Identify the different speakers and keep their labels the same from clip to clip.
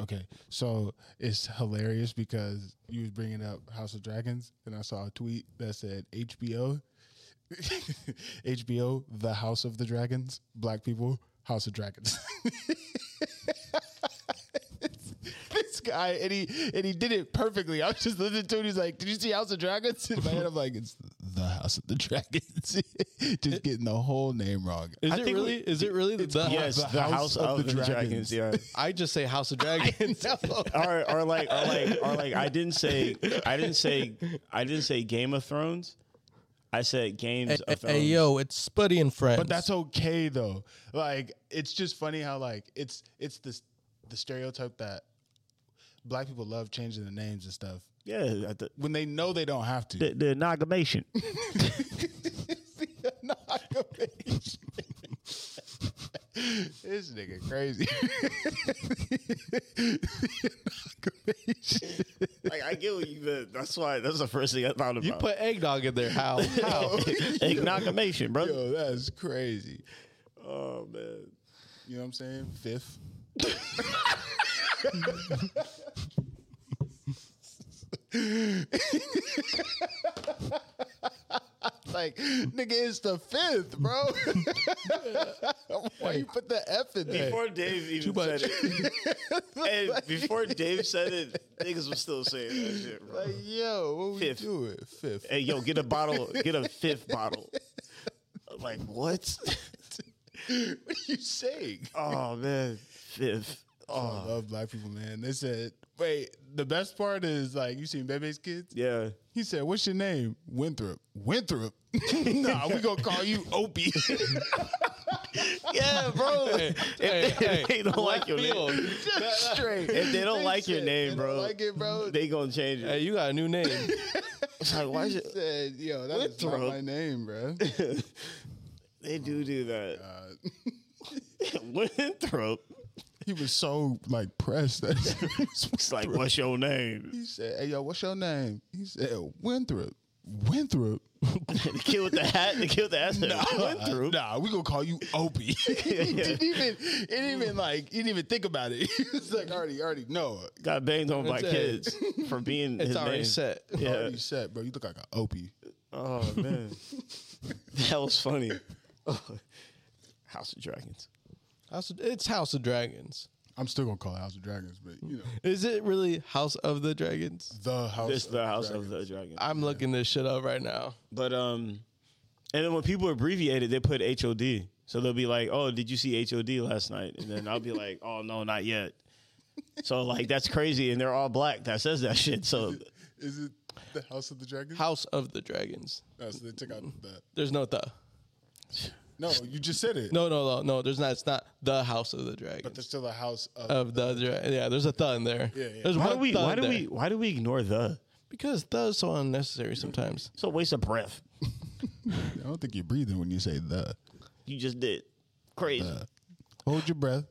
Speaker 1: Okay, so it's hilarious because you was bringing up House of Dragons, and I saw a tweet that said HBO, HBO, The House of the Dragons, Black people, House of Dragons. this guy, and he and he did it perfectly. I was just listening to it. He's like, "Did you see House of Dragons?" In my head, I'm like, "It's the House of the Dragons." just getting the whole name wrong.
Speaker 2: Is
Speaker 1: I
Speaker 2: it
Speaker 1: think
Speaker 2: really? is it really the,
Speaker 3: yes, the, House, of, the, dragons. Yeah.
Speaker 2: I just say House of Dragons.
Speaker 3: or, or like, or like, or like. I didn't say. I didn't say. I didn't say Game of Thrones. I said games
Speaker 2: hey,
Speaker 3: of Thrones.
Speaker 2: hey, yo, it's Spuddy and Friends.
Speaker 1: But that's okay though. Like it's just funny how like it's it's this the stereotype that black people love changing the names and stuff
Speaker 3: Yeah, the,
Speaker 1: when they know they don't have to.
Speaker 3: the, the amalgamation.
Speaker 1: this nigga crazy.
Speaker 3: like I get what you. Meant. That's why. That's the first thing I thought about.
Speaker 2: you put eggnog in there. How? How?
Speaker 3: amalgamation, brother.
Speaker 1: Yo, that's crazy.
Speaker 3: Oh man.
Speaker 1: You know what I'm saying? Fifth. like, nigga, it's the fifth, bro. Why you put the F in there?
Speaker 3: Before Dave even
Speaker 2: much.
Speaker 3: said it, and before Dave said it, niggas was still saying that shit, bro.
Speaker 1: Like, yo, what we
Speaker 3: Fifth.
Speaker 1: doing? Fifth.
Speaker 3: hey, yo, get a bottle, get a fifth bottle. I'm like what?
Speaker 1: What are you saying?
Speaker 3: Oh man, fifth.
Speaker 1: Oh, I love black people, man. They said, wait, the best part is like, you seen Bebe's kids?
Speaker 3: Yeah.
Speaker 1: He said, "What's your name?" Winthrop. Winthrop. nah, we gonna call you Opie.
Speaker 3: Yeah, bro.
Speaker 2: Hey, hey, hey.
Speaker 3: they don't like your
Speaker 2: Field.
Speaker 3: name.
Speaker 1: Just straight.
Speaker 3: If they don't like your
Speaker 1: said
Speaker 3: name,
Speaker 1: they
Speaker 3: bro,
Speaker 1: don't like it, bro.
Speaker 3: They gonna change
Speaker 2: Hey,
Speaker 3: it.
Speaker 2: you got a new name.
Speaker 3: Like, why
Speaker 1: He
Speaker 3: should,
Speaker 1: said, "Yo, that's not
Speaker 3: Winthrop.
Speaker 1: my name, bro."
Speaker 3: they do do that?
Speaker 1: Uh,
Speaker 3: Winthrop.
Speaker 1: he was so like pressed. That
Speaker 3: It's like, what's your name?
Speaker 1: he said, "Hey, yo, what's your name?" He said, "Winthrop." Winthrop.
Speaker 3: the kid with the hat. The kid with the hat. said, Winthrop.
Speaker 1: Nah, we gonna call you Opie. he didn't even, he didn't even like, he didn't even think about it. He was like, already, already, no,
Speaker 3: Got banged on by
Speaker 2: It's, uh,
Speaker 3: kids for being
Speaker 2: It's
Speaker 3: his
Speaker 2: already
Speaker 3: name.
Speaker 2: set.
Speaker 3: Yeah.
Speaker 1: already set, bro. You look like an Opie.
Speaker 3: Oh man, that was funny. House of Dragons.
Speaker 2: House of- it's House of Dragons.
Speaker 1: I'm still gonna call it House of Dragons, but you know,
Speaker 2: Is it really House of the Dragons?
Speaker 1: the House.
Speaker 3: It's the
Speaker 1: of
Speaker 3: House
Speaker 1: Dragons.
Speaker 3: of the Dragon.
Speaker 2: I'm looking this shit up right now.
Speaker 3: But um, and then when people abbreviate it, they put HOD. So they'll be like, "Oh, did you see HOD last night?" And then I'll be like, "Oh no, not yet." So like that's crazy, and they're all black that says that shit. So
Speaker 1: Is it the House of the Dragons?
Speaker 2: House of the Dragons.
Speaker 1: No, so they took out the.
Speaker 2: There's no the.
Speaker 1: No, you just said it.
Speaker 2: No, no, no, no. There's not. It's not the House of the
Speaker 1: but there's
Speaker 2: Dragons.
Speaker 1: still a House of.
Speaker 2: Of the dra- yeah, there's a the in there.
Speaker 1: Yeah, yeah.
Speaker 2: There's
Speaker 3: why
Speaker 2: one
Speaker 3: do we?
Speaker 2: the
Speaker 3: Why
Speaker 2: in
Speaker 3: do
Speaker 2: there.
Speaker 3: we? Why do we ignore the?
Speaker 2: Because the is so unnecessary sometimes.
Speaker 3: It's a waste of breath.
Speaker 1: I don't think you're breathing when you say the.
Speaker 3: You just did crazy.
Speaker 2: Uh.
Speaker 1: Hold your breath.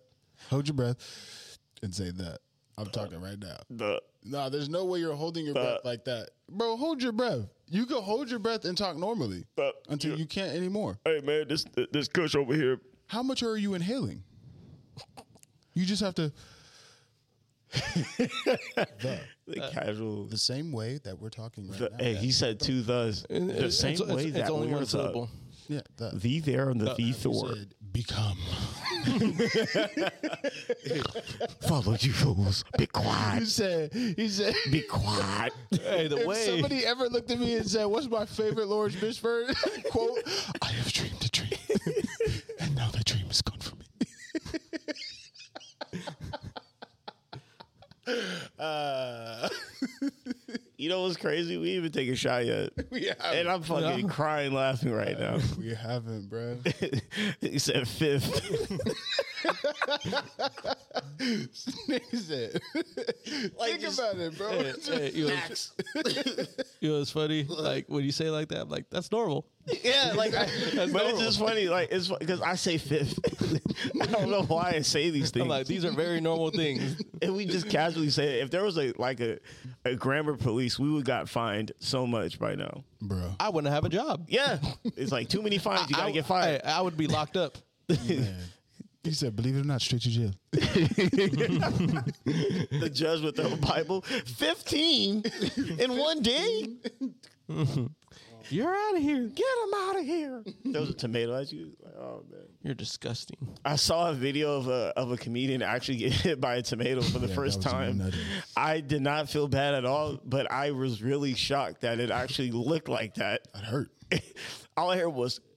Speaker 1: Hold your breath, and say that. I'm talking right now.
Speaker 3: The
Speaker 1: Nah, there's no way you're holding your breath like that, bro. Hold your breath. You can hold your breath and talk normally
Speaker 3: But
Speaker 1: until you can't anymore.
Speaker 3: hey man, this this coach over here.
Speaker 1: How much are you inhaling? You just have to
Speaker 2: Uh.
Speaker 3: The casual.
Speaker 1: the same way that we're talking right
Speaker 3: The,
Speaker 1: now.
Speaker 3: hey, he said two thes.
Speaker 2: And
Speaker 3: The
Speaker 2: it's-
Speaker 3: same
Speaker 2: it's-
Speaker 3: way
Speaker 2: it's,
Speaker 3: that
Speaker 2: it's only
Speaker 3: we were
Speaker 2: one
Speaker 3: the-
Speaker 2: syllable. Uh,
Speaker 1: yeah, that.
Speaker 3: The there and the the thor.
Speaker 1: said become.
Speaker 3: Follow you fools. Be
Speaker 1: He
Speaker 3: quiet.
Speaker 1: said. He said.
Speaker 3: Be quiet.
Speaker 2: Hey, the
Speaker 1: If
Speaker 2: way
Speaker 1: somebody ever looked at me and said, "What's my favorite Lawrence Fishburne quote?" I have dreamed a dream, and now that dream is gone from me. uh,
Speaker 3: You know what's crazy? We even take a shot yet.
Speaker 1: we haven't,
Speaker 3: And I'm fucking crying laughing right now.
Speaker 1: we haven't, bro.
Speaker 3: he said fifth.
Speaker 1: Nigga said, think
Speaker 3: just-
Speaker 1: about it, bro.
Speaker 2: Hey, hey, you, know, you know what's funny? Like when you say it like that, I'm like that's normal.
Speaker 3: yeah, like, I, but
Speaker 2: normal.
Speaker 3: it's just funny. Like, it's because I say fifth. I don't know why I say these things.
Speaker 2: I'm like these are very normal things.
Speaker 3: and we just casually say it. If there was a like a, a grammar police, we would got fined so much by now.
Speaker 1: bro.
Speaker 2: I wouldn't have a job.
Speaker 3: Yeah, it's like too many fines. You gotta
Speaker 2: I,
Speaker 3: get fired.
Speaker 2: I, I would be locked up.
Speaker 1: Man. He said, "Believe it or not, straight to jail."
Speaker 3: the judge with the Bible. 15 in one day?
Speaker 2: You're out of here.
Speaker 3: Get him out of here. There was a tomato at you. Like, oh, man.
Speaker 2: You're disgusting.
Speaker 3: I saw a video of a of a comedian actually get hit by a tomato for the
Speaker 1: Yeah,
Speaker 3: first
Speaker 1: that was
Speaker 3: time.
Speaker 1: another.
Speaker 3: I did not feel bad at all, but I was really shocked that it actually looked like that.
Speaker 1: That hurt.
Speaker 3: all I heard was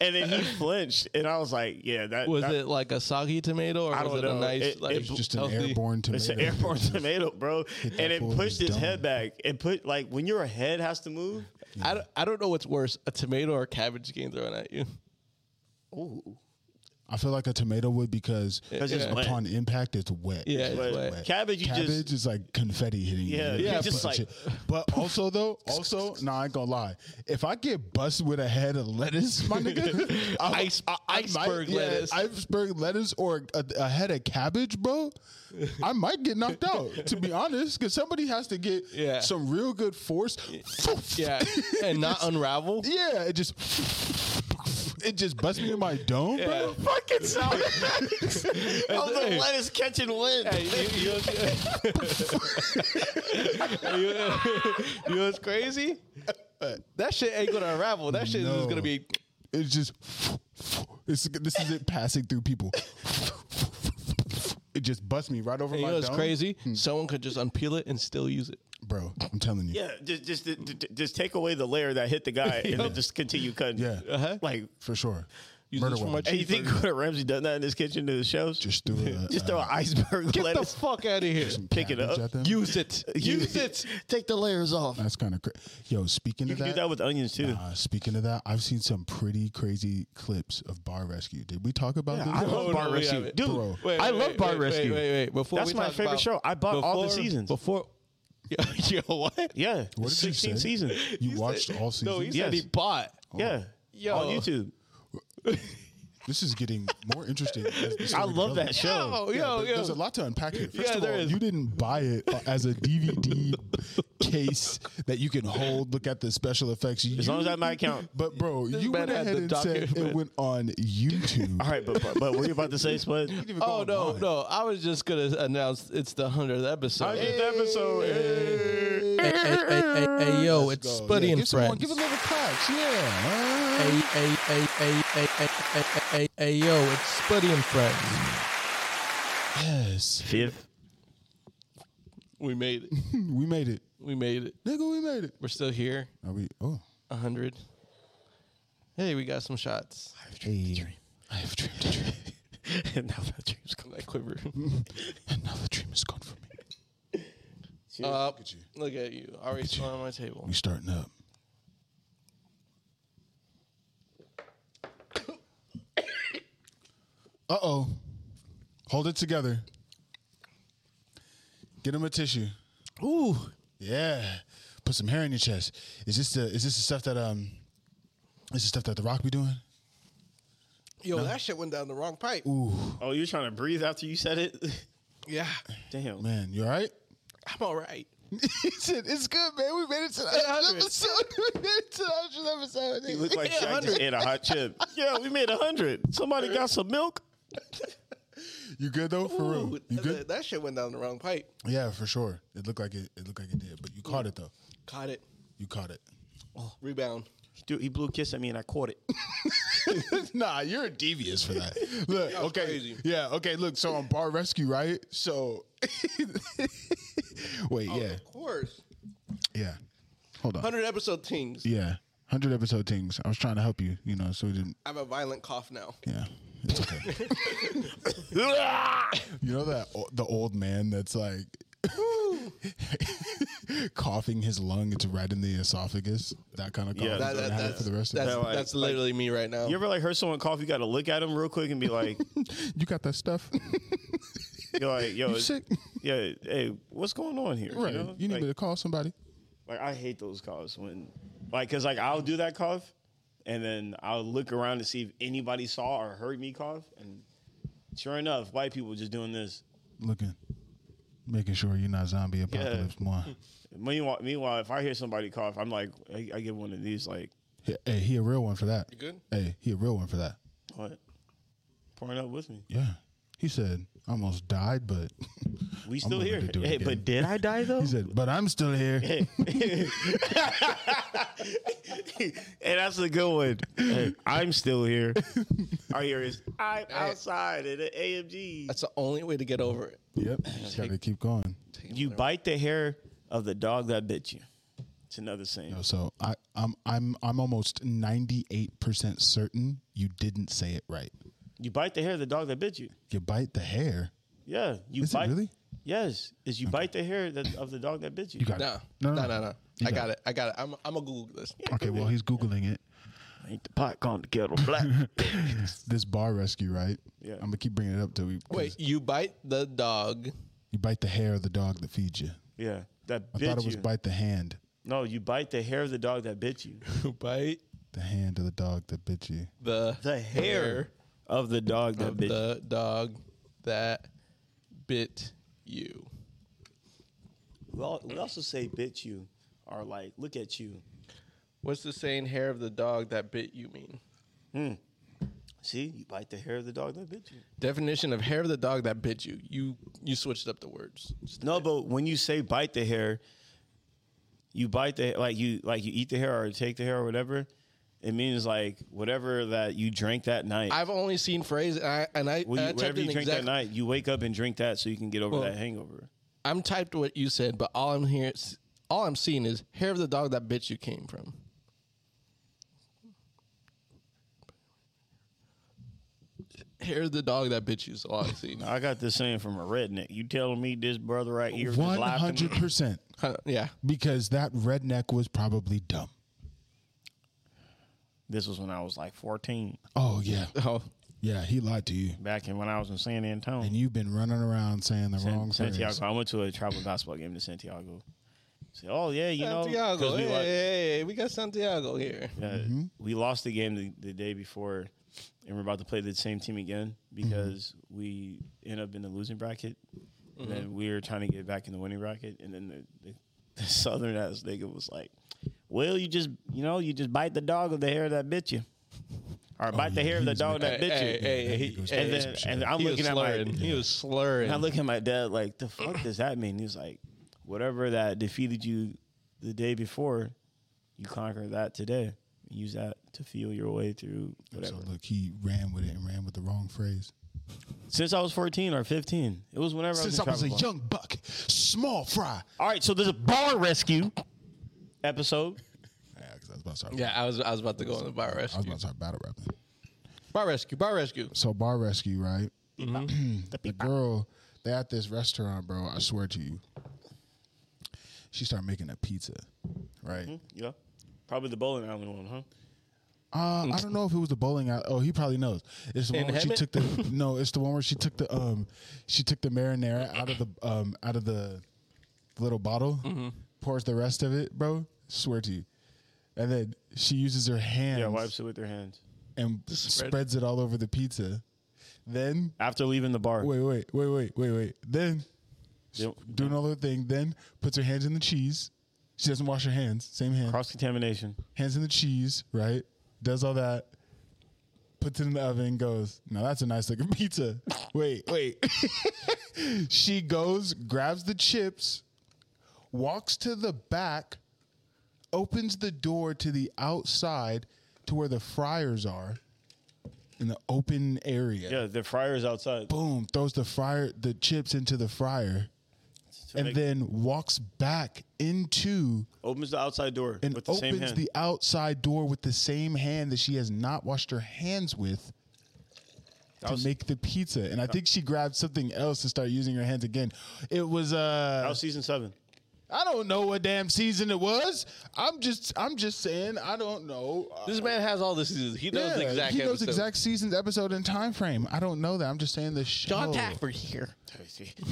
Speaker 3: and then he flinched and I was like, Yeah, that
Speaker 2: Was
Speaker 3: that-
Speaker 2: it like a soggy tomato or
Speaker 3: I
Speaker 2: was
Speaker 3: don't
Speaker 2: it a
Speaker 3: know.
Speaker 2: nice,
Speaker 3: It-
Speaker 2: like,
Speaker 3: it was
Speaker 1: Just an
Speaker 2: healthy?
Speaker 1: airborne tomato.
Speaker 3: it's an airborne tomato, bro.
Speaker 1: that
Speaker 3: And it
Speaker 1: fool in
Speaker 3: pushed
Speaker 1: his
Speaker 3: his
Speaker 1: dome.
Speaker 3: head back. It put like when your head has to move.
Speaker 2: I don't, I don't know what's worse, a tomato or cabbage getting thrown at you.
Speaker 1: I feel like a tomato would because
Speaker 3: 'Cause it's wet.
Speaker 1: upon impact, it's wet.
Speaker 2: Yeah,
Speaker 1: It's
Speaker 2: it's
Speaker 3: But
Speaker 2: wet.
Speaker 3: cabbage, you
Speaker 1: Cabbage
Speaker 3: just
Speaker 1: is like confetti hitting
Speaker 3: Yeah,
Speaker 1: you.
Speaker 3: yeah,
Speaker 1: It's
Speaker 3: just
Speaker 1: bunch
Speaker 3: like-
Speaker 1: of- But also though, also, nah, I ain't gonna lie. If I get busted with a head of lettuce, my nigga, I-
Speaker 2: Ice- iceberg
Speaker 1: yeah,
Speaker 2: lettuce.
Speaker 1: iceberg lettuce, or a, a head of cabbage, bro, I might get knocked out. To be honest, because somebody has to get
Speaker 2: Yeah.
Speaker 1: some real good force.
Speaker 2: Yeah, and not unravel.
Speaker 1: Yeah, it just it just busts me in my dome, bro.
Speaker 2: Yeah.
Speaker 3: fucking sound. oh, the
Speaker 2: Hey.
Speaker 3: lettuce catching wind.
Speaker 2: Hey, you, you, know- you, you know what's crazy? That shit ain't gonna unravel. That shit is
Speaker 1: No.
Speaker 2: just gonna be.
Speaker 1: It's just it's, this is it passing through people. It just busts me right over
Speaker 2: You
Speaker 1: my
Speaker 2: know what's
Speaker 1: dome.
Speaker 2: crazy?
Speaker 3: Hmm.
Speaker 2: Someone could just unpeel it and still use it.
Speaker 1: bro. I'm telling you.
Speaker 3: Yeah, just just d- d- d- just take away the layer that hit the guy and then just continue cutting.
Speaker 1: Yeah.
Speaker 2: Uh-huh.
Speaker 3: Like,
Speaker 1: for sure.
Speaker 2: Use
Speaker 1: Murder
Speaker 2: this for my
Speaker 1: weapon.
Speaker 3: and you think Gordon Ramsay done that in his kitchen to his shows? Just,
Speaker 1: just threw a,
Speaker 3: throw an iceberg
Speaker 2: Get
Speaker 3: lettuce.
Speaker 2: the fuck out of here.
Speaker 3: pick it
Speaker 1: cabbage
Speaker 3: up.
Speaker 1: at them.
Speaker 2: Use it. Use it.
Speaker 3: Take the layers off.
Speaker 1: That's kind of crazy. Yo, speaking
Speaker 3: You
Speaker 1: of
Speaker 3: can do
Speaker 1: that,
Speaker 3: that with onions too.
Speaker 1: uh, speaking of that, I've seen some pretty crazy clips of bar rescue. Did we talk about
Speaker 3: I
Speaker 1: this?
Speaker 3: love
Speaker 2: no,
Speaker 3: Bar
Speaker 2: we
Speaker 3: Rescue,
Speaker 2: haven't.
Speaker 3: dude.
Speaker 1: Bro.
Speaker 2: Wait,
Speaker 3: I
Speaker 2: wait,
Speaker 3: love
Speaker 2: wait,
Speaker 3: Bar
Speaker 2: wait,
Speaker 3: Rescue.
Speaker 2: Wait, wait, wait. Before
Speaker 3: That's
Speaker 2: we
Speaker 3: my
Speaker 2: talk
Speaker 3: favorite
Speaker 2: about-
Speaker 3: show. I bought all the
Speaker 2: before-
Speaker 3: seasons.
Speaker 2: Before, yo, yo, what?
Speaker 3: Yeah,
Speaker 1: you
Speaker 3: sixteen
Speaker 1: say?
Speaker 3: seasons.
Speaker 1: You watched all seasons.
Speaker 2: No, he said
Speaker 3: Yes.
Speaker 2: he bought.
Speaker 3: Yeah,
Speaker 2: Yo.
Speaker 3: on YouTube.
Speaker 1: this is getting more interesting. as the
Speaker 3: I
Speaker 1: story
Speaker 3: love that
Speaker 1: develops.
Speaker 3: show.
Speaker 2: Yo, yo,
Speaker 1: but
Speaker 2: yo.
Speaker 1: There's a lot to unpack here. First
Speaker 2: oh, Yeah,
Speaker 1: of all,
Speaker 2: there is.
Speaker 1: you didn't buy it uh, as a DVD case that you can hold, look at the special effects. You,
Speaker 3: As long as I have my account.
Speaker 1: but bro, you
Speaker 2: man
Speaker 1: went
Speaker 2: had
Speaker 1: ahead
Speaker 2: the
Speaker 1: and said it
Speaker 2: document.
Speaker 1: went on YouTube.
Speaker 3: All right, but but, but what are you about to say, Spud?
Speaker 2: Oh no, no! I was just gonna announce it's the hundredth episode.
Speaker 3: Hundredth episode.
Speaker 2: Hey, hey, hey, hey, hey, yo, it's
Speaker 1: Go.
Speaker 2: Spuddy
Speaker 1: Yeah,
Speaker 2: and
Speaker 1: give some more-
Speaker 2: Friends.
Speaker 1: give a little claps. Yeah.
Speaker 2: Hey, hey, hey, hey, hey, hey, hey, hey, hey, hey, yo, it's Spuddy and Friends.
Speaker 1: Yes.
Speaker 3: Fifth.
Speaker 2: We made it.
Speaker 1: We made it.
Speaker 2: We made it.
Speaker 1: Nigga, we made it.
Speaker 2: We're still here.
Speaker 1: Are we? Oh.
Speaker 2: A hundred. Hey, we got some shots.
Speaker 1: I've dreamed a dream. I've dreamed a dream.
Speaker 3: now that dream's come.
Speaker 2: That quiver.
Speaker 1: And now the dream is gone from me.
Speaker 2: Uh,
Speaker 1: at you.
Speaker 2: look at you. Already still on my table.
Speaker 1: We starting up. Uh oh. Hold it together. Get him a tissue.
Speaker 2: Ooh.
Speaker 1: Yeah. Put some hair in your chest. Is this the is this the stuff that um is this stuff that the rock be doing?
Speaker 2: Yo, that shit went down the wrong pipe.
Speaker 3: Oh, you're trying to breathe after you said it.
Speaker 2: Yeah.
Speaker 3: Damn.
Speaker 1: Man, you alright?
Speaker 2: I'm all right.
Speaker 1: he said, It's good, man. We made it to the 100th episode. we made it to the 100th episode.
Speaker 3: You look like Shaq just ate a hot chip. Yeah, we made a hundred. Somebody got some milk.
Speaker 1: You good though? For real? You good?
Speaker 2: That shit went down the wrong pipe.
Speaker 1: Yeah, for sure. It looked like it. It looked like it did, but you caught it though.
Speaker 2: Caught it.
Speaker 1: You caught it.
Speaker 2: Rebound.
Speaker 3: Dude, he blew a kiss at me and I caught it.
Speaker 1: nah, you're devious for that. Look, okay,
Speaker 2: crazy.
Speaker 1: yeah, okay. Look, so on bar rescue, right? So, wait, yeah,
Speaker 2: Of course.
Speaker 1: yeah. Hold on.
Speaker 2: 100 episode teams.
Speaker 1: Yeah, hundred episode things. I was trying to help you, you know, so we didn't.
Speaker 2: I have a violent cough now.
Speaker 1: Yeah, it's okay. you know that o- the old man that's like. coughing his lung it's right in the esophagus that kind of cough
Speaker 3: Yeah.
Speaker 1: yeah,
Speaker 3: That- that-
Speaker 1: for the rest of
Speaker 2: that's,
Speaker 1: the
Speaker 3: No, like-
Speaker 2: that's literally me right now.
Speaker 3: You ever like heard someone cough? You got to look at them real quick and be like,
Speaker 1: you got that stuff
Speaker 3: you're like, yo,
Speaker 1: You sick?
Speaker 3: yeah, hey, what's going on here?
Speaker 1: Right.
Speaker 3: You,
Speaker 1: You,
Speaker 3: know?
Speaker 1: need
Speaker 3: like,
Speaker 1: me to call somebody.
Speaker 3: like, I hate those coughs when, like, cause like I'll do that cough, and then I'll look around to see if anybody saw or heard me cough, and sure enough, white people just doing this.
Speaker 1: Looking. Making sure you're not zombie apocalypse one.
Speaker 3: Meanwhile, meanwhile, if I hear somebody cough, I'm like, I, I give one of these, like,
Speaker 1: Hey, he a real one for that.
Speaker 2: You good?
Speaker 1: Hey, he a real one for that.
Speaker 3: what? pouring up with me.
Speaker 1: Yeah. He said, I almost died, but
Speaker 3: We still
Speaker 1: willing
Speaker 3: here.
Speaker 1: to do it
Speaker 3: Hey,
Speaker 1: again.
Speaker 3: but did I die though?
Speaker 1: he said, but I'm still here.
Speaker 3: hey, that's a good one. Hey, I'm still here. Our here is I'm outside at an AMG.
Speaker 2: That's the only way to get over it.
Speaker 1: Yep. Just gotta keep going.
Speaker 3: You bite the hair of the dog that bit you. It's another saying.
Speaker 1: No, So I, I'm I'm I'm almost ninety eight percent certain you didn't say it right.
Speaker 3: You bite the hair of the dog that bit you.
Speaker 1: You bite the hair.
Speaker 3: Yeah, you
Speaker 1: Is it
Speaker 3: bite.
Speaker 1: really?
Speaker 3: Yes, is you bite the hair that, of the dog that bit you.
Speaker 1: You got
Speaker 2: No,
Speaker 1: it.
Speaker 2: no, no, no.
Speaker 1: You
Speaker 2: I got it. I got it. I'm, I'm gonna Google this.
Speaker 1: Okay, well he's googling it.
Speaker 3: Ain't the pot gone to kettle black?
Speaker 1: This bar rescue, right?
Speaker 3: Yeah.
Speaker 1: I'm gonna keep bringing it up till we. 'cause
Speaker 2: Wait, you bite the dog.
Speaker 1: You bite the hair of the dog that feeds you.
Speaker 3: yeah, that
Speaker 1: I
Speaker 3: bit
Speaker 1: thought it was
Speaker 3: you.
Speaker 1: bite the hand.
Speaker 3: no, you bite the hair of the dog that bit you.
Speaker 2: You bite
Speaker 1: The hand of the dog that bit you.
Speaker 2: the
Speaker 3: The hair of the dog that
Speaker 2: of
Speaker 3: bit you.
Speaker 2: the dog that bit you.
Speaker 3: We, all, we also say bit you or like look at you.
Speaker 2: What's the saying? Hair of the dog that bit you mean?
Speaker 3: See, you bite the hair of the dog that bit you.
Speaker 2: Definition of hair of the dog that bit you. You you switched up the words.
Speaker 3: No, but when you say bite the hair, you bite the like you like you eat the hair or take the hair or whatever. It means like whatever that you drank that night.
Speaker 2: I've only seen phrase and I and I,
Speaker 3: Well,
Speaker 2: and I
Speaker 3: you,
Speaker 2: typed
Speaker 3: whatever you
Speaker 2: in
Speaker 3: drink
Speaker 2: uh, exact-
Speaker 3: that night, you wake up and drink that so you can get over
Speaker 2: Well-
Speaker 3: that hangover.
Speaker 2: I'm typed what you said, but all I'm here, all I'm seeing is hair of the dog that bitch you came from. Hair of the dog that bitch you is all I'm seeing.
Speaker 3: I got this saying from a redneck. You telling me this brother right here just
Speaker 1: One
Speaker 3: lied to
Speaker 1: hundred
Speaker 3: me?
Speaker 1: percent.
Speaker 2: Huh, yeah,
Speaker 1: Because that redneck was probably dumb.
Speaker 3: This was when I was like 14,
Speaker 1: Oh yeah,
Speaker 2: oh,
Speaker 1: yeah. He lied to you,
Speaker 3: back in when I was in San Antonio.
Speaker 1: and you've been running around saying the
Speaker 3: San-
Speaker 1: wrong
Speaker 3: Santiago.
Speaker 1: phrase.
Speaker 3: I went to a tribal gospel game to Santiago. Say, oh yeah, you know,
Speaker 2: Santiago.
Speaker 3: 'cause we,
Speaker 2: hey,
Speaker 3: lo-
Speaker 2: hey, hey, we got Santiago here.
Speaker 3: uh, we lost the game the, the day before, and we're about to play the same team again because
Speaker 2: Mm-hmm.
Speaker 3: we end up in the losing bracket, and then we were trying to get back in the winning bracket, and then the, the, the southern ass nigga was like, "Well, you just you know you just bite the dog of the hair that bit you,
Speaker 2: Oh,
Speaker 3: or bite the
Speaker 1: yeah,
Speaker 3: hair of
Speaker 1: he
Speaker 3: the
Speaker 1: was
Speaker 3: dog
Speaker 1: making-
Speaker 3: that bit
Speaker 2: Hey,
Speaker 3: you."
Speaker 2: hey, hey,
Speaker 1: that
Speaker 2: he-
Speaker 1: nigga was
Speaker 2: hey,
Speaker 3: And
Speaker 1: making
Speaker 3: then,
Speaker 1: some
Speaker 3: and
Speaker 1: shit.
Speaker 3: I'm
Speaker 2: he
Speaker 3: looking
Speaker 2: was
Speaker 3: at my
Speaker 2: slurring. He was slurring.
Speaker 3: and I look at my dad like, the fuck does that mean? He's like, whatever that defeated you the day before, you conquer that today. Use that to feel your way through whatever.
Speaker 1: So look, he ran with it and ran with the wrong phrase.
Speaker 3: Since I was 14 or 15, it was whenever
Speaker 1: Since I
Speaker 3: I was,
Speaker 1: was a
Speaker 3: in travel ball.
Speaker 1: young buck, small fry.
Speaker 3: All right, so there's a bar rescue episode.
Speaker 1: Yeah, 'cause I was about to start.
Speaker 2: yeah, I was I was about to go on the bar
Speaker 1: I was
Speaker 2: rescue.
Speaker 1: about to start battle rapping.
Speaker 2: Bar rescue. Bar rescue.
Speaker 1: So bar rescue, right?
Speaker 3: Mm-hmm.
Speaker 1: the girl, they at this restaurant, bro. I swear to you. She started making a pizza, right?
Speaker 3: Yeah, probably the bowling alley one, huh?
Speaker 1: Uh, I don't know if it was the bowling. Alley. Oh, he probably knows. It's the
Speaker 2: In
Speaker 1: one where she
Speaker 2: Hemet?
Speaker 1: took the no. It's the one where she took the um, she took the marinara out of the um out of the little bottle, pours the rest of it, bro. Swear to you, and then she uses her hands
Speaker 3: Yeah, wipes it with their hands
Speaker 1: and
Speaker 2: spread.
Speaker 1: spreads it all over the pizza. Then
Speaker 3: after leaving the bar.
Speaker 1: wait, wait, wait, wait, wait, wait. Then
Speaker 3: Yep.
Speaker 1: doing all the thing. Then puts her hands in the cheese. She doesn't wash her hands. Same hand.
Speaker 3: Cross contamination.
Speaker 1: Hands in the cheese. Right. Does all that. Puts it in the oven. Goes. Now that's a nice looking pizza. Wait, wait. she goes, grabs the chips, walks to the back, opens the door to the outside to where the fryers are in the open area
Speaker 3: Yeah, the fryer's outside.
Speaker 1: boom, throws the fryer the chips into the fryer,
Speaker 3: So
Speaker 1: and
Speaker 3: they-
Speaker 1: then walks back into
Speaker 3: opens the outside door
Speaker 1: and
Speaker 3: with the same
Speaker 1: opens
Speaker 3: hand.
Speaker 1: the outside door with the same hand that she has not washed her hands with
Speaker 3: that,
Speaker 1: to
Speaker 3: was,
Speaker 1: make the pizza. And I think she grabbed something else to start using her hands again. It was
Speaker 3: that
Speaker 1: uh
Speaker 3: was season seven.
Speaker 1: I don't know what damn season it was. I'm just I'm just saying I don't know. Uh,
Speaker 2: This man has all the seasons. He knows the
Speaker 1: yeah,
Speaker 2: exact.
Speaker 1: he knows
Speaker 2: episode.
Speaker 1: exact season's episode and time frame. I don't know that. I'm just saying the show.
Speaker 2: Oh.
Speaker 4: John Taffer here.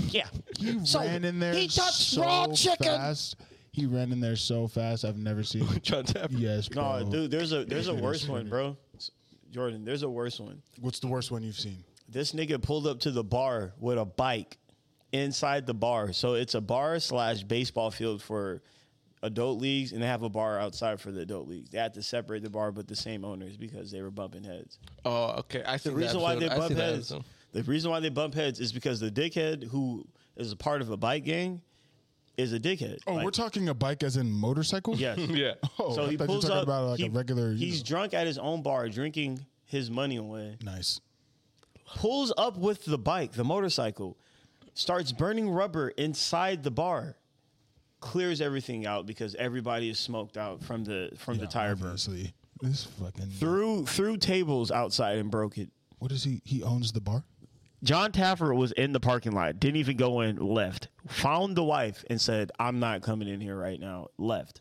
Speaker 4: Yeah.
Speaker 1: He
Speaker 4: So,
Speaker 1: ran in there.
Speaker 4: He touched
Speaker 1: so
Speaker 4: raw chicken.
Speaker 1: Fast. He ran in there so fast. I've never seen.
Speaker 2: John Taffer.
Speaker 1: yes,
Speaker 3: No,
Speaker 1: bro.
Speaker 3: dude, there's a there's a
Speaker 1: Dude,
Speaker 3: worse
Speaker 1: it's
Speaker 3: one, bro. Jordan, there's a worse one.
Speaker 1: What's the worst one you've seen?
Speaker 3: This nigga pulled up to the bar with a bike inside the bar. So it's a bar slash baseball field for adult leagues and they have a bar outside for the adult leagues. They had to separate the bar, but the same owners because they were bumping heads.
Speaker 2: Oh, okay. I see
Speaker 3: The reason why they
Speaker 2: I see
Speaker 3: bump
Speaker 2: that
Speaker 3: heads,
Speaker 2: episode.
Speaker 3: the reason why they bump heads is because the dickhead who is a part of a bike gang is a dickhead.
Speaker 1: Oh,
Speaker 3: Like,
Speaker 1: we're talking a bike as in motorcycle?
Speaker 3: Yes.
Speaker 2: Yeah.
Speaker 1: Oh,
Speaker 3: so
Speaker 1: I
Speaker 3: he
Speaker 1: thought you were
Speaker 3: pulls
Speaker 1: talking
Speaker 3: up.
Speaker 1: about like
Speaker 3: he-
Speaker 1: a regular. you
Speaker 3: He's
Speaker 1: know.
Speaker 3: drunk at his own bar, drinking his money away.
Speaker 1: nice.
Speaker 3: Pulls up with the bike, the motorcycle, starts burning rubber inside the bar, clears everything out because everybody is smoked out from the from the tire burn.
Speaker 1: Obviously. This fucking.
Speaker 3: Threw threw tables outside and broke it.
Speaker 1: What is he? He owns the bar?
Speaker 3: John Taffer was in the parking lot, didn't even go in, left. Found the wife and said, "I'm not coming in here right now." Left.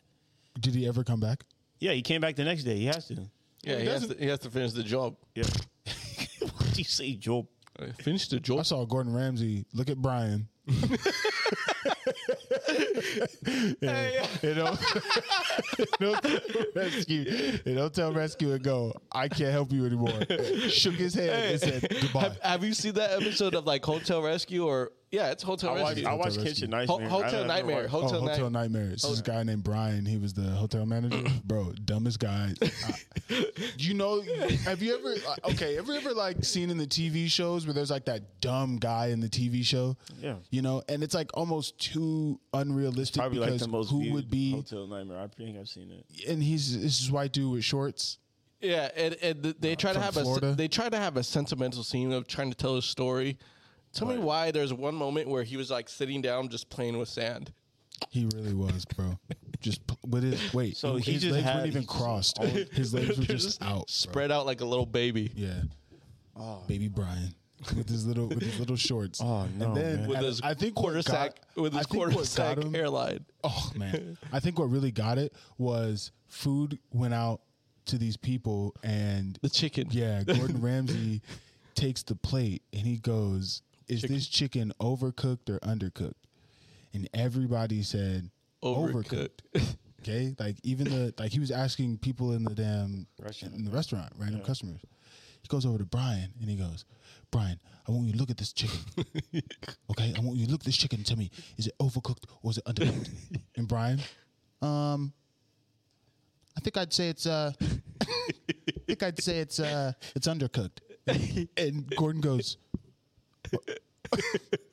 Speaker 1: Did he ever come back?
Speaker 3: Yeah, he came back the next day. He has to.
Speaker 2: Yeah, he has, to, he has to finish the job.
Speaker 3: Yeah. what do you say, Joel?
Speaker 2: Uh, Finish the
Speaker 1: I
Speaker 2: job.
Speaker 1: saw Gordon Ramsay look at Brian. Yeah, you know, don't tell rescue. And don't tell rescue and go. I can't help you anymore. Shook his hand and said goodbye.
Speaker 2: Have, have you seen that episode of like Hotel Rescue or yeah, it's Hotel
Speaker 3: I watched,
Speaker 2: Rescue.
Speaker 3: I
Speaker 1: Hotel
Speaker 3: watched
Speaker 1: Rescue.
Speaker 3: Kitchen
Speaker 2: Ho-
Speaker 3: Nightmare. I
Speaker 2: Hotel
Speaker 3: don't know
Speaker 2: Nightmare.
Speaker 3: why.
Speaker 1: Oh,
Speaker 2: Hotel,
Speaker 1: Hotel,
Speaker 2: Nightmare.
Speaker 1: Nightmares. This is a guy named Brian. He was the hotel manager. Bro, dumbest guy. I- you know, have you ever, uh, okay, have you ever like seen in the TV shows where there's like that dumb guy in the TV show?
Speaker 3: Yeah.
Speaker 1: You know, and it's like almost too unrealistic
Speaker 3: Probably
Speaker 1: because
Speaker 3: like the most
Speaker 1: who
Speaker 3: viewed
Speaker 1: would be,
Speaker 3: Hotel Nightmare. I think I've seen it.
Speaker 1: and he's this is white dude with shorts.
Speaker 2: Yeah, and, and th- they try to
Speaker 1: From
Speaker 2: have a
Speaker 1: Florida?
Speaker 2: s- they try to have a sentimental scene of trying to tell a story. Tell me why there's one moment where he was like sitting down just playing with sand.
Speaker 1: He really was, bro. Just p- with his wait,
Speaker 3: So he
Speaker 1: his
Speaker 3: just
Speaker 1: legs
Speaker 3: had-
Speaker 1: weren't even
Speaker 3: he just
Speaker 1: crossed. His legs were just out. bro.
Speaker 2: Spread out like a little baby.
Speaker 1: Yeah. Baby Brian with his little with his little shorts. Oh
Speaker 3: no,
Speaker 1: And then
Speaker 3: man.
Speaker 2: With
Speaker 1: and
Speaker 2: his
Speaker 1: I think what
Speaker 2: quarter
Speaker 1: got-
Speaker 2: sack with
Speaker 1: I
Speaker 2: his
Speaker 1: think what
Speaker 2: quarter
Speaker 1: got
Speaker 2: sack
Speaker 1: him-
Speaker 2: hairline.
Speaker 1: Oh man. I think what really got it was food went out to these people and
Speaker 2: The chicken.
Speaker 1: yeah, Gordon Ramsay takes the plate and he goes, "Is this chicken overcooked or undercooked?" And everybody said overcooked.
Speaker 2: Overcooked.
Speaker 1: Okay, like even the like he was asking people in the damn
Speaker 3: Restaurant.
Speaker 1: in the restaurant, random customers. He goes over to Brian and he goes, Brian, I want you to look at this chicken. okay, I want you to look at this chicken and tell me, is it overcooked or is it undercooked? and Brian, um, I think I'd say it's uh, I think I'd say it's uh, it's undercooked. and Gordon goes,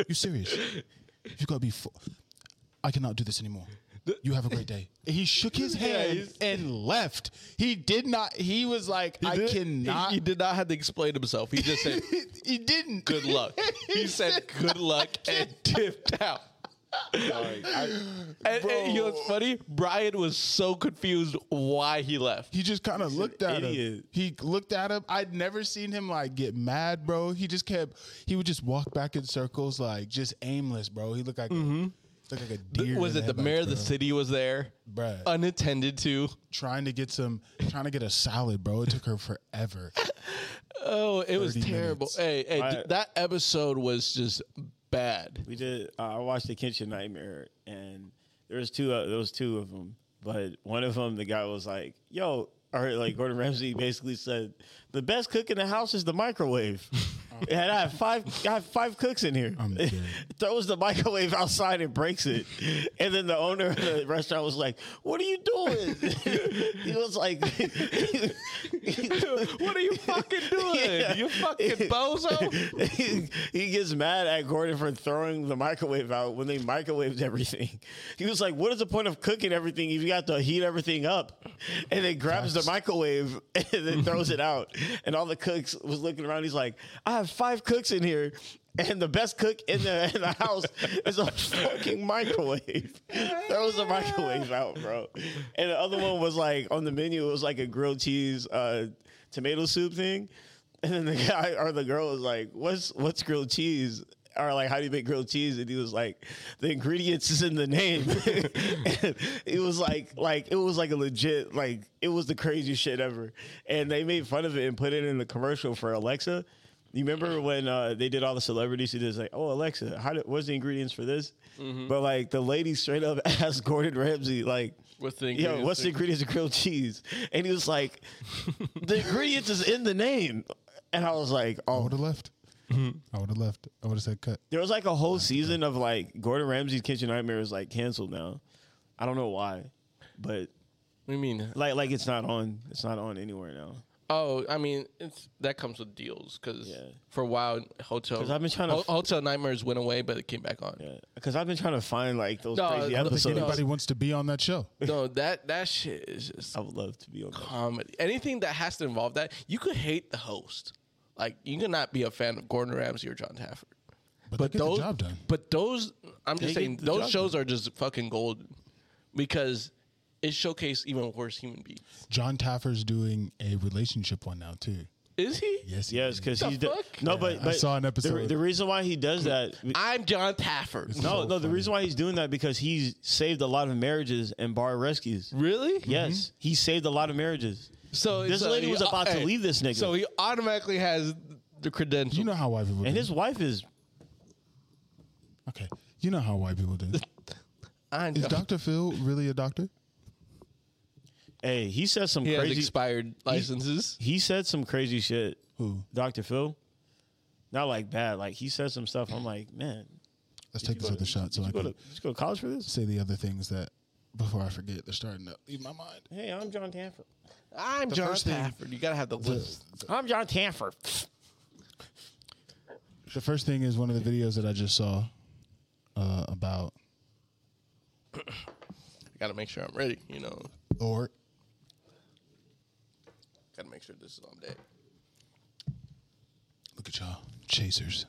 Speaker 1: you serious? You gotta be. Full. I cannot do this anymore. You have a great day. He shook his hand and left. He did not. He was like, I
Speaker 2: He-
Speaker 1: cannot.
Speaker 2: He, did not have to explain himself. He just said
Speaker 1: he didn't.
Speaker 2: good luck. He said good luck and dipped out. and, and you know what's funny? Brian was so confused why he left.
Speaker 1: He just kind of looked at him.
Speaker 3: idiot.
Speaker 1: He looked at him. I'd never seen him like get mad, bro. He just kept. He would just walk back in circles, like just aimless, bro. He looked like a, looked like a deer.
Speaker 2: was
Speaker 1: in
Speaker 2: it Mm-hmm. the mayor of the
Speaker 1: headlights,
Speaker 2: city was there?
Speaker 1: bro. Bruh.
Speaker 2: Unattended to.
Speaker 1: trying to get some, trying to get a salad, bro. It took her forever.
Speaker 2: Oh, it was
Speaker 1: 30
Speaker 2: terrible.
Speaker 1: minutes.
Speaker 2: Hey, hey,
Speaker 3: I-
Speaker 2: that episode was just bad.
Speaker 3: We did. Uh, I watched The Kitchen Nightmare, and there was two. Uh, there was two of them, but one of them, the guy was like, "Yo." Or like Gordon Ramsay basically said, the best cook in the house is the microwave. and I have five, I have five cooks in here.
Speaker 1: I'm dead.
Speaker 3: Throws the microwave outside and breaks it. And then the owner of the restaurant was like, "What are you doing?" he was like,
Speaker 2: what are you fucking doing?
Speaker 3: Yeah.
Speaker 2: You fucking bozo.
Speaker 3: he, he gets mad at Gordon for throwing the microwave out when they microwaved everything. He was like, "What is the point of cooking everything if you got to heat everything up?" And then grabs the microwave and then throws it out. And all the cooks was looking around. He's like, "I have five cooks in here." And the best cook in the in the house is a fucking microwave. Throws the microwave out, bro. And the other one was like on the menu. It was like a grilled cheese uh, tomato soup thing. And then the guy or the girl was like, "What's what's grilled cheese?" Or like, "How do you make grilled cheese?" And he was like, "The ingredients is in the name." And it was like like it was like a legit like it was the craziest shit ever. And they made fun of it and put it in the commercial for Alexa. You remember when uh, they did all the celebrities who did like, "Oh Alexa, how did, what's the ingredients for this?"
Speaker 2: Mm-hmm.
Speaker 3: But like the lady straight up asked Gordon Ramsay like,
Speaker 2: What's the
Speaker 3: yeah,
Speaker 2: ingredients
Speaker 3: what's the
Speaker 2: to-
Speaker 3: ingredients of grilled cheese? And he was like, the ingredients is in the name. And I was like,
Speaker 1: I
Speaker 3: oh,
Speaker 1: would have left.
Speaker 2: Mm-hmm.
Speaker 1: I would have left. I would have said cut.
Speaker 3: there was like a whole season of like Gordon Ramsay's Kitchen Nightmare is like canceled now. I don't know why. but
Speaker 2: What do you mean?
Speaker 3: like like it's not on it's not on anywhere now.
Speaker 2: Oh, I mean, it's that comes with deals because
Speaker 3: Yeah.
Speaker 2: for a while hotel.
Speaker 3: 'Cause I've been trying to
Speaker 2: Ho-
Speaker 3: f-
Speaker 2: hotel nightmares went away, but it came back on.
Speaker 3: Yeah, because I've been trying to find like those
Speaker 2: No, I
Speaker 3: crazy
Speaker 2: don't think
Speaker 1: think
Speaker 3: episodes.
Speaker 1: anybody wants to be on that show.
Speaker 2: No, that that shit is just
Speaker 3: I would love to be on. That.
Speaker 2: comedy. Anything that has to involve that, you could hate the host. Like you could not be a fan of Gordon Ramsay or John Tafford.
Speaker 1: But,
Speaker 2: But
Speaker 1: they get
Speaker 2: those,
Speaker 1: the job done.
Speaker 2: but those, I'm just
Speaker 3: get
Speaker 2: saying,
Speaker 3: the
Speaker 2: those
Speaker 3: job
Speaker 2: shows are just fucking golden because it showcased even worse human beings.
Speaker 1: John Taffer's doing a relationship one now too.
Speaker 2: Is he?
Speaker 1: Yes, he
Speaker 3: Yes,
Speaker 1: is.
Speaker 3: because
Speaker 2: The
Speaker 3: he's the,
Speaker 2: fuck?
Speaker 3: no,
Speaker 1: Yeah,
Speaker 3: but,
Speaker 1: I
Speaker 3: but
Speaker 1: saw an
Speaker 3: the-
Speaker 1: episode.
Speaker 3: The, reason why he does that,
Speaker 2: I'm John Tafford.
Speaker 3: no,
Speaker 1: so
Speaker 3: no, the
Speaker 1: funny.
Speaker 3: reason why he's doing that because he's saved a lot of marriages and bar rescues.
Speaker 2: Really?
Speaker 3: Yes, he saved a lot of marriages.
Speaker 2: Mm-hmm. So
Speaker 3: This
Speaker 2: so
Speaker 3: lady
Speaker 2: he- uh,
Speaker 3: was about to
Speaker 2: hey,
Speaker 3: leave this nigga.
Speaker 2: So he automatically has the credentials.
Speaker 1: You know how white people
Speaker 3: and
Speaker 1: do.
Speaker 3: his wife is
Speaker 1: okay, you know how white people do.
Speaker 2: I'm
Speaker 1: Is
Speaker 2: John-
Speaker 1: Doctor Phil really a doctor?
Speaker 3: hey, he said some
Speaker 2: he has
Speaker 3: crazy
Speaker 2: expired licenses.
Speaker 3: he said some crazy shit.
Speaker 1: Who?
Speaker 3: Dr. Phil? Not like bad. Like he said some stuff. I'm like, man,
Speaker 1: Let's take this other shot so I
Speaker 3: did you, go
Speaker 1: can
Speaker 3: to, did you go to college for this?
Speaker 1: say the other things that before I forget. They're starting to leave my mind.
Speaker 3: Hey, I'm John Tanford.
Speaker 2: I'm John
Speaker 1: first thing-
Speaker 2: Tafford. You gotta have the list.
Speaker 3: I'm John Tanford.
Speaker 1: The first thing is one of the videos that I just saw uh, about
Speaker 2: I gotta make sure I'm ready. You know,
Speaker 1: or
Speaker 2: gotta make sure this is on deck.
Speaker 1: look at y'all chasers.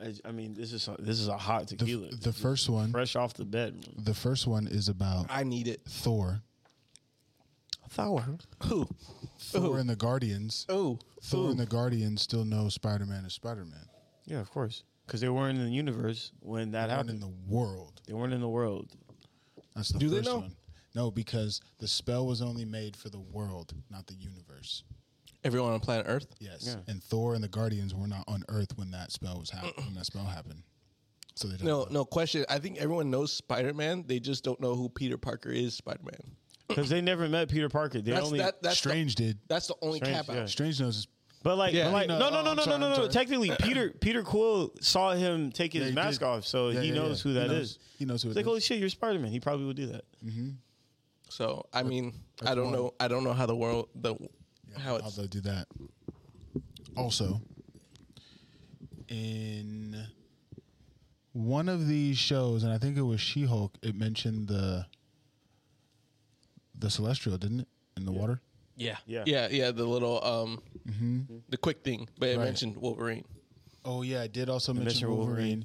Speaker 3: I, I mean, this is a, this is a hot
Speaker 1: The,
Speaker 3: tequila.
Speaker 1: the first one,
Speaker 3: fresh off the bed.
Speaker 1: the first one is about
Speaker 2: I need it.
Speaker 1: Thor,
Speaker 3: Thor.
Speaker 2: Ooh, Oh.
Speaker 1: Thor and the Guardians.
Speaker 2: ooh,
Speaker 1: Thor and the Guardians still know Spider Man is Spider Man.
Speaker 3: Yeah, of course, because they weren't in the universe when that
Speaker 1: Not
Speaker 3: happened.
Speaker 1: in the world.
Speaker 3: they weren't in the world.
Speaker 1: That's the
Speaker 2: Do they
Speaker 1: first
Speaker 2: know?
Speaker 1: one. No, because the spell was only made for the world, not the universe.
Speaker 2: Everyone on planet Earth.
Speaker 1: Yes.
Speaker 3: Yeah.
Speaker 1: And Thor and the Guardians were not on Earth when that spell was hap- when that spell happened. So they don't
Speaker 2: No,
Speaker 1: know.
Speaker 2: no question. I think everyone knows Spider Man. They just don't know who Peter Parker is. Spider Man.
Speaker 3: Because they never met Peter Parker. They
Speaker 2: That's
Speaker 3: only.
Speaker 2: that. That's
Speaker 1: Strange did.
Speaker 2: The, that's the only
Speaker 3: Strange,
Speaker 2: cap out.
Speaker 3: yeah.
Speaker 1: Strange knows his
Speaker 3: But like,
Speaker 2: Yeah.
Speaker 3: but like
Speaker 1: No,
Speaker 3: no, no,
Speaker 1: oh,
Speaker 3: no, no,
Speaker 1: I'm
Speaker 3: no,
Speaker 1: sorry,
Speaker 3: no,
Speaker 1: I'm
Speaker 3: no.
Speaker 1: sorry.
Speaker 3: Technically, Peter Peter Quill saw him take his
Speaker 1: he
Speaker 3: mask
Speaker 1: did.
Speaker 3: off, so
Speaker 1: Yeah,
Speaker 3: he
Speaker 1: yeah,
Speaker 3: knows
Speaker 1: yeah.
Speaker 3: who that is.
Speaker 1: He knows- he knows who
Speaker 3: It's
Speaker 1: it is.
Speaker 3: like,
Speaker 1: Mm-hmm.
Speaker 3: holy shit, you're Spider Man. He probably would do that.
Speaker 2: So I mean, I don't know. I don't know how the world the how
Speaker 1: How
Speaker 2: it's.
Speaker 1: they do that. Also, in one of these shows, and I think it was She Hulk, it mentioned the the Celestial, didn't it? In the water.
Speaker 2: Yeah.
Speaker 3: Yeah.
Speaker 2: Yeah. Yeah. The little um, the quick thing, but it
Speaker 1: Right.
Speaker 2: mentioned Wolverine.
Speaker 1: Oh yeah, I did also mention
Speaker 3: mentioned
Speaker 1: Wolverine.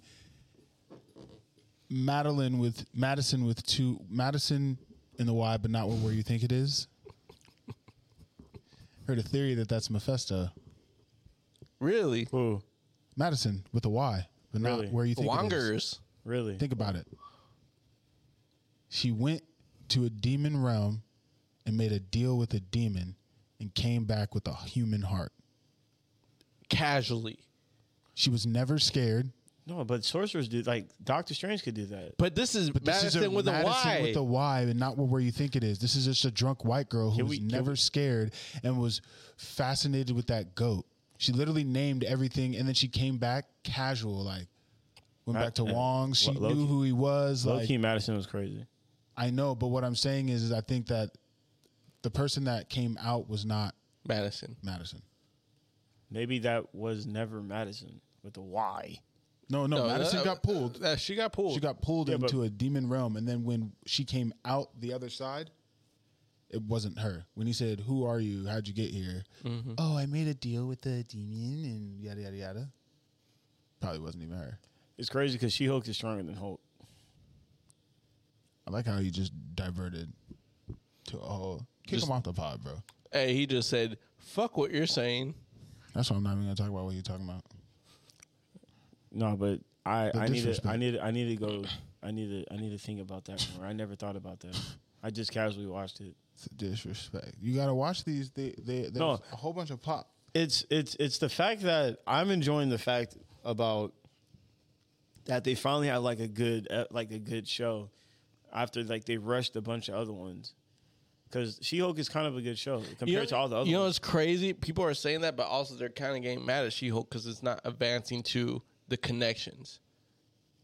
Speaker 3: Wolverine.
Speaker 1: Madeline with Madison with two Madison in the Y, but not where you think it is. Heard a theory that that's Mephisto.
Speaker 2: Really?
Speaker 3: Ooh,
Speaker 1: Madison with a Y, but not
Speaker 3: Really?
Speaker 1: where you think it is.
Speaker 2: Wongers.
Speaker 3: really?
Speaker 1: Think about it. She went to a demon realm and made a deal with a demon and came back with a human heart.
Speaker 2: Casually.
Speaker 1: She was never scared.
Speaker 3: No, but sorcerers do like Doctor Strange could do that.
Speaker 2: But this is
Speaker 1: But this
Speaker 2: Madison
Speaker 1: is a
Speaker 2: with
Speaker 1: Madison
Speaker 2: a Y.
Speaker 1: with a Y, and not where you think it is. This is just a drunk white girl who
Speaker 3: Can
Speaker 1: was
Speaker 3: we- can
Speaker 1: never
Speaker 3: we-
Speaker 1: scared and was fascinated with that goat. She literally named everything, and then she came back casual, like went
Speaker 3: Ma-
Speaker 1: back to
Speaker 3: uh,
Speaker 1: Wong. She
Speaker 3: low-key-
Speaker 1: knew who he was.
Speaker 3: Low
Speaker 1: like
Speaker 3: key, Madison was crazy.
Speaker 1: I know, but what I'm saying is, is I think that the person that came out was not
Speaker 2: Madison.
Speaker 1: Madison.
Speaker 3: Maybe that was never Madison with a Y.
Speaker 1: No, no, Oh, Madison
Speaker 2: that-
Speaker 1: got pulled.
Speaker 2: that- uh, she got pulled.
Speaker 1: She got pulled
Speaker 3: Yeah, but-
Speaker 1: into a demon realm, and then when she came out the other side, it wasn't her. When he said, "Who are you? How'd you get here?"
Speaker 3: Mm-hmm.
Speaker 1: Oh, I made a deal with the demon, and yada yada yada. Probably wasn't even her.
Speaker 3: It's crazy because She Hulk is stronger than Hulk.
Speaker 1: I like how he just diverted to a whole. Kick him off the pod, bro.
Speaker 2: hey, he just said, "Fuck what you're saying."
Speaker 1: That's why I'm not even gonna talk about what you're talking about.
Speaker 3: No, but I,
Speaker 1: The
Speaker 3: I need to
Speaker 1: disrespect.
Speaker 3: I need to- I need to go I need to I need to think about that more. I never thought about that. I just casually watched it.
Speaker 1: It's disrespect. You gotta watch these. They, they, there's
Speaker 3: No.
Speaker 1: a whole bunch of pop.
Speaker 3: It's it's it's the fact that I'm enjoying the fact about that they finally had like a good uh, like a good show after like they rushed a bunch of other ones. Because She Hulk is kind of a good show compared
Speaker 2: You know,
Speaker 3: to all the other
Speaker 2: you know,
Speaker 3: ones.
Speaker 2: it's crazy. People are saying that, but also they're kind of getting mad at She-Hulk because it's not advancing to the connections.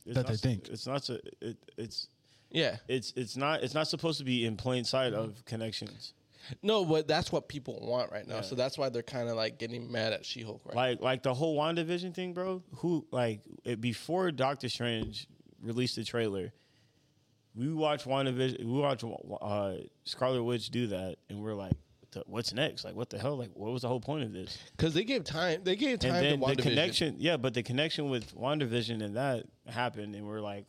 Speaker 3: It's
Speaker 1: that they
Speaker 3: not-
Speaker 1: think.
Speaker 3: it's not so it, it's
Speaker 2: Yeah.
Speaker 3: It's it's not it's not supposed to be in plain sight of connections.
Speaker 2: No, but that's what people want right now. So that's why they're kind of like getting mad at She Hulk right
Speaker 3: Like like the whole WandaVision thing, bro. Who like it, before Doctor Strange released the trailer, we watched WandaVision. We watched uh, Scarlet Witch do that, and we're like, what the- what's next? Like, what the hell? Like, what was the whole point of this?
Speaker 2: Because they gave time. They gave time
Speaker 3: And then
Speaker 2: to
Speaker 3: the
Speaker 2: WandaVision.
Speaker 3: connection, yeah, but the connection with WandaVision and that happened, and we're like,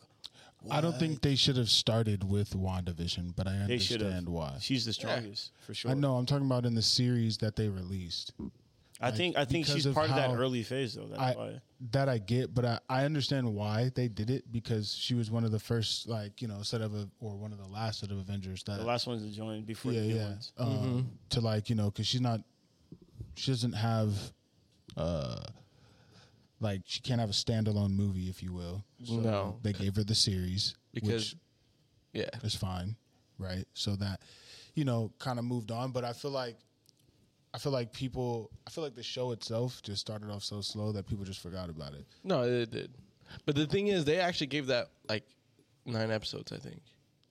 Speaker 1: I don't think they should have started with WandaVision, but I
Speaker 3: they should have.
Speaker 1: understand why.
Speaker 3: She's the strongest for sure.
Speaker 1: I know. I'm talking about in the series that they released.
Speaker 3: I think I think
Speaker 1: because
Speaker 3: she's
Speaker 1: of
Speaker 3: part of that
Speaker 1: how
Speaker 3: early phase though. That's
Speaker 1: I
Speaker 3: why.
Speaker 1: that I get, but I, I understand why they did it because she was one of the first, like you know, set of a, or one of the last set of Avengers that
Speaker 3: The last ones to join before
Speaker 1: yeah,
Speaker 3: the new
Speaker 1: yeah.
Speaker 3: ones.
Speaker 1: Um, To like you know, because she's not, she doesn't have, uh, like she can't have a standalone movie, if you will. So
Speaker 2: No.
Speaker 1: they gave her the series,
Speaker 2: Because, yeah.
Speaker 1: which is fine, right? So that, you know, kind of moved on. But I feel like, I feel like people, I feel like the show itself just started off so slow that people just forgot about it.
Speaker 2: No, they did. But the thing is, they actually gave that like nine episodes, I think.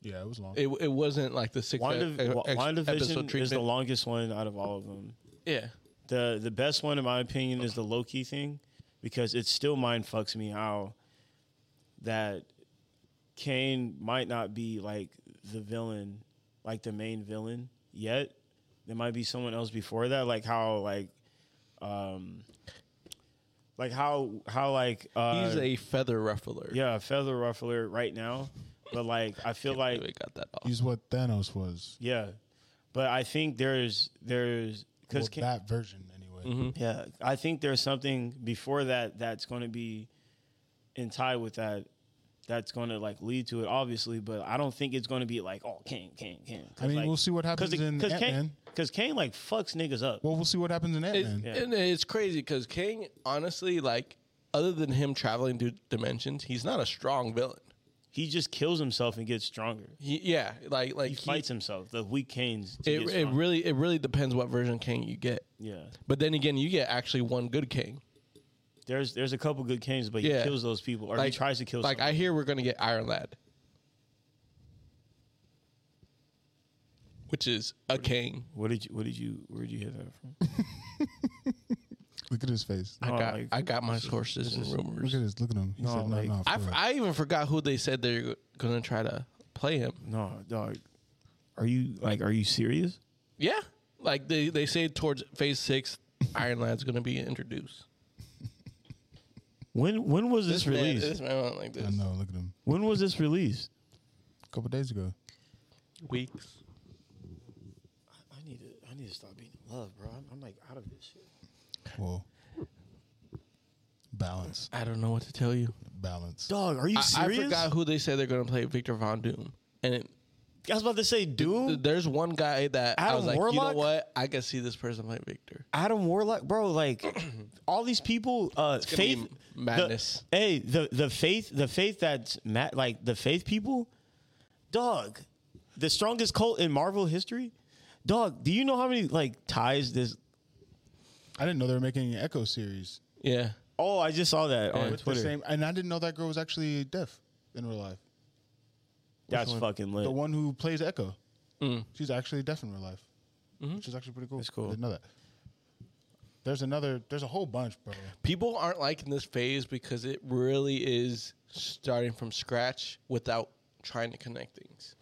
Speaker 1: Yeah, it was long.
Speaker 2: It, it wasn't like the six
Speaker 3: Wanda,
Speaker 2: e-
Speaker 3: Wa-
Speaker 2: ex- episode
Speaker 3: WandaVision
Speaker 2: treatment.
Speaker 3: is the longest one out of all of them.
Speaker 2: yeah.
Speaker 3: The the best one in my opinion is the Loki thing because it still mind fucks me how that Kane might not be like the villain, like the main villain yet. There might be someone else before that, like how like um like how how like uh
Speaker 2: He's a feather ruffler.
Speaker 3: yeah, a feather ruffler right now. But like I feel like
Speaker 2: we got that off.
Speaker 1: He's what Thanos was.
Speaker 3: Yeah, but I think there's there's
Speaker 1: Well,
Speaker 3: because
Speaker 1: that version, anyway.
Speaker 2: Mm-hmm.
Speaker 3: yeah, I think there's something before that that's going to be in tie with that. That's going to like lead to it, obviously, but I don't think it's going to be like oh Kane, Kane, Kane. 'Cause,
Speaker 1: I mean,
Speaker 3: like-
Speaker 1: we'll see what happens
Speaker 3: it-
Speaker 1: in Ant
Speaker 3: Kane,
Speaker 1: Man.
Speaker 3: because Kane like fucks niggas up.
Speaker 1: Well, we'll see what happens in Ant Man.
Speaker 2: It, And it's crazy because King, honestly, like other than him traveling through dimensions, he's not a strong villain.
Speaker 3: he just kills himself and gets stronger.
Speaker 2: He, yeah, like like
Speaker 3: He, fights himself. The weak Kane's. To
Speaker 2: It,
Speaker 3: get
Speaker 2: it
Speaker 3: stronger.
Speaker 2: really it really depends what version King you get.
Speaker 3: yeah.
Speaker 2: But then again, you get actually one good King.
Speaker 3: There's there's a couple good Kanes, but
Speaker 2: Yeah.
Speaker 3: he kills those people or he tries to kill.
Speaker 2: Like I
Speaker 3: someone.
Speaker 2: hear we're gonna get Iron Lad, which is a king.
Speaker 3: what did you what did you where did you hear that from?
Speaker 1: Look at his face.
Speaker 2: I
Speaker 3: Oh,
Speaker 2: got
Speaker 3: like,
Speaker 2: I got my sources and
Speaker 1: Look
Speaker 2: rumors.
Speaker 1: at his. Look at him. He
Speaker 3: No,
Speaker 1: said, no,
Speaker 3: like-
Speaker 1: no,
Speaker 2: I,
Speaker 1: for
Speaker 2: f-
Speaker 1: real.
Speaker 2: I even forgot who they said they're gonna try to play him.
Speaker 3: No, dog. Are you like are you serious?
Speaker 2: Yeah, like they they say towards Phase Six, Iron Lad's gonna be introduced.
Speaker 3: When when was this,
Speaker 2: man-
Speaker 3: released?
Speaker 2: this man went like
Speaker 1: I
Speaker 2: this
Speaker 1: know. Look at him.
Speaker 3: when was this released?
Speaker 1: A couple days ago.
Speaker 2: weeks.
Speaker 3: I need to I need to stop being in love, bro. I'm, I'm like out of this shit.
Speaker 1: Well, balance,
Speaker 2: I don't know what to tell you.
Speaker 1: balance.
Speaker 3: Dog, are you
Speaker 2: I, I
Speaker 3: serious?
Speaker 2: forgot who they said they're gonna play Victor Von Doom, and it,
Speaker 3: I was about to say
Speaker 2: Th-
Speaker 3: Doom,
Speaker 2: There's one guy that I was
Speaker 3: Adam
Speaker 2: like, you know
Speaker 3: Warlock?
Speaker 2: what? I can see this person play Victor.
Speaker 3: Adam Warlock, bro. Like all these people, uh,
Speaker 2: gonna be
Speaker 3: faith the-
Speaker 2: madness.
Speaker 3: hey, the the faith, the faith that's Matt, like the faith people, dog, the strongest cult in Marvel history, dog. Do you know how many like ties this?
Speaker 1: I didn't know they were making an Echo series
Speaker 2: Yeah.
Speaker 3: Oh, I just saw that on
Speaker 1: with the
Speaker 3: Twitter.
Speaker 1: same, and I didn't know that girl was actually deaf in real life.
Speaker 3: That's
Speaker 1: one?
Speaker 3: fucking lit.
Speaker 1: The one who plays Echo, she's actually deaf in real life, which is actually pretty cool. That's
Speaker 3: Mm. Mm-hmm. cool.
Speaker 1: I didn't know that. There's another. There's a whole bunch, bro.
Speaker 2: People aren't liking this phase because it really is starting from scratch without trying to connect things.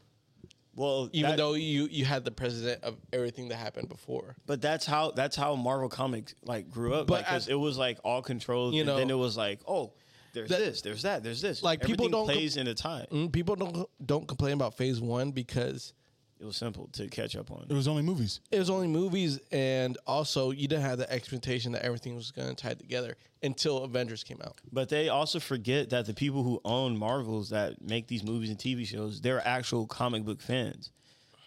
Speaker 3: Well,
Speaker 2: Even
Speaker 3: that-
Speaker 2: though you you had the president of everything that happened before.
Speaker 3: but that's how that's how Marvel comics like grew up.
Speaker 2: But
Speaker 3: But because
Speaker 2: as-
Speaker 3: it was like all controlled,
Speaker 2: You
Speaker 3: and then
Speaker 2: know-
Speaker 3: it was like, oh, there's
Speaker 2: That-
Speaker 3: this, there's that, there's this.
Speaker 2: Like, people
Speaker 3: Everything
Speaker 2: don't
Speaker 3: plays in a tie.
Speaker 2: Mm, People don't don't complain about phase 1 because
Speaker 3: It was simple to catch up on.
Speaker 1: It was only movies.
Speaker 2: it was only movies and also you didn't have the expectation that everything was going to tie together until Avengers came out.
Speaker 3: But they also forget that the people who own Marvels that make these movies and TV shows, they're actual comic book fans.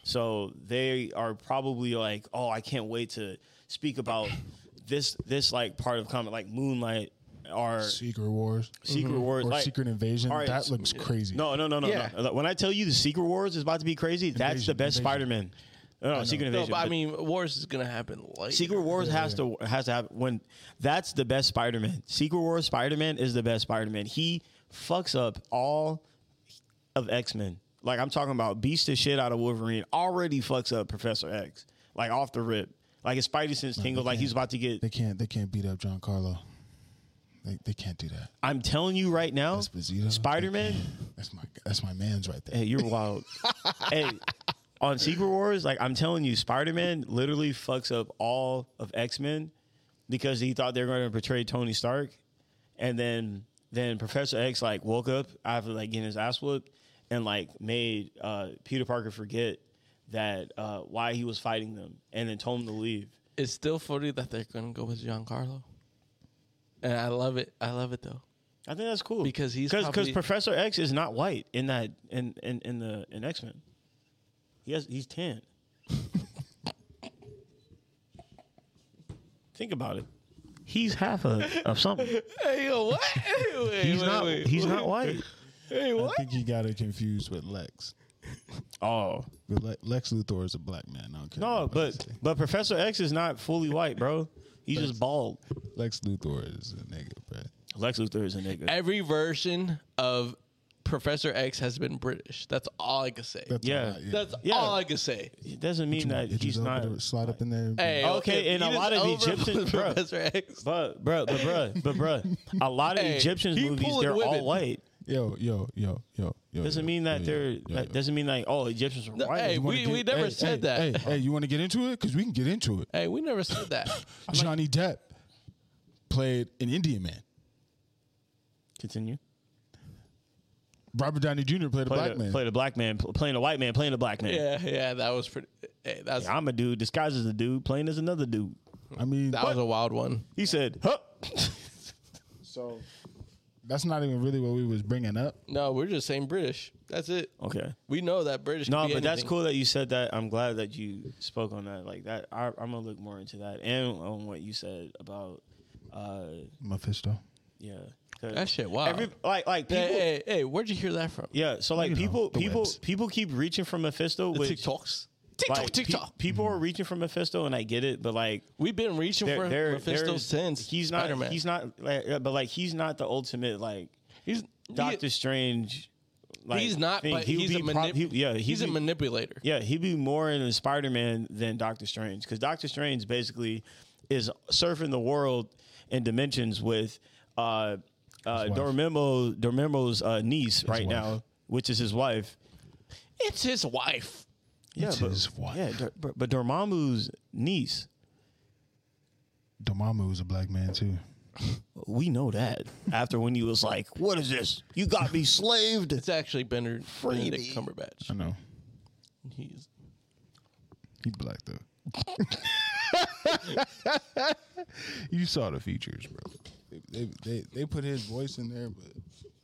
Speaker 3: So they are probably like, oh, I can't wait to speak about this this like part of comic, like Moonlight or
Speaker 1: Secret Wars
Speaker 3: Secret
Speaker 2: Mm-hmm.
Speaker 3: Wars,
Speaker 1: or
Speaker 3: like-
Speaker 1: Secret Invasion.
Speaker 3: All right,
Speaker 1: that
Speaker 3: so-
Speaker 1: looks crazy.
Speaker 3: No, no, no, no,
Speaker 2: Yeah.
Speaker 3: no. When I tell you the Secret Wars is about to be crazy, that's the
Speaker 1: Invasion,
Speaker 3: best
Speaker 1: invasion.
Speaker 3: Spider Man. No, no, Secret
Speaker 2: No,
Speaker 3: Invasion.
Speaker 2: but I
Speaker 3: but
Speaker 2: mean, wars is going to happen later.
Speaker 3: Secret Wars has to has to happen when that's the best Spider Man. Secret Wars Spider Man is the best Spider Man. He fucks up all of X Men. Like I'm talking about beats the shit out of Wolverine. Already fucks up Professor X. Like off the rip. Like his spidey sense tingle. Like he's about to get.
Speaker 1: They can't. They can't beat up John Carlo. They, they can't do that.
Speaker 3: I'm telling you right now,
Speaker 1: Esposito, they
Speaker 3: Spider Man.
Speaker 1: can't. That's my that's my man's right there.
Speaker 3: Hey, you're wild. hey, on Secret Wars, like I'm telling you, Spider Man literally fucks up all of X Men because he thought they were going to portray Tony Stark, and then then Professor X like woke up after like getting his ass whooped and like made uh, Peter Parker forget that uh, why he was fighting them, and then told him to leave.
Speaker 2: It's still funny that they're gonna go with Giancarlo, and I love it. I love it though.
Speaker 3: I think that's cool
Speaker 2: Because he's
Speaker 3: because
Speaker 2: probably-
Speaker 3: Professor X is not white in that in in, in the in X Men. He has he's tan. Think about it. He's half a, of something.
Speaker 2: Hey, yo, what? Wait,
Speaker 3: He's
Speaker 2: wait,
Speaker 3: not
Speaker 2: wait.
Speaker 3: he's not white.
Speaker 2: Hey,
Speaker 1: I
Speaker 2: what?
Speaker 1: think he got it confused with Lex.
Speaker 3: Oh
Speaker 1: But Le- Lex Luthor is a black man. I don't care.
Speaker 3: no,
Speaker 1: what nobody
Speaker 3: but
Speaker 1: say.
Speaker 3: but Professor X is not fully white, bro. He's just bald.
Speaker 1: Lex Luthor is a nigga, bro.
Speaker 3: Lex Luthor is a nigga.
Speaker 2: Every version of Professor X has been British. That's all I can say. That's,
Speaker 1: That's
Speaker 3: Yeah.
Speaker 1: all right,
Speaker 3: Yeah.
Speaker 2: all I can say.
Speaker 3: It doesn't mean that
Speaker 1: Did you
Speaker 3: he's
Speaker 1: go
Speaker 3: not.
Speaker 1: over there, slide up in there.
Speaker 2: Hey,
Speaker 3: Okay,
Speaker 2: if
Speaker 3: and a
Speaker 2: he
Speaker 3: lot
Speaker 2: just
Speaker 3: of the
Speaker 2: over
Speaker 3: Egyptians-
Speaker 2: with
Speaker 3: bro.
Speaker 2: Professor X.
Speaker 3: But bruh, but bruh, but bruh, a lot of
Speaker 2: Hey,
Speaker 3: Egyptians
Speaker 2: he
Speaker 3: movies
Speaker 2: pulling
Speaker 3: they're all
Speaker 2: women.
Speaker 3: white.
Speaker 1: yo, yo, yo, yo, yo.
Speaker 3: Doesn't
Speaker 1: yo,
Speaker 3: mean that
Speaker 1: yo,
Speaker 3: they're.
Speaker 1: yo, yo,
Speaker 3: that
Speaker 1: yo.
Speaker 3: Doesn't mean like oh Egyptians are white.
Speaker 2: hey,
Speaker 1: You wanna
Speaker 2: we- we never
Speaker 1: hey,
Speaker 2: said
Speaker 1: hey,
Speaker 2: that.
Speaker 1: Hey, hey, you want to get into it? Because we can get into it.
Speaker 2: Hey, we never said that.
Speaker 1: Johnny Depp played an Indian man.
Speaker 3: Continue.
Speaker 1: Robert Downey Jr. played a
Speaker 3: Played
Speaker 1: black
Speaker 3: a,
Speaker 1: man.
Speaker 3: played a black man, pl- playing a white man, playing a black man.
Speaker 2: yeah, yeah, that was pretty. Hey, that's
Speaker 3: I'm a dude disguised as a dude, playing as another dude.
Speaker 1: I mean,
Speaker 2: that was a wild one.
Speaker 3: He said, "Huh."
Speaker 1: so that's not even really what we was bringing up.
Speaker 2: No, we're just saying British. That's it.
Speaker 3: Okay.
Speaker 2: We know that British.
Speaker 3: No,
Speaker 2: could be
Speaker 3: but that's
Speaker 2: anything.
Speaker 3: cool that you said that. I'm glad that you spoke on that. Like that, I, I'm gonna look more into that and on what you said about, uh,
Speaker 1: My fish though.
Speaker 3: yeah, 'Cause
Speaker 2: That shit wild.
Speaker 3: Every like like people.
Speaker 2: Hey, hey, hey, where'd you hear that from?
Speaker 3: Yeah, so like people,
Speaker 1: the
Speaker 3: people,
Speaker 1: webs.
Speaker 3: people keep reaching for Mephisto,
Speaker 2: The
Speaker 3: which
Speaker 2: TikToks.
Speaker 3: like,
Speaker 2: TikTok,
Speaker 3: pe-
Speaker 2: TikTok.
Speaker 3: people
Speaker 1: Mm-hmm.
Speaker 3: are reaching for Mephisto, and I get it, but like
Speaker 2: We've been reaching
Speaker 3: there,
Speaker 2: for
Speaker 3: there,
Speaker 2: Mephisto
Speaker 3: there's-
Speaker 2: since
Speaker 3: he's not
Speaker 2: Spider-Man.
Speaker 3: he's not like, yeah, but like he's not the ultimate like
Speaker 2: he's
Speaker 3: Doctor
Speaker 2: he-
Speaker 3: Strange. Like,
Speaker 2: he's not,
Speaker 3: thing.
Speaker 2: but
Speaker 3: He would
Speaker 2: he's a
Speaker 3: be
Speaker 2: manip-
Speaker 3: prob- he- yeah he'd
Speaker 2: he's a
Speaker 3: be-
Speaker 2: manipulator.
Speaker 3: yeah he'd be more in Spider Man than Doctor Strange because Doctor Strange basically is surfing the world and dimensions with uh, uh,
Speaker 1: wife.
Speaker 3: Dormammu Dormammu's uh, niece right
Speaker 1: wife.
Speaker 3: now, which is his wife.
Speaker 2: It's his wife.
Speaker 3: Yeah,
Speaker 1: It's
Speaker 3: but,
Speaker 1: his wife.
Speaker 3: yeah, Dor- but- but Dormammu's niece.
Speaker 1: Dormammu was a black man too.
Speaker 3: We know that. After when he was like, "What is this? You got me slaved."
Speaker 2: It's actually Bender Benedict Cumberbatch.
Speaker 1: I know.
Speaker 2: He's
Speaker 1: He's black though. you saw the features, bro. They, they, they, they put his voice in there, but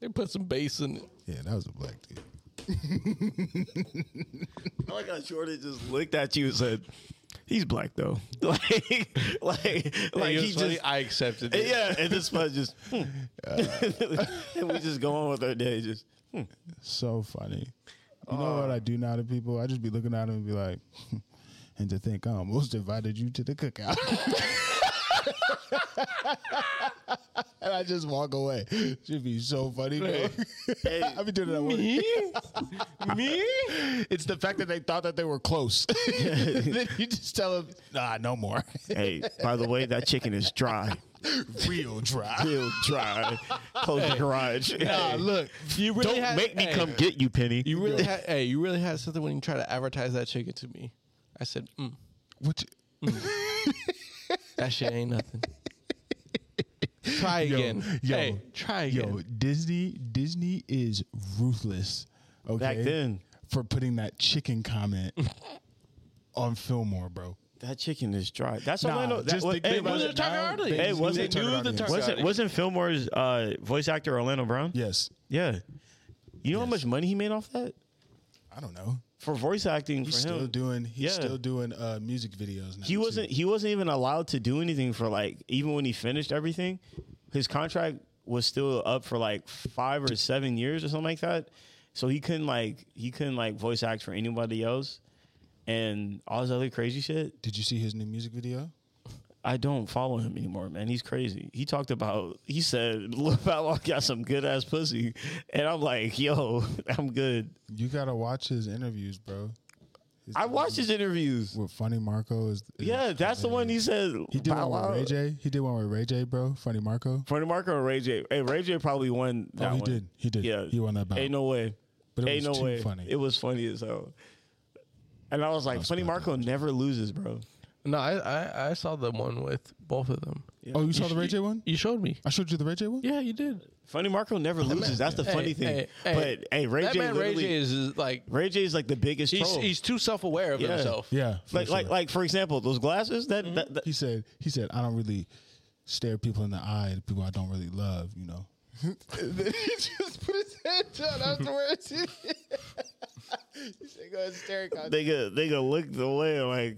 Speaker 2: they put some bass in it.
Speaker 1: yeah, that was a black dude.
Speaker 3: I like how Jordan just looked at you and said, "He's black though." like, like, like
Speaker 2: It
Speaker 3: he
Speaker 2: was funny.
Speaker 3: just.
Speaker 2: I accepted it.
Speaker 3: yeah, and this was just, hmm. and we just go on with our day. Just
Speaker 1: So funny. You know
Speaker 2: Oh.
Speaker 1: what I do now to people? I just be looking at them and be like, and to think I almost invited you to the cookout. and I just walk away. Should be so funny. bro. I be doing that one.
Speaker 2: Me? Me?
Speaker 1: It's the fact that they thought that they were close. then you just tell them, nah, no more.
Speaker 3: hey, by the way, that chicken is dry,
Speaker 1: Real dry.
Speaker 3: real dry. Close the garage.
Speaker 1: Nah, look.
Speaker 2: You really
Speaker 3: Don't
Speaker 2: had-
Speaker 3: make me
Speaker 2: hey,
Speaker 3: come get you, Penny.
Speaker 2: You really had hey, you really had something when you tried to advertise that chicken to me. I said, mm,
Speaker 1: What you-
Speaker 2: that shit ain't nothing. try again.
Speaker 1: yo,
Speaker 2: hey, try again.
Speaker 1: Yo, Disney Disney is ruthless. Okay.
Speaker 3: Back then.
Speaker 1: for putting that chicken comment on Fillmore, bro.
Speaker 3: That chicken is dry. That's
Speaker 1: Nah,
Speaker 3: Orlando. That
Speaker 1: just
Speaker 3: was,
Speaker 1: think
Speaker 3: hey,
Speaker 1: they
Speaker 2: was
Speaker 1: wasn't-
Speaker 2: it target
Speaker 1: now
Speaker 2: audience?
Speaker 1: they
Speaker 3: Hey, was
Speaker 1: knew
Speaker 3: it-
Speaker 1: the
Speaker 2: knew the
Speaker 1: target
Speaker 2: target-
Speaker 1: audience.
Speaker 3: wasn't
Speaker 2: Sorry.
Speaker 3: wasn't Fillmore's uh, voice actor Orlando Brown?
Speaker 1: Yes,
Speaker 3: Yeah. You know how much money he made off that
Speaker 1: I don't know.
Speaker 3: for voice acting
Speaker 1: He's
Speaker 3: for
Speaker 1: still
Speaker 3: him?
Speaker 1: doing. He's
Speaker 3: Yeah.
Speaker 1: still doing uh, music videos. Now
Speaker 3: he wasn't. He wasn't even allowed to do anything for like even when he finished everything. His contract was still up for like five or seven years or something like that. So he couldn't like he couldn't like voice act for anybody else, and all this other crazy shit.
Speaker 1: Did you see his new music video?
Speaker 3: I don't follow him anymore, man. He's crazy. He talked about, he said, Lil Bow Wow got some good ass pussy. And I'm like, yo, I'm good.
Speaker 1: You gotta watch his interviews, bro. His
Speaker 3: I watched his interviews.
Speaker 1: with Funny Marco. Is, is-
Speaker 3: Yeah, that's the one he said.
Speaker 1: he did
Speaker 3: Bow
Speaker 1: one
Speaker 3: Wow.
Speaker 1: with Ray J. He did one with Ray J, bro. Funny Marco.
Speaker 3: Freddie Marco or Ray J? Hey, Ray J probably won that
Speaker 1: oh, he
Speaker 3: one.
Speaker 1: did. He did.
Speaker 3: Yeah.
Speaker 1: he won that battle.
Speaker 3: Ain't no way.
Speaker 1: But it
Speaker 3: Ain't
Speaker 1: was
Speaker 3: no
Speaker 1: too
Speaker 3: way.
Speaker 1: funny.
Speaker 3: It was funny as hell. And I was like, Funny Marco never loses, bro.
Speaker 2: No, I, I I saw the one with both of them.
Speaker 1: oh, you, saw the Ray J one?
Speaker 2: You showed me.
Speaker 1: I showed you the Ray J one.
Speaker 2: Yeah, you did.
Speaker 3: Funny Marco never loses. That's the funny thing. but hey, Ray
Speaker 2: that
Speaker 3: J
Speaker 2: man Ray
Speaker 3: literally-
Speaker 2: J is, is like
Speaker 3: Ray J is like the biggest
Speaker 2: he's,
Speaker 3: troll.
Speaker 2: he's too self aware of
Speaker 3: Yeah.
Speaker 2: himself.
Speaker 1: Yeah, for
Speaker 3: like, like,
Speaker 1: sure.
Speaker 3: like, for example, those glasses. That, that, that
Speaker 1: he said. He said, I don't really stare people in the eye. The people I don't really love, you know.
Speaker 4: then he just put his head down afterwards. he said, go hysteric on
Speaker 3: they go, they go look the way like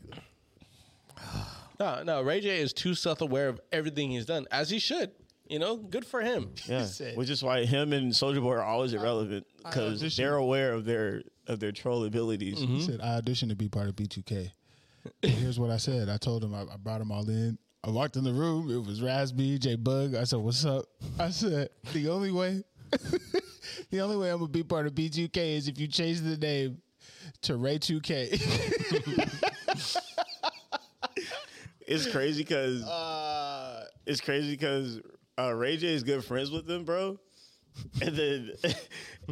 Speaker 2: No, no, Ray J is too self aware of everything he's done, as he should. You know, good for him.
Speaker 3: yeah.
Speaker 4: said-
Speaker 3: Which is why him and Soldier Boy are always irrelevant because they're aware of their of their troll abilities.
Speaker 1: He said, I auditioned to be part of B2K. And here's what I said. I told him I, I brought them all in. I walked in the room. It was Raspy, J Bug. I said, What's up? I said, The only way, the only way I'm going to be part of B2K is if you change the name to Ray2K.
Speaker 3: It's crazy because
Speaker 4: Uh,
Speaker 3: it's crazy because uh, Ray J is good friends with them, bro. And then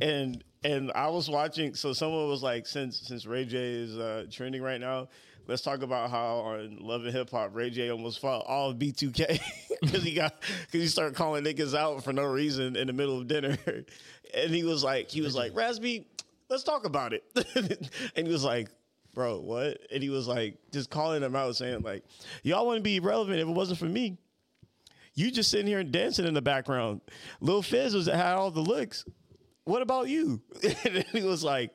Speaker 3: and and I was watching. So someone was like, since since Ray J is uh, trending right now, let's talk about how on Love and Hip Hop, Ray J almost fought all of B2K because he got because he started calling niggas out for no reason in the middle of dinner, and he was like, he was like, Raspy, let's talk about it, and he was like bro, what? And he was like, just calling them out, saying like, y'all wouldn't be relevant if it wasn't for me. You just sitting here and dancing in the background. Lil Fizz was had all the looks. What about you? and he was like,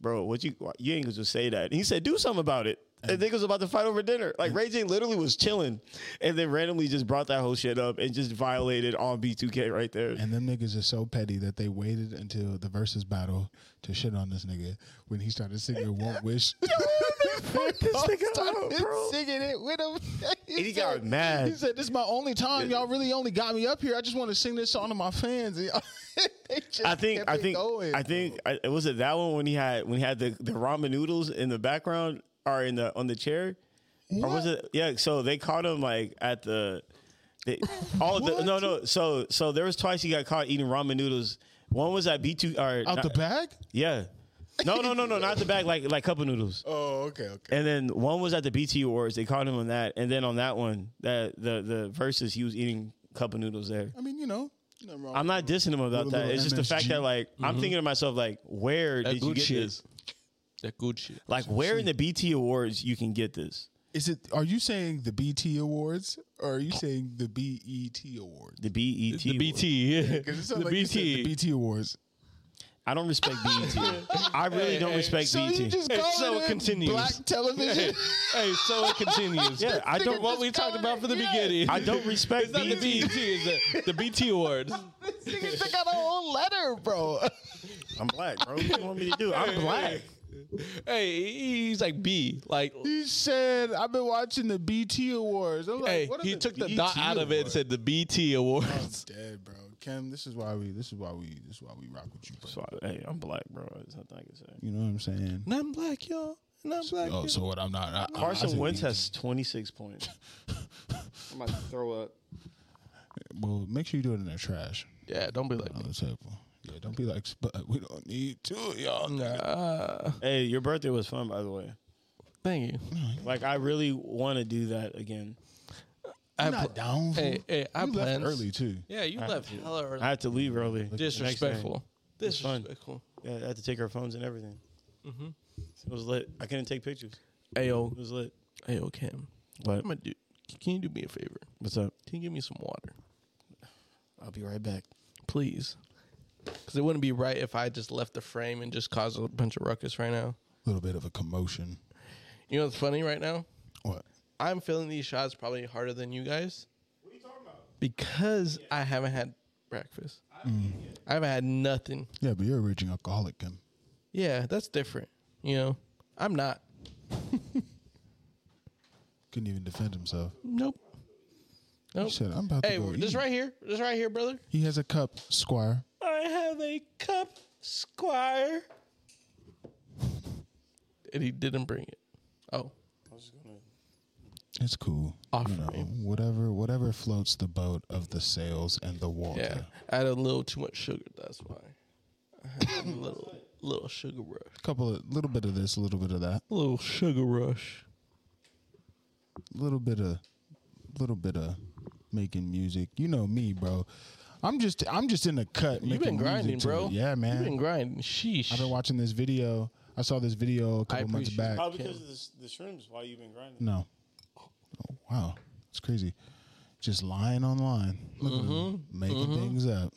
Speaker 3: bro, what you you ain't gonna just say that. And he said, do something about it. And they was about to fight over dinner. Like Ray J literally was chilling, and then randomly just brought that whole shit up and just violated all B2K right there.
Speaker 1: and them niggas are so petty that they waited until the versus battle to shit on this nigga when he started singing Won't Wish.
Speaker 3: This nigga out,
Speaker 4: started
Speaker 3: bro.
Speaker 4: singing it with him. he
Speaker 3: And he got
Speaker 4: said-
Speaker 3: mad.
Speaker 1: He said, "This is my only time. Y'all really only got me up here. I just want to sing this song to my fans."
Speaker 4: they just
Speaker 3: I think
Speaker 4: kept
Speaker 3: I
Speaker 4: it
Speaker 3: think
Speaker 4: going.
Speaker 3: I think I, was it that one when he had when he had the, the ramen noodles in the background or in the on the chair, or was it yeah? So they caught him like at the, they, all the no no so so there was twice he got caught eating ramen noodles. One was at B two or
Speaker 1: Out
Speaker 3: not-
Speaker 1: the bag?
Speaker 3: yeah, no no no no not the bag like like cup of noodles.
Speaker 1: Oh, okay, okay.
Speaker 3: And then one was at the BT Awards. They caught him on that, and then on that one that the the verses he was eating cup of noodles there.
Speaker 1: I mean, you know, nothing wrong.
Speaker 3: I'm not dissing him about
Speaker 1: Little-
Speaker 3: that.
Speaker 1: little
Speaker 3: It's just the fact
Speaker 1: MSG.
Speaker 3: that like
Speaker 1: Mm-hmm.
Speaker 3: I'm thinking to myself like, where
Speaker 2: That
Speaker 3: did you
Speaker 2: good
Speaker 3: get
Speaker 2: shit.
Speaker 3: this?
Speaker 2: That good shit.
Speaker 3: Like, where in the BT Awards you can get this?
Speaker 1: Is it? Are you saying the BT Awards or are you saying the BET Awards?
Speaker 3: The BET.
Speaker 2: The
Speaker 3: Awards.
Speaker 2: BT, yeah.
Speaker 1: Because it
Speaker 2: The
Speaker 1: sounds like you said
Speaker 2: BT.
Speaker 1: the BT Awards.
Speaker 3: I don't respect BET. I really don't respect E
Speaker 1: So
Speaker 3: BT.
Speaker 1: you just
Speaker 2: And
Speaker 1: call
Speaker 2: so it
Speaker 1: it,
Speaker 2: continues.
Speaker 1: black television.
Speaker 2: hey, so it continues.
Speaker 3: yeah, I
Speaker 2: So
Speaker 3: don't.
Speaker 2: what we
Speaker 4: Just
Speaker 2: talked
Speaker 4: calling
Speaker 2: about from the
Speaker 4: it- yeah.
Speaker 2: beginning.
Speaker 3: I don't respect E
Speaker 2: It's not the
Speaker 3: BET.
Speaker 1: E
Speaker 2: BET, it's the, the BT Awards.
Speaker 4: this nigga took out a whole letter, bro.
Speaker 3: I'm black, bro. What do you want me to do? I'm black.
Speaker 2: Hey, he's like B. Like,
Speaker 1: he said, "I've been watching the BT Awards." I'm like,
Speaker 2: hey,
Speaker 1: what are
Speaker 2: he
Speaker 1: the
Speaker 2: took the
Speaker 1: BET
Speaker 2: dot out of it and
Speaker 1: Awards?
Speaker 2: said the BT
Speaker 1: I'm
Speaker 2: Awards.
Speaker 1: dead, bro. Kim, this is why we. This is why we. This is why we rock with you, bro.
Speaker 3: So, hey, I'm black, bro. There's nothing I can say.
Speaker 1: You know what I'm saying?
Speaker 2: And I'm black, y'all. And I'm black.
Speaker 1: Oh,
Speaker 2: y'all.
Speaker 1: so what? I'm not. I, I- I
Speaker 3: Carson
Speaker 1: said
Speaker 3: Wentz
Speaker 1: BET.
Speaker 3: has 26 points.
Speaker 4: I'm about to throw up.
Speaker 1: Well, make sure you do it in the trash
Speaker 2: Yeah, don't be like
Speaker 1: on the table. Yeah, don't be like, "But we don't need two of y'all.
Speaker 2: me. Uh,
Speaker 3: hey, your birthday was fun, by the way.
Speaker 2: thank you.
Speaker 3: Like, I really want to do that again.
Speaker 2: I
Speaker 1: I'm not
Speaker 2: pl-
Speaker 1: down. fool.
Speaker 2: Hey, hey, I
Speaker 1: you left
Speaker 2: plans.
Speaker 1: early too.
Speaker 2: Yeah, you left hella early.
Speaker 3: I had to leave early.
Speaker 2: Disrespectful.
Speaker 3: fine.
Speaker 2: Disrespectful.
Speaker 3: Yeah, I had to take our phones and everything. Mm-hmm. It was lit. I couldn't take pictures.
Speaker 2: Ayo,
Speaker 3: It was lit.
Speaker 2: ayo, Cam.
Speaker 3: What?
Speaker 2: I'm gonna do. Can you do me a favor?
Speaker 3: What's up?
Speaker 2: Can you give me some water,
Speaker 3: I'll be right back.
Speaker 2: please? Because it wouldn't be right if I just left the frame and just caused a bunch of ruckus right now.
Speaker 1: A little bit of a commotion.
Speaker 2: You know what's funny right now?
Speaker 1: What?
Speaker 2: I'm feeling these shots probably harder than you guys. What are you talking about? Because I haven't had breakfast. I haven't had nothing.
Speaker 1: Yeah, but you're a raging alcoholic, Kim.
Speaker 2: Yeah, that's different. You know, I'm not.
Speaker 1: Couldn't even defend himself.
Speaker 2: Nope. Nope.
Speaker 1: He said, I'm about
Speaker 2: Hey,
Speaker 1: to go.
Speaker 2: this
Speaker 1: eat."
Speaker 2: right here, this right here, brother.
Speaker 1: He has a cup, Squire.
Speaker 2: I have a cup, Squire. And he didn't bring it. Oh,
Speaker 1: It's cool.
Speaker 2: Offer
Speaker 1: You know,
Speaker 2: me.
Speaker 1: whatever whatever floats the boat of the sails and the water.
Speaker 2: yeah. I had a little too much sugar. That's why. I had a little, little sugar rush.
Speaker 1: Couple of little bit of this, a little bit of that,
Speaker 2: Little sugar rush.
Speaker 1: little bit of little bit of making music. You know me, bro. I'm just I'm just in the cut.
Speaker 2: You've
Speaker 1: making
Speaker 2: been
Speaker 1: music
Speaker 2: grinding,
Speaker 1: to
Speaker 2: bro.
Speaker 1: it. Yeah, man.
Speaker 2: You've been grinding. Sheesh.
Speaker 1: I've been watching this video. I saw this video a couple months
Speaker 2: appreciate
Speaker 1: back.
Speaker 3: Probably because of the, the shrooms. Why you been grinding?
Speaker 1: No. Oh, wow, it's crazy. Just lying online, Look at him, making things up.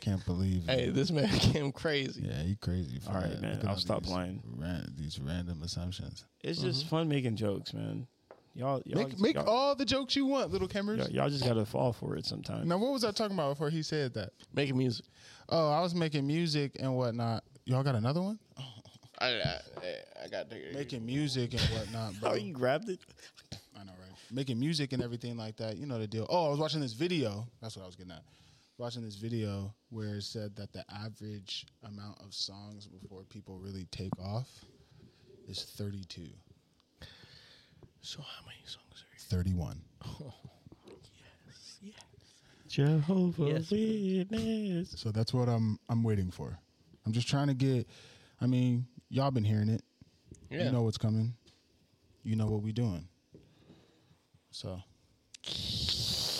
Speaker 1: Can't believe. it.
Speaker 2: hey, this man came crazy.
Speaker 1: Yeah, you crazy. For
Speaker 3: All right,
Speaker 1: that.
Speaker 3: man,
Speaker 1: Look at
Speaker 3: I'll
Speaker 1: all
Speaker 3: stop
Speaker 1: these
Speaker 3: lying.
Speaker 1: Ran, these random assumptions.
Speaker 3: It's just fun making jokes, man. Y'all, y'all,
Speaker 1: Make make
Speaker 3: y'all,
Speaker 1: all the jokes you want, little cameras.
Speaker 3: y'all, y'all just gotta fall for it sometimes.
Speaker 1: Now, what was I talking about before he said that?
Speaker 2: Making music.
Speaker 1: Oh, I was making music and whatnot. Y'all got another one?
Speaker 2: I, I, I got to
Speaker 1: Making music and whatnot, bro.
Speaker 3: Oh, you grabbed it.
Speaker 1: I know, right? Making music and everything like that. You know the deal. Oh, I was watching this video. That's what I was getting at. Watching this video where it said that the average amount of songs before people really take off is 32,
Speaker 2: So how many songs are
Speaker 1: 31.
Speaker 2: you?
Speaker 3: Jehovah
Speaker 2: Yes, please.
Speaker 3: Witness.
Speaker 1: So that's what I'm I'm waiting for. I'm just trying to get. I mean, y'all been hearing it.
Speaker 2: Yeah.
Speaker 1: You know what's coming. You know what we doing. So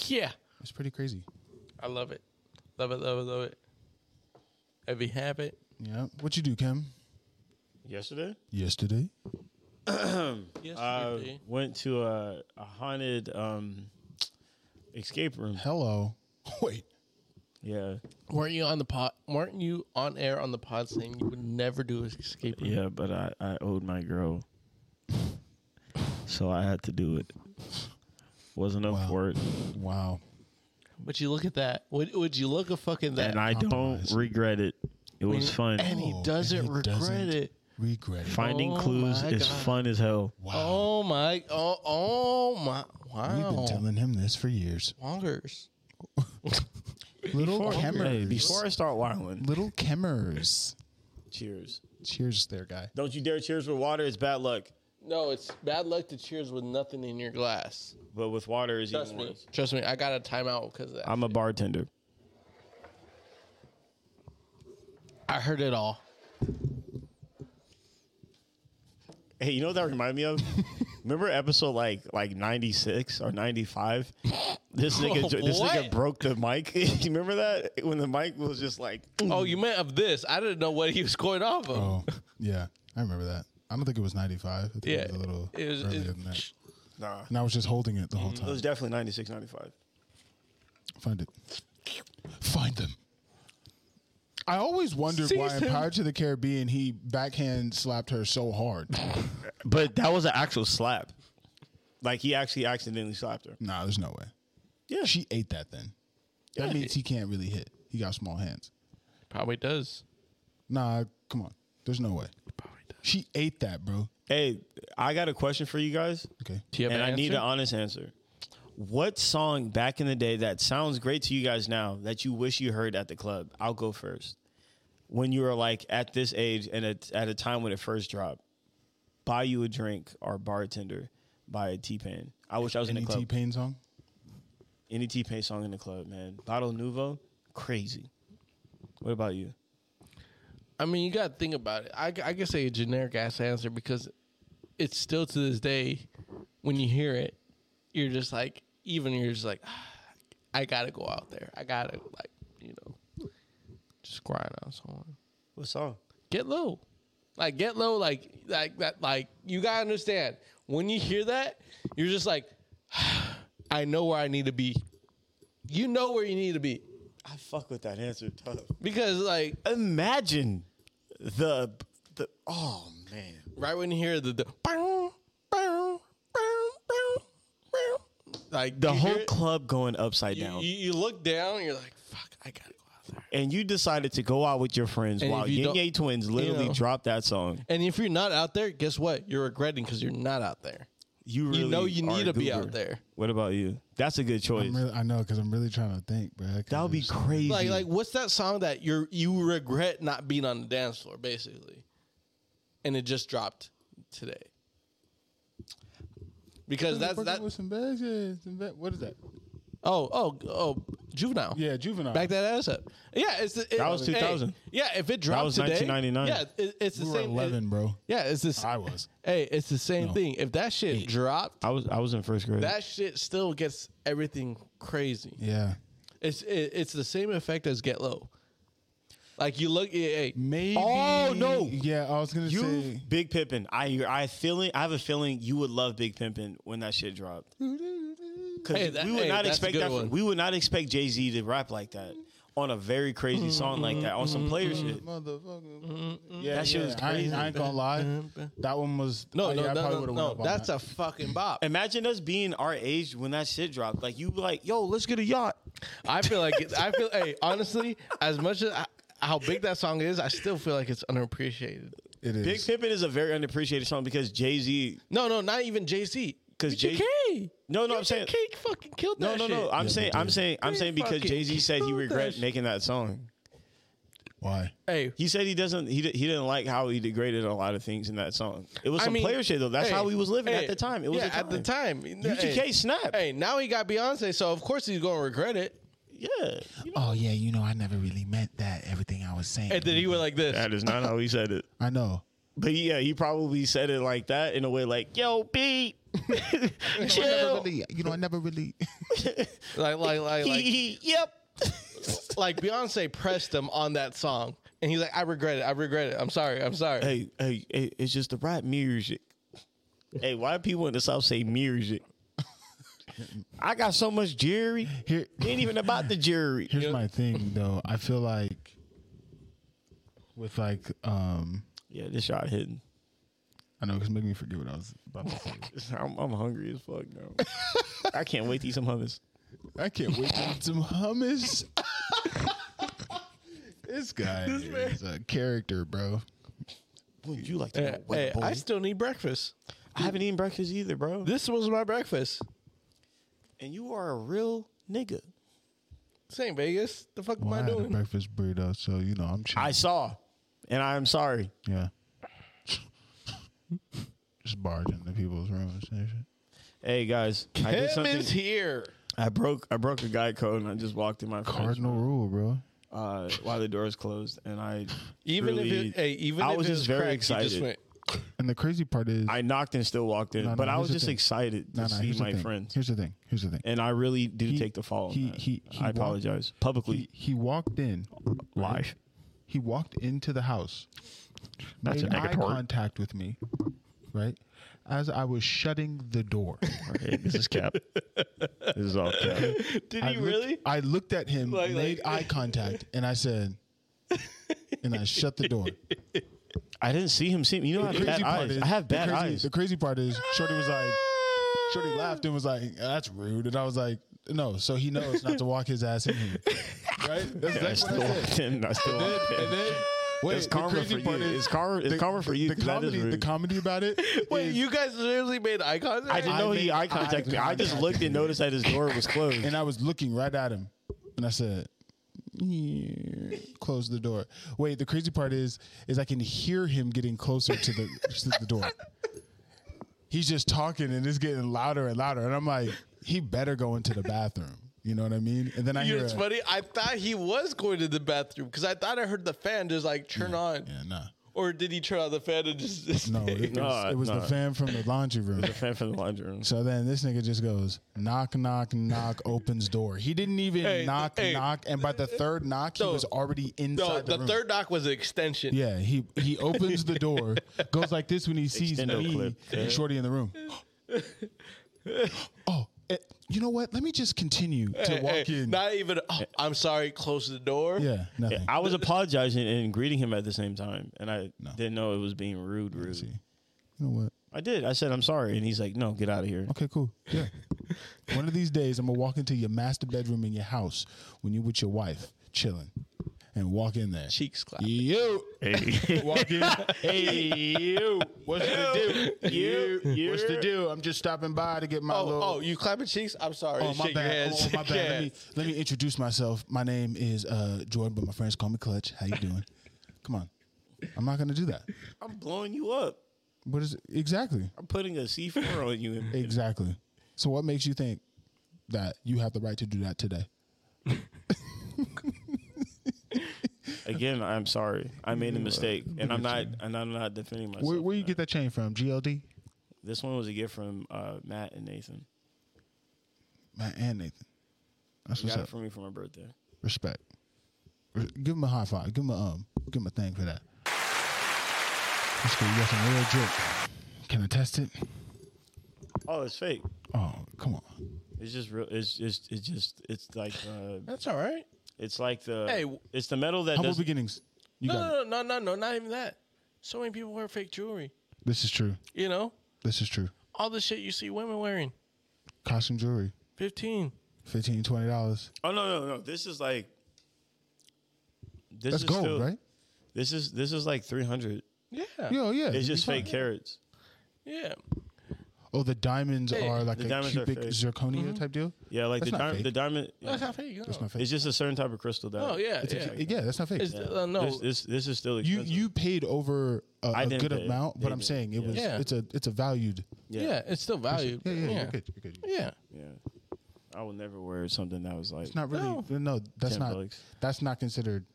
Speaker 2: Yeah.
Speaker 1: it's pretty crazy.
Speaker 2: I love it. Love it, love it, love it. If you have it,
Speaker 1: Yeah. What you do, Kim?
Speaker 3: Yesterday,
Speaker 1: Yesterday.
Speaker 2: yes,
Speaker 3: I
Speaker 2: you do.
Speaker 3: went to a, a haunted um, escape room.
Speaker 1: Hello. Wait.
Speaker 3: Yeah,
Speaker 2: Weren't you on the pod? Weren't you on air on the pod saying you would never do an escape room?
Speaker 3: yeah, but I, I owed my girl, so I had to do it. Wasn't up
Speaker 1: Wow.
Speaker 3: for it,
Speaker 1: Wow.
Speaker 2: But you look at that. Would, would you look a fucking that?
Speaker 3: and I don't
Speaker 1: compromise.
Speaker 3: regret it. It was fun.
Speaker 2: And he
Speaker 1: Oh,
Speaker 2: doesn't
Speaker 1: and he
Speaker 2: regret
Speaker 1: doesn't
Speaker 2: it.
Speaker 1: Regret. it.
Speaker 3: Finding
Speaker 2: Oh
Speaker 3: clues
Speaker 2: my
Speaker 3: is
Speaker 2: God.
Speaker 3: fun as hell.
Speaker 1: Wow.
Speaker 2: Oh my! Oh, oh my!
Speaker 1: We've been
Speaker 2: Wow!
Speaker 1: telling him this for years.
Speaker 2: Wongers.
Speaker 1: Little
Speaker 3: Hey,
Speaker 1: Kemmers.
Speaker 3: before I start wilding,
Speaker 1: Little Kemmers.
Speaker 3: cheers.
Speaker 1: Cheers, there, guy.
Speaker 3: Don't you dare cheers with water. It's bad luck.
Speaker 2: No, it's bad luck to cheers with nothing in your glass.
Speaker 3: But with water is
Speaker 2: Trust
Speaker 3: even
Speaker 2: me.
Speaker 3: worse.
Speaker 2: Trust me. I got a timeout because of that.
Speaker 3: I'm a bartender.
Speaker 2: I heard it all.
Speaker 3: Mm. Hey, you know what that reminded me of? Remember episode like like 96 or 95? This nigga this nigga
Speaker 2: What?
Speaker 3: broke the mic. you remember that when the mic was just like
Speaker 2: Oh, you meant of this? I didn't know what he was going off of.
Speaker 1: Oh, yeah. I remember that. I don't think it was 95. I think
Speaker 2: yeah,
Speaker 1: it was a little
Speaker 2: it was. Mm,
Speaker 1: earlier
Speaker 2: it-
Speaker 1: than that.
Speaker 3: nah.
Speaker 1: And I was just holding it the whole
Speaker 3: It
Speaker 1: time.
Speaker 3: was definitely 96 95.
Speaker 1: Find it. Find them. I always wondered why
Speaker 2: Seize
Speaker 1: in
Speaker 2: him.
Speaker 1: Pirates of the Caribbean he backhand slapped her so hard.
Speaker 3: But that was an actual slap. Like he actually accidentally slapped her.
Speaker 1: nah, there's no way.
Speaker 3: Yeah.
Speaker 1: She ate that then. That
Speaker 2: Yeah.
Speaker 1: means he can't really hit. He got small hands.
Speaker 2: probably does.
Speaker 1: Nah, come on. There's no way.
Speaker 2: Probably does.
Speaker 1: She ate that, bro.
Speaker 3: Hey, I got a question for you guys.
Speaker 1: Okay.
Speaker 2: Do you have
Speaker 3: and
Speaker 2: an
Speaker 3: I need
Speaker 2: answer?
Speaker 3: an honest answer. What song back in the day that sounds great to you guys now that you wish you heard at the club? I'll go first. When you were like at this age and at, at a time when it first dropped, buy you a drink or bartender by a T Pain. I wish I was in
Speaker 1: Any
Speaker 3: the club.
Speaker 1: T Pain song?
Speaker 3: Any T Pain song in the club, man. Bottle Nouveau, crazy. What about you?
Speaker 2: I mean, you got to think about it. I, I can say a generic ass answer because it's still to this day, when you hear it, you're just like, even you're just like, "Ah, I gotta go out there. I gotta like, you know, just grind out someone.
Speaker 3: What song?
Speaker 2: Get low, like get low, like like that. Like you gotta understand when you hear that, you're just like, "Ah, I know where I need to be. You know where you need to be
Speaker 3: I fuck with that answer tough.
Speaker 2: because like
Speaker 3: Imagine the the oh man.
Speaker 2: right when you hear the, the bow, bow, bow, bow, bow, like
Speaker 3: The
Speaker 2: you
Speaker 3: whole
Speaker 2: hear it,
Speaker 3: club going upside
Speaker 2: you, e-
Speaker 3: down.
Speaker 2: you, you look down, you're like, "Fuck, I gotta go out
Speaker 3: and you decided to go out with your friends
Speaker 2: And
Speaker 3: while
Speaker 2: if you
Speaker 3: Yin
Speaker 2: don't-
Speaker 3: Yang Twins literally
Speaker 2: know.
Speaker 3: dropped that song.
Speaker 2: And if you're not out there, guess what? You're regretting because you're not out there.
Speaker 3: You really
Speaker 2: you know you
Speaker 3: are a
Speaker 2: need to be
Speaker 3: goober.
Speaker 2: out there.
Speaker 3: What about you? That's a good choice.
Speaker 1: I'm really, I know because I'm really trying to think, bro. 'cause
Speaker 3: that would be
Speaker 1: there's-
Speaker 3: crazy.
Speaker 2: Like, like what's that song that you're you regret not being on the dance floor, basically? And it just dropped today. Because that's
Speaker 1: Fucking
Speaker 2: that.
Speaker 1: with some bags, yeah, some ba- What is that?
Speaker 2: Oh, oh, oh, juvenile.
Speaker 1: Yeah, juvenile.
Speaker 2: Back that ass up. Yeah, it's the, it,
Speaker 3: That was
Speaker 2: hey,
Speaker 3: 2000.
Speaker 2: yeah, if it dropped
Speaker 3: was
Speaker 2: today,
Speaker 3: 1999.
Speaker 2: Yeah, it, it's the
Speaker 1: we were
Speaker 2: same.
Speaker 1: 11,
Speaker 2: it-
Speaker 1: bro.
Speaker 2: yeah, it's this.
Speaker 1: I was.
Speaker 2: Hey, it's the same thing. If that shit dropped,
Speaker 3: I was I was in first grade.
Speaker 2: that shit still gets everything crazy.
Speaker 1: Yeah.
Speaker 2: It's it, it's the same effect as Get Low. Like you look, yeah, hey,
Speaker 1: Maybe.
Speaker 3: Oh, no.
Speaker 1: Yeah, I was gonna
Speaker 3: you
Speaker 1: say.
Speaker 3: Big Pimpin. I I feeling I have a feeling you would love Big Pimpin when that shit dropped. Because
Speaker 2: Hey, that-
Speaker 3: we would
Speaker 2: hey,
Speaker 3: not
Speaker 2: that's a
Speaker 3: expect
Speaker 2: good
Speaker 3: that.
Speaker 2: one.
Speaker 3: we would not expect Jay Z to rap like that on a very
Speaker 2: Mm-hmm,
Speaker 3: crazy song like that on some player shit.
Speaker 1: Motherfucker. Yeah,
Speaker 3: That shit
Speaker 1: I
Speaker 3: was
Speaker 1: ain't-
Speaker 3: crazy.
Speaker 1: I, ain't gonna lie. That one was.
Speaker 2: no,
Speaker 1: oh,
Speaker 2: no,
Speaker 1: yeah, I
Speaker 2: no,
Speaker 1: probably
Speaker 2: no,
Speaker 1: would've
Speaker 2: no,
Speaker 1: went up on
Speaker 2: that's
Speaker 1: that.
Speaker 2: a fucking bop.
Speaker 3: Imagine us being our age when that shit dropped. Like you, be like yo, let's get a yacht.
Speaker 2: I feel like it, I feel. Hey, honestly, as much as I, how big that song is, I still feel like it's unappreciated.
Speaker 1: It
Speaker 3: Big
Speaker 1: is.
Speaker 3: Pimpin is a very underappreciated song because Jay Z.
Speaker 2: No, no, not even Jay Z.
Speaker 3: 'Cause
Speaker 2: Jay Z.
Speaker 3: No, no, I'm saying.
Speaker 2: fucking killed
Speaker 3: No,
Speaker 2: that
Speaker 3: no,
Speaker 2: shit.
Speaker 3: no. I'm
Speaker 1: Yeah,
Speaker 3: saying,
Speaker 1: they
Speaker 3: I'm
Speaker 1: did.
Speaker 3: saying, I'm
Speaker 2: They
Speaker 3: saying because
Speaker 2: fucking
Speaker 3: Jay Z said he
Speaker 2: killed that
Speaker 3: regret
Speaker 2: shit.
Speaker 3: making that song.
Speaker 1: Why?
Speaker 2: Hey,
Speaker 3: He said he doesn't. He, di- he didn't like how he degraded a lot of things in that song. It was
Speaker 2: I
Speaker 3: some
Speaker 2: mean,
Speaker 3: player shit though. That's
Speaker 2: hey,
Speaker 3: how he was living
Speaker 2: hey,
Speaker 3: at the time. It was
Speaker 2: yeah,
Speaker 3: a time.
Speaker 2: at the time.
Speaker 3: UGK
Speaker 2: Hey,
Speaker 3: snap.
Speaker 2: Hey, now he got Beyonce, so of course he's gonna regret it.
Speaker 3: Yeah,
Speaker 1: Oh yeah, you know I never really meant that. Everything I was saying.
Speaker 2: And then he went like this.
Speaker 3: that is not how he said it.
Speaker 1: I know.
Speaker 3: But yeah, he probably said it like that in a way like, "Yo, B, chill."
Speaker 1: you know I never really.
Speaker 2: Like, like, like, like,
Speaker 3: yep.
Speaker 2: like Beyonce pressed him on that song, and he's like, "I regret it. I regret it. I'm sorry. I'm sorry."
Speaker 3: hey, hey, hey, it's just the rap music. hey, why people in the South say music? I got so much jury.
Speaker 1: Here-
Speaker 3: ain't even about the jury.
Speaker 1: Here's my thing though. I feel like with like um,
Speaker 3: Yeah, this shot hitting.
Speaker 1: I know it's making me forget what I was about to say.
Speaker 3: I'm, I'm hungry as fuck now. I can't wait to eat some hummus.
Speaker 1: I can't wait to eat some hummus. this guy is a character, bro.
Speaker 3: Would you like to?
Speaker 2: Hey,
Speaker 3: know what,
Speaker 2: hey,
Speaker 3: boy?
Speaker 2: I still need breakfast.
Speaker 3: I haven't eaten breakfast either, bro.
Speaker 2: This was my breakfast.
Speaker 3: And you are a real nigga.
Speaker 2: St. Vegas. The fuck
Speaker 1: Well, I
Speaker 2: am I
Speaker 1: had a
Speaker 2: doing?
Speaker 1: breakfast burrito, so you know I'm chill.
Speaker 3: I saw, and I am sorry.
Speaker 1: yeah. Just barge into people's rooms and shit.
Speaker 3: Hey guys, I did
Speaker 2: Him
Speaker 3: something.
Speaker 2: is here.
Speaker 3: I broke I broke a guy code and I just walked in my friend's
Speaker 1: Cardinal rule, bro.
Speaker 3: uh, while the doors closed, and I
Speaker 2: Even if
Speaker 3: really-
Speaker 2: it, hey, even
Speaker 3: I
Speaker 2: if
Speaker 3: was
Speaker 2: it
Speaker 3: just very
Speaker 2: crack, you
Speaker 3: excited.
Speaker 2: Just went,
Speaker 1: And the crazy part is,
Speaker 3: I knocked and still walked in,
Speaker 1: No, no,
Speaker 3: but I
Speaker 1: here's
Speaker 3: was
Speaker 1: the
Speaker 3: just
Speaker 1: thing.
Speaker 3: excited to
Speaker 1: no, no.
Speaker 3: see
Speaker 1: Here's the
Speaker 3: my
Speaker 1: thing.
Speaker 3: friends,
Speaker 1: Here's the thing. Here's the thing.
Speaker 3: and I really do
Speaker 1: He-
Speaker 3: take the fall. on
Speaker 1: he-
Speaker 3: that.
Speaker 1: he- he
Speaker 3: I
Speaker 1: walked-
Speaker 3: apologize publicly.
Speaker 1: He, he walked in.
Speaker 3: live.
Speaker 1: He walked into the house.
Speaker 3: That's
Speaker 1: made
Speaker 3: a negatory.
Speaker 1: eye contact with me, right? As I was shutting the door.
Speaker 3: Okay, this is cap. this is all cap.
Speaker 2: Did
Speaker 1: I
Speaker 2: he
Speaker 1: looked-
Speaker 2: really?
Speaker 1: I looked at him,
Speaker 2: Like-
Speaker 1: made
Speaker 2: like-
Speaker 1: eye contact, and I said, and I shut the door.
Speaker 3: I didn't see him see me. You know, I have bad eyes. I have bad
Speaker 1: the crazy,
Speaker 3: eyes.
Speaker 1: The crazy part is, Shorty was like, Shorty laughed and was like, "That's rude," and I was like, "No." So he knows not to walk his ass in here, right? That's
Speaker 3: I
Speaker 1: exactly
Speaker 3: still
Speaker 1: what I said.
Speaker 3: walked in. I still
Speaker 1: And
Speaker 3: walked
Speaker 1: then-
Speaker 3: in.
Speaker 1: and then- wait,
Speaker 3: It's
Speaker 1: the
Speaker 3: karma
Speaker 1: crazy
Speaker 3: for you.
Speaker 1: part is-
Speaker 3: It's karma. It's
Speaker 1: the-
Speaker 3: karma for you.
Speaker 1: The
Speaker 3: 'cause that is
Speaker 1: comedy, the
Speaker 3: rude.
Speaker 1: comedy about it.
Speaker 2: Wait,
Speaker 1: is-
Speaker 2: you guys literally made eye contact.
Speaker 3: I didn't
Speaker 1: I
Speaker 3: know
Speaker 1: made
Speaker 3: he eye
Speaker 1: eye
Speaker 3: contacted me. I just
Speaker 1: contact.
Speaker 3: looked and noticed that his door was closed.
Speaker 1: and I was looking right at him, and I said, "Yeah." "Close the door." Wait, the crazy part is, is I can hear him getting closer to the to the door. He's just talking, and it's getting louder and louder, and I'm like, "He better go into the bathroom." You know what I mean? And then I
Speaker 2: You know
Speaker 1: hear,
Speaker 2: what's
Speaker 1: a-
Speaker 2: funny? I thought he was going to the bathroom because I thought I heard the fan just like turn on.
Speaker 1: "Yeah, nah."
Speaker 2: Or did he turn on the fan and just.
Speaker 1: No, it
Speaker 3: No,
Speaker 1: was, it was
Speaker 3: no.
Speaker 1: the fan from the laundry room.
Speaker 3: The fan from the laundry room.
Speaker 1: So then this nigga just goes knock knock knock opens door. He didn't even
Speaker 2: Hey,
Speaker 1: knock
Speaker 2: hey.
Speaker 1: knock, and by the third knock he
Speaker 2: No.
Speaker 1: was already inside
Speaker 2: No,
Speaker 1: the,
Speaker 2: the
Speaker 1: room.
Speaker 2: third knock was an extension.
Speaker 1: Yeah, he he opens the door, goes like this when he sees
Speaker 3: Extendo
Speaker 1: me
Speaker 3: clip.
Speaker 1: and Shorty in the room. oh, eh, you know what? Let me just continue to
Speaker 2: Hey,
Speaker 1: walk
Speaker 2: hey,
Speaker 1: in. Eh.
Speaker 2: Not even. "Oh, I'm sorry. Close the door.
Speaker 1: yeah, nothing.
Speaker 3: I was apologizing and greeting him at the same time, and I didn't know it was being rude. Rude.
Speaker 1: You know what?
Speaker 3: I did. I said I'm sorry, and he's like, "No, get out of here."
Speaker 1: Okay, cool. Yeah. One of these days, I'm gonna walk into your master bedroom in your house when you with your wife. chilling, and walk in there.
Speaker 2: Cheeks clap.
Speaker 1: You walk in. Hey you, what's the do? You, what's the do? I'm just stopping by to get my
Speaker 2: Oh,
Speaker 1: little.
Speaker 2: oh, you clapping cheeks? I'm sorry.
Speaker 1: Oh, my
Speaker 2: Shake your
Speaker 1: bad.
Speaker 2: hands.
Speaker 1: Oh, my bad.
Speaker 2: Yeah.
Speaker 1: Let, me, let me introduce myself. My name is uh, Jordan, but my friends call me Clutch. How you doing? Come on. I'm not going to do that.
Speaker 3: I'm blowing you up.
Speaker 1: What is it? Exactly.
Speaker 3: I'm putting a C4 on you. And,
Speaker 1: Exactly. So what makes you think that you have the right to do that today?
Speaker 3: again, I'm sorry. I made a mistake, and I'm not. And I'm not defending myself.
Speaker 1: Where, where you
Speaker 3: man.
Speaker 1: get that chain from? GLD?
Speaker 3: This one was a gift from uh, Matt and Nathan.
Speaker 1: Man, and Nathan. That's
Speaker 3: Got
Speaker 1: what's
Speaker 3: it
Speaker 1: up.
Speaker 3: for me for my birthday.
Speaker 1: Respect. Re- Give him a high five. Give him a um. Give him a thing for that. That's good. You got some real drip. Can I test it?
Speaker 3: Oh, it's fake.
Speaker 1: Oh, come on.
Speaker 3: It's just real. It's just. It's just. It's like. Uh,
Speaker 2: That's all right.
Speaker 3: it's like the.
Speaker 2: Hey, w-
Speaker 3: It's the metal that
Speaker 1: Humble
Speaker 3: does.
Speaker 1: beginnings. You
Speaker 2: No,
Speaker 1: got it.
Speaker 2: no, no, no, no, not even that. So many people wear fake jewelry.
Speaker 1: This is true.
Speaker 2: You know,
Speaker 1: This is true.
Speaker 2: all the shit you see women wearing.
Speaker 1: Costume jewelry.
Speaker 2: Fifteen.
Speaker 1: 15 dollars.
Speaker 3: Oh no no no! This is like. This
Speaker 1: That's
Speaker 3: is
Speaker 1: gold,
Speaker 3: still-
Speaker 1: right?
Speaker 3: This is this is like 300.
Speaker 2: Yeah.
Speaker 1: Yeah, oh, yeah.
Speaker 3: It's
Speaker 1: you
Speaker 3: just
Speaker 1: fine.
Speaker 3: fake carrots.
Speaker 2: Yeah.
Speaker 1: Oh, the diamonds
Speaker 2: Hey,
Speaker 1: are like
Speaker 3: the
Speaker 1: a
Speaker 3: diamonds are
Speaker 1: cubic
Speaker 3: fake.
Speaker 1: zirconia
Speaker 2: Mm-hmm.
Speaker 1: type deal.
Speaker 3: Yeah, like
Speaker 1: That's
Speaker 3: the
Speaker 1: not
Speaker 3: diamond.
Speaker 1: fake.
Speaker 3: The diamond.
Speaker 2: That's not fake. No.
Speaker 1: That's not fake.
Speaker 3: It's just a certain type of crystal. That
Speaker 2: Oh yeah,
Speaker 1: It's
Speaker 2: yeah.
Speaker 1: actually- yeah, that's not fake.
Speaker 2: It's- uh, no,
Speaker 3: This, this this is still
Speaker 1: you
Speaker 3: expensive.
Speaker 1: you paid over a,
Speaker 3: I
Speaker 1: a
Speaker 3: didn't
Speaker 1: good
Speaker 3: pay.
Speaker 1: amount,
Speaker 3: They
Speaker 1: but I'm
Speaker 3: did.
Speaker 1: saying it was
Speaker 2: Yeah.
Speaker 1: it's a it's a valued.
Speaker 2: yeah.
Speaker 3: yeah.
Speaker 2: it's still valued.
Speaker 1: Yeah, yeah,
Speaker 2: yeah.
Speaker 1: You're good. You're good.
Speaker 2: Yeah.
Speaker 3: yeah. I will never wear something that was like.
Speaker 1: It's not really no. that's
Speaker 3: Ten
Speaker 1: not
Speaker 3: bucks.
Speaker 1: that's not considered.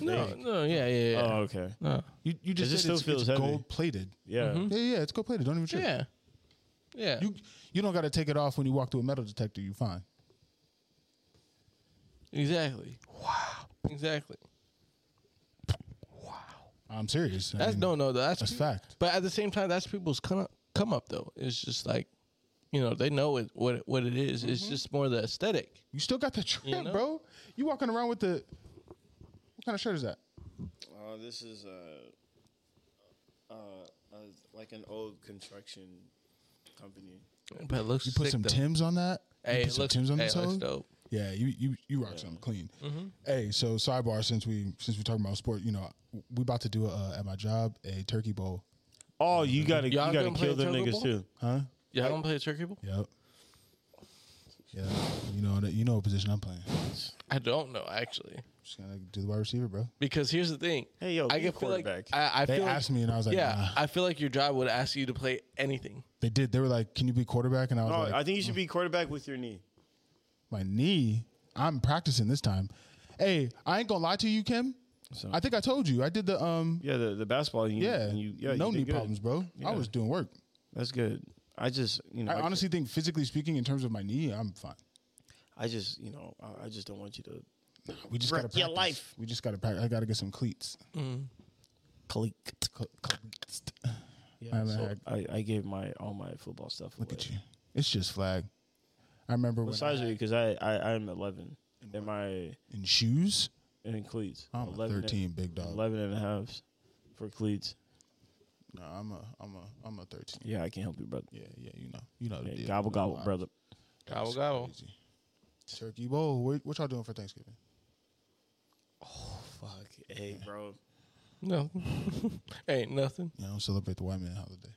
Speaker 2: No, no, yeah, yeah, yeah.
Speaker 3: Oh okay.
Speaker 2: No.
Speaker 1: You you just
Speaker 3: just
Speaker 1: said
Speaker 3: still
Speaker 1: it's,
Speaker 3: feels
Speaker 1: it's
Speaker 3: heavy.
Speaker 1: gold plated.
Speaker 3: Yeah.
Speaker 1: Yeah, yeah, it's gold plated. Don't even trip.
Speaker 2: Mm-hmm. Yeah. Yeah.
Speaker 1: You you don't got to take it off when you walk through a metal detector. You fine.
Speaker 2: exactly. Wow. Exactly.
Speaker 1: I'm serious. I
Speaker 2: That's
Speaker 1: mean,
Speaker 2: no, no. That's
Speaker 1: That's
Speaker 2: pe-
Speaker 1: fact.
Speaker 2: But at the same time, that's people's come up, come up though. It's just like, you know, they know it, what it- what it is.
Speaker 1: Mm-hmm.
Speaker 2: It's just more the aesthetic.
Speaker 1: You still got the trip,
Speaker 2: You know?
Speaker 1: bro. You walking around with the what kind of shirt is that?
Speaker 3: Uh, this is uh, uh, uh, like an old construction company.
Speaker 2: But it looks
Speaker 1: You put
Speaker 2: sick,
Speaker 1: some
Speaker 2: though.
Speaker 1: Tim's on that.
Speaker 2: Hey,
Speaker 1: you
Speaker 2: it
Speaker 1: put some
Speaker 2: looks-
Speaker 1: Tim's on
Speaker 2: hey,
Speaker 1: this
Speaker 2: it looks
Speaker 1: hoe?
Speaker 2: dope. Mm-hmm.
Speaker 1: Yeah, you you you rock something clean. Hey, so sidebar since we since we talking about sport, you know, we about to do uh, at my job a turkey bowl.
Speaker 3: Oh, you gotta
Speaker 2: Y'all
Speaker 3: you gotta
Speaker 2: gonna play
Speaker 3: kill them
Speaker 2: Turbo
Speaker 3: niggas
Speaker 2: Ball?
Speaker 3: too.
Speaker 1: Huh?
Speaker 2: Y'all don't play turkey bowl?
Speaker 1: Yep. Yeah, you know that you know what position I'm playing.
Speaker 2: I don't know actually,
Speaker 1: Just gonna do the wide receiver, bro.
Speaker 2: because here's the thing.
Speaker 3: Hey, yo,
Speaker 2: I
Speaker 3: be a
Speaker 2: can feel like
Speaker 3: quarterback.
Speaker 2: I, I
Speaker 1: They
Speaker 2: feel like-
Speaker 1: asked me and I was like,
Speaker 2: yeah,
Speaker 1: nah.
Speaker 2: I feel like your job would ask you to play anything.
Speaker 1: They did. They were like, "Can you be quarterback?" And I was
Speaker 2: Oh,
Speaker 3: No,
Speaker 1: like,
Speaker 3: Oh, I think you should be quarterback with your knee.
Speaker 1: "My knee. I'm practicing this time." Hey, I ain't gonna lie to you, Kim. I think I told you I did the um
Speaker 3: Yeah, the, the basketball. You,
Speaker 1: yeah,
Speaker 3: and you, yeah
Speaker 1: no
Speaker 3: you did
Speaker 1: knee
Speaker 3: good.
Speaker 1: problems, bro. I
Speaker 3: Yeah.
Speaker 1: was doing work.
Speaker 3: That's good. I just you know
Speaker 1: I
Speaker 3: I,
Speaker 1: honestly think physically speaking, in terms of my knee, I'm fine.
Speaker 3: I just you know I, I just don't want you to
Speaker 1: We just
Speaker 3: Wreck
Speaker 1: gotta
Speaker 3: your
Speaker 1: practice.
Speaker 3: life.
Speaker 1: We just gotta practice. I gotta get some cleats.
Speaker 3: click.
Speaker 1: Cl- cleats. I
Speaker 3: Yeah,
Speaker 1: haven't
Speaker 3: so
Speaker 1: had-
Speaker 3: I, I gave my all my football stuff.
Speaker 1: Look
Speaker 3: away.
Speaker 1: at you. It's just flag. I remember
Speaker 3: What
Speaker 1: when I
Speaker 3: size are
Speaker 1: had,
Speaker 3: you? Because I, I I'm 11 and my
Speaker 1: in shoes.
Speaker 3: and cleats.
Speaker 1: I'm a
Speaker 3: 11 and-
Speaker 1: 13 big dog.
Speaker 3: 11 and a half for cleats.
Speaker 1: No, I'm a I'm a I'm a 13.
Speaker 3: Yeah, I can't help you, brother.
Speaker 1: Yeah, yeah, you know, you know. the
Speaker 3: Yeah,
Speaker 1: deal. You
Speaker 3: gobble
Speaker 1: know
Speaker 3: gobble,
Speaker 1: why.
Speaker 3: brother.
Speaker 2: Gobble gobble.
Speaker 1: Crazy. Turkey bowl. What, what y'all doing for Thanksgiving?
Speaker 3: Fuck, hey, bro.
Speaker 2: No, ain't nothing.
Speaker 1: You know, celebrate the white man holiday.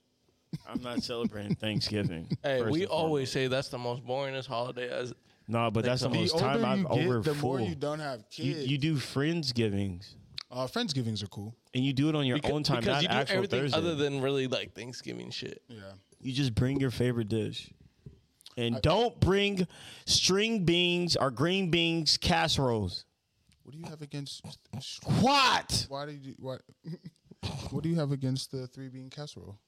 Speaker 3: I'm not celebrating Thanksgiving.
Speaker 2: Hey,
Speaker 3: first
Speaker 2: we
Speaker 3: and foremost.
Speaker 2: always say that's the most boringest holiday. As
Speaker 3: Nah, but that's the
Speaker 2: The
Speaker 3: most time I've over
Speaker 1: the more
Speaker 3: full.
Speaker 1: you don't have
Speaker 3: You,
Speaker 1: kids.
Speaker 3: you do friendsgivings
Speaker 1: uh, Friendsgivings are cool.
Speaker 3: and you do it on your own time,
Speaker 2: because
Speaker 3: not
Speaker 2: you do
Speaker 3: actual
Speaker 2: everything
Speaker 3: Thursday.
Speaker 2: other than really like Thanksgiving shit.
Speaker 1: Yeah,
Speaker 3: you just bring your favorite dish. And don't bring string beans or green beans casseroles.
Speaker 1: what do you have against?
Speaker 3: What?
Speaker 1: Why do you what? what do you have against the three bean casserole?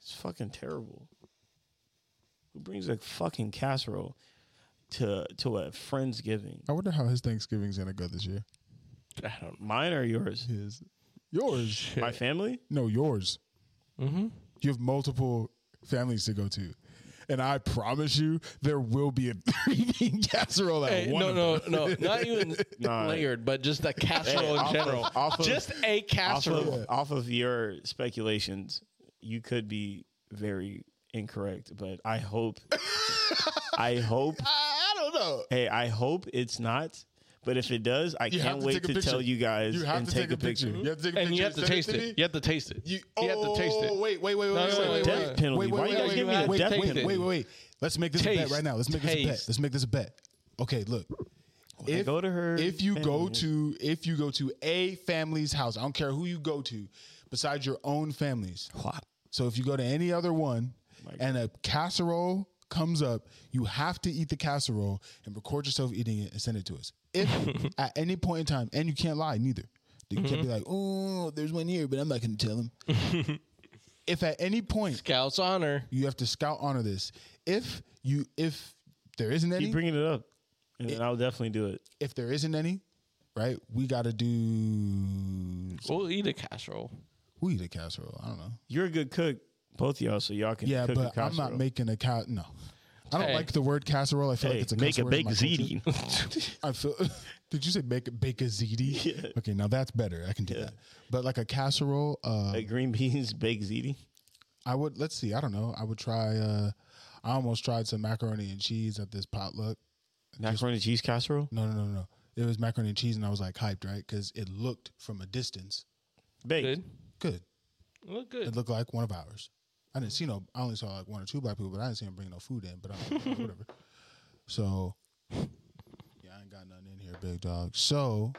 Speaker 3: It's fucking terrible. Who brings a fucking casserole to to a friendsgiving?
Speaker 1: I wonder how his Thanksgiving's gonna go this year.
Speaker 3: I don't mine or yours?
Speaker 1: His, yours?
Speaker 3: My family?
Speaker 1: No, yours.
Speaker 3: Mm-hmm.
Speaker 1: You have multiple families to go to, and I promise you, there will be a three bean casserole at
Speaker 2: Hey,
Speaker 1: one.
Speaker 2: no,
Speaker 1: of
Speaker 2: no,
Speaker 1: them.
Speaker 2: no, not even
Speaker 3: Nah.
Speaker 2: layered, but just the casserole in
Speaker 3: off
Speaker 2: general.
Speaker 3: of- off of-
Speaker 2: just a
Speaker 3: Off
Speaker 2: casserole.
Speaker 3: of, off of your speculations, you could be very incorrect, but I hope I hope
Speaker 2: I, I don't
Speaker 1: no.
Speaker 3: Hey, I hope it's not. But if it does, I
Speaker 1: You have
Speaker 3: can't
Speaker 1: to
Speaker 3: wait
Speaker 1: take a
Speaker 3: to
Speaker 1: picture.
Speaker 3: tell you guys
Speaker 1: You have
Speaker 3: and
Speaker 1: to take, a picture. You have to take a picture.
Speaker 2: and you have to
Speaker 1: send
Speaker 2: taste
Speaker 1: me.
Speaker 2: it. You have to taste it.
Speaker 1: You,
Speaker 2: you have to taste
Speaker 1: Oh,
Speaker 2: it.
Speaker 1: Wait, wait, wait, wait,
Speaker 2: No, no,
Speaker 1: wait,
Speaker 2: no,
Speaker 1: wait,
Speaker 2: death
Speaker 1: wait.
Speaker 3: penalty.
Speaker 1: Wait, wait,
Speaker 3: Why
Speaker 1: wait,
Speaker 3: you guys
Speaker 1: wait,
Speaker 3: giving
Speaker 1: wait,
Speaker 3: me a
Speaker 1: wait,
Speaker 3: death
Speaker 1: wait,
Speaker 3: penalty?
Speaker 1: Wait, wait, wait. Let's make this a bet
Speaker 2: Taste.
Speaker 1: right now. Let's make this a bet.
Speaker 2: Taste.
Speaker 1: Let's make this a bet. Okay, look. If,
Speaker 3: go to her
Speaker 1: if you go
Speaker 3: family.
Speaker 1: to if you go to a family's house, I don't care who you go to, besides your own family's. So if you go to any other one and a casserole comes up, you have to eat the casserole and record yourself eating it and send it to us. If at any point in time, and you can't lie neither. You can't
Speaker 3: Mm-hmm.
Speaker 1: be like, oh, there's one here, but I'm not going to tell him. if at any point
Speaker 2: Scout's honor.
Speaker 1: you have to scout honor this, if you if there isn't any,
Speaker 3: Keep bringing it up, and then I'll definitely do it.
Speaker 1: if there isn't any, right? We got to do
Speaker 2: We'll eat a casserole.
Speaker 1: we eat a casserole. I don't know.
Speaker 3: You're a good cook, both of y'all, so y'all can.
Speaker 1: Yeah,
Speaker 3: cook
Speaker 1: but
Speaker 3: a
Speaker 1: I'm not
Speaker 3: casserole.
Speaker 1: making a cow. No, I don't
Speaker 2: Hey.
Speaker 1: like the word casserole. I feel
Speaker 3: Hey,
Speaker 1: like it's a
Speaker 3: make
Speaker 1: cuss
Speaker 3: a
Speaker 1: word in
Speaker 3: big
Speaker 1: my culture. Um,
Speaker 3: ziti.
Speaker 1: I feel. did you say make bake a ziti?
Speaker 3: Yeah.
Speaker 1: Okay, now that's better. I can do that. But like a casserole, uh,
Speaker 3: a green beans baked ziti.
Speaker 1: I would. Let's see. I don't know. I would try. Uh, I almost tried some macaroni and cheese at this potluck.
Speaker 3: Macaroni cheese casserole.
Speaker 1: No, no, no, no. It was macaroni and cheese, and I was like hyped, right? Because it looked from a distance
Speaker 3: Baked.
Speaker 2: Good.
Speaker 1: good.
Speaker 2: Look good.
Speaker 1: It looked like one of ours. I didn't see no. I only saw like one or two black people, but I didn't see them bring no food in. But I'm like, "Oh, whatever. So yeah, I ain't got nothing in here, big dog. So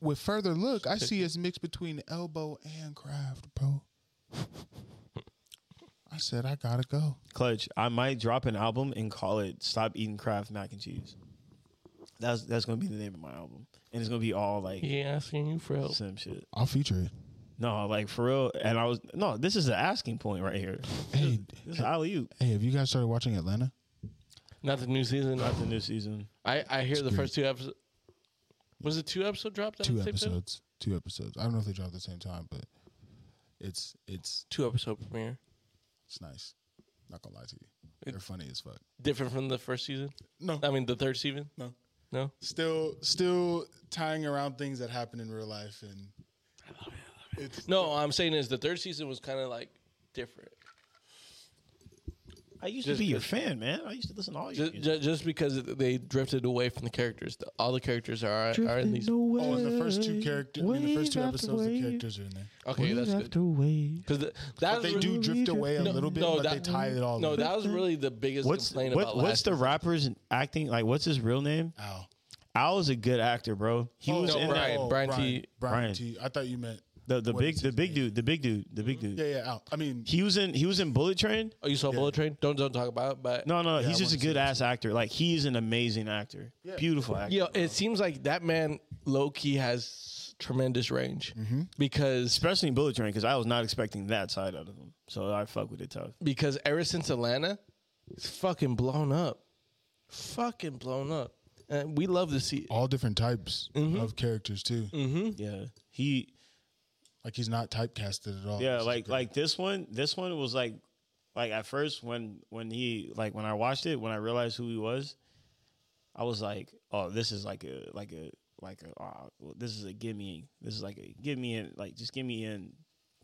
Speaker 1: with further look, I see it's mixed between elbow and craft, bro. I said I gotta go.
Speaker 3: Clutch. I might drop an album and call it "Stop Eating Kraft Mac and Cheese." That's that's gonna be the name of my album, and it's gonna be all like
Speaker 2: He ain't asking you for help.
Speaker 3: some shit.
Speaker 1: I'll feature it.
Speaker 3: No, like for real. And I was no. This is the asking point right here.
Speaker 1: Hey,
Speaker 3: This is alley oop.
Speaker 1: hey, have you guys started watching Atlanta?
Speaker 2: Not the new season.
Speaker 3: Not the new season.
Speaker 2: I, I hear the
Speaker 1: great.
Speaker 2: first two episodes. Was it two episode dropped? at
Speaker 1: Two
Speaker 2: the same time?
Speaker 1: episodes. Two episodes. I don't know if they dropped at the same time, but it's it's
Speaker 2: Two episode premiere.
Speaker 1: it's nice. Not gonna lie to you.
Speaker 2: It-
Speaker 1: They're funny as fuck.
Speaker 2: Different from the first season.
Speaker 1: No,
Speaker 2: I mean the third season.
Speaker 1: no.
Speaker 2: No.
Speaker 1: Still, still tying around things that happen in real life, and it's
Speaker 2: No. I'm saying is the third season was kind of like different.
Speaker 3: I used to
Speaker 2: Just
Speaker 3: be your
Speaker 2: good.
Speaker 3: fan, man. I used to listen to all your
Speaker 2: Just,
Speaker 3: music.
Speaker 2: just because they drifted away from the characters. The- all the characters are are in these.
Speaker 1: oh, and the first two characters, I mean, the first two episodes, the characters are in there.
Speaker 2: Okay, that's good. Because that
Speaker 1: But they do drift away a little bit, but they tie it all.
Speaker 2: No,
Speaker 1: in.
Speaker 2: that was really the biggest
Speaker 3: What's
Speaker 2: complaint
Speaker 3: what,
Speaker 2: about
Speaker 3: what's
Speaker 2: last
Speaker 3: the rapper's acting like? What's his real name?
Speaker 1: Ow.
Speaker 3: Al is a good actor, bro. He
Speaker 1: Oh,
Speaker 3: was
Speaker 2: no,
Speaker 3: in that-
Speaker 2: Brian. Brian T.
Speaker 1: Brian
Speaker 3: Brian.
Speaker 1: T. I thought you meant
Speaker 3: the the
Speaker 1: what
Speaker 3: big
Speaker 1: is
Speaker 3: the
Speaker 1: his
Speaker 3: big
Speaker 1: name?
Speaker 3: dude, the big dude, the big dude.
Speaker 1: Yeah, yeah. Al. I mean,
Speaker 3: He was in he was in Bullet Train.
Speaker 2: Oh, you saw Bullet Train? Don't don't talk about it. But
Speaker 3: No, no,
Speaker 1: Yeah,
Speaker 3: he's
Speaker 1: I
Speaker 3: just a
Speaker 1: wanna see
Speaker 3: good ass actor. Like he's an amazing actor, beautiful actor.
Speaker 2: you know, it seems like that man low key has tremendous range
Speaker 1: Mm-hmm.
Speaker 2: because
Speaker 3: Especially in Bullet Train, because I was not expecting that side out of him. So I fuck with it tough.
Speaker 2: because ever since Atlanta, it's fucking blown up, fucking blown up, and we love to see. It.
Speaker 1: all different types
Speaker 2: Mm-hmm.
Speaker 1: of characters too.
Speaker 3: Yeah, he
Speaker 1: Like he's not typecasted at all.
Speaker 3: Yeah,
Speaker 1: This is
Speaker 3: like
Speaker 1: great.
Speaker 3: like this one, this one was like like at first when when he like when I watched it, when I realized who he was, I was like, oh, this is like a like a like a ah, well, this is a give me this is like a give me in like just give me in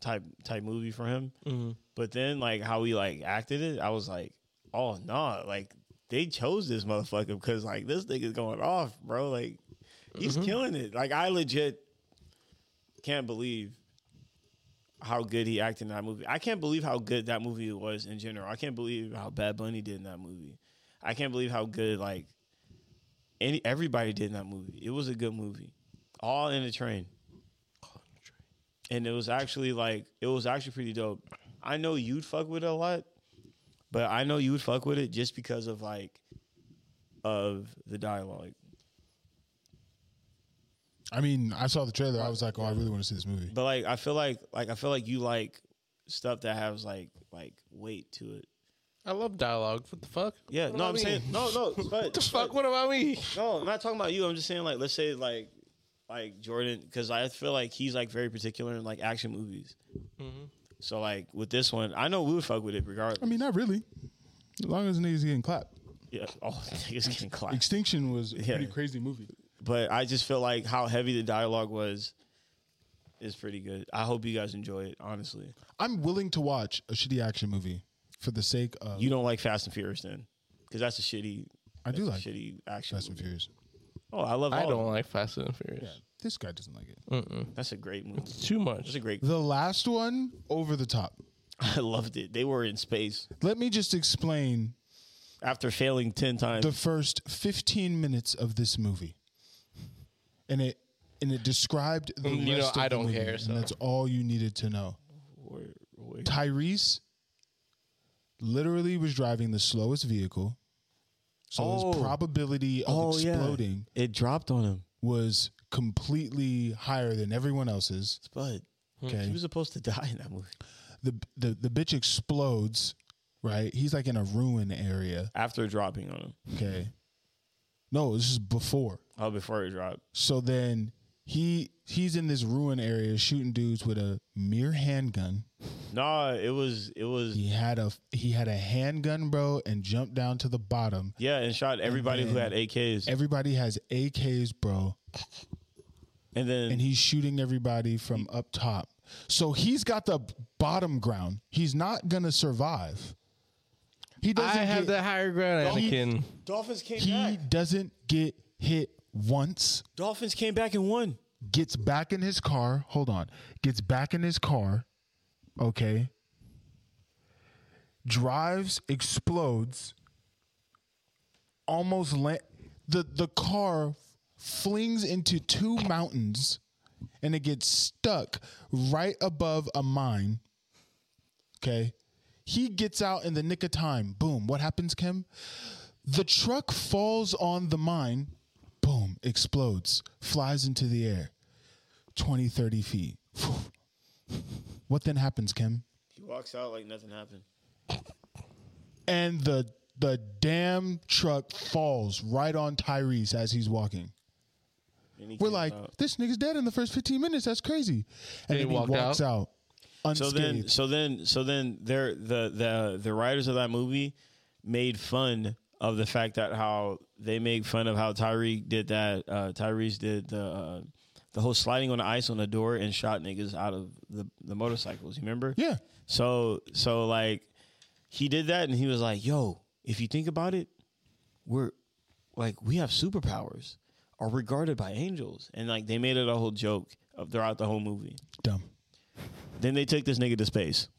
Speaker 3: type type movie for him. But then like how he like acted it, I was like, oh no, like they chose this motherfucker because like this nigga's going off, bro. Like he's killing it. Like I legit can't believe how good he acted in that movie. I can't believe how good that movie was in general. I can't believe how Bad Bunny did in that movie. I can't believe how good like any everybody did in that movie. It was a good movie. All in the train. And it was actually like it was actually pretty dope. I know you'd fuck with it a lot, but I know you would fuck with it just because of like of the dialogue.
Speaker 1: I mean, I saw the trailer. I was like, oh, I really want to see this movie.
Speaker 3: But like I feel like like I feel like you like stuff that has like like weight to it.
Speaker 2: I love dialogue. What the fuck?
Speaker 3: Yeah,
Speaker 2: What
Speaker 3: no,
Speaker 2: about
Speaker 3: I'm
Speaker 2: me?
Speaker 3: saying no, no. But,
Speaker 2: What the fuck? What about me?
Speaker 3: No, I'm not talking about you. I'm just saying like let's say like like Jordan because I feel like he's like very particular in like action movies.
Speaker 2: Mm-hmm.
Speaker 3: So like with this one, I know we would fuck with it regardless.
Speaker 1: I mean, not really. As long as niggas getting clapped.
Speaker 3: yeah, oh, niggas getting clapped.
Speaker 1: Extinction was a
Speaker 3: Yeah.
Speaker 1: pretty crazy movie.
Speaker 3: But I just feel like how heavy the dialogue was is pretty good. I hope you guys enjoy it. Honestly,
Speaker 1: I'm willing to watch a shitty action movie for the sake of
Speaker 3: you don't like Fast and Furious then because that's a shitty
Speaker 1: I do
Speaker 3: That's a
Speaker 1: like
Speaker 3: shitty action.
Speaker 1: Fast and
Speaker 3: movie.
Speaker 1: Furious.
Speaker 3: Oh, I love.
Speaker 2: I
Speaker 3: all of
Speaker 2: don't
Speaker 3: them.
Speaker 2: like Fast and Furious.
Speaker 1: This guy doesn't like it.
Speaker 2: Mm.
Speaker 3: That's a great movie.
Speaker 2: Too much.
Speaker 3: That's a great.
Speaker 1: The last one over the top.
Speaker 3: I loved it. They were in space
Speaker 1: Let me just explain
Speaker 3: after failing ten times.
Speaker 1: the first 15 minutes of this movie. And it and it described the
Speaker 2: Mm, you know,
Speaker 1: rest of
Speaker 2: I
Speaker 1: the
Speaker 2: don't
Speaker 1: movie,
Speaker 2: care, so.
Speaker 1: And that's all you needed to know.
Speaker 3: Where- where-
Speaker 1: Tyrese literally was driving the slowest vehicle. So his
Speaker 3: Oh.
Speaker 1: probability of
Speaker 3: Oh, yeah.
Speaker 1: exploding
Speaker 3: It dropped on him.
Speaker 1: was completely higher than everyone else's.
Speaker 3: Spud.
Speaker 1: Okay.
Speaker 3: He was supposed to die in that movie.
Speaker 1: the the the bitch explodes, right? He's like in a ruin area.
Speaker 3: After dropping on him.
Speaker 1: Okay. No, this is before.
Speaker 3: Oh, before it dropped.
Speaker 1: So then he he's in this ruin area shooting dudes with a mere handgun.
Speaker 3: Nah, it was it was
Speaker 1: He had a he had a handgun, bro, and jumped down to the bottom.
Speaker 3: yeah, and shot everybody who had
Speaker 1: then-
Speaker 3: AKs.
Speaker 1: Everybody has AKs, bro,
Speaker 3: and then
Speaker 1: and he's shooting everybody from up top. So he's got the bottom ground. He's not gonna survive. He
Speaker 2: I
Speaker 1: doesn't
Speaker 2: have
Speaker 1: get-
Speaker 2: the higher ground, Anakin.
Speaker 3: Dolphins came
Speaker 1: He doesn't get hit once,
Speaker 3: Dolphins came back and won.
Speaker 1: gets back in his car. Hold on. Gets back in his car. Okay. Drives, explodes, almost la- the the car flings into two mountains and it gets stuck right above a mine. Okay. He gets out in the nick of time. Boom. What happens, Kim? The truck falls on the mine, boom, explodes, flies into the air 20, 30 feet. Phew. What then happens, Kim?
Speaker 3: He walks out like nothing happened.
Speaker 1: And the the damn truck falls right on Tyrese as he's walking.
Speaker 3: And he
Speaker 1: We're
Speaker 3: came
Speaker 1: like,
Speaker 3: out.
Speaker 1: this nigga's dead in the first 15 minutes. That's crazy. And
Speaker 2: he
Speaker 1: then he
Speaker 2: walked
Speaker 1: walks out,
Speaker 3: so
Speaker 1: unscathed.
Speaker 3: then so then so then there the the the writers of that movie made fun of the fact that how they make fun of how Tyreek did that. Uh, Tyrese did the uh, the whole sliding on the ice on the door and shot niggas out of the the motorcycles. You remember?
Speaker 1: yeah.
Speaker 3: So so like he did that and he was like, "Yo, if you think about it, we're like we have superpowers, are regarded by angels." And like they made it a whole joke of throughout the whole movie.
Speaker 1: Dumb.
Speaker 3: Then they took this nigga to space.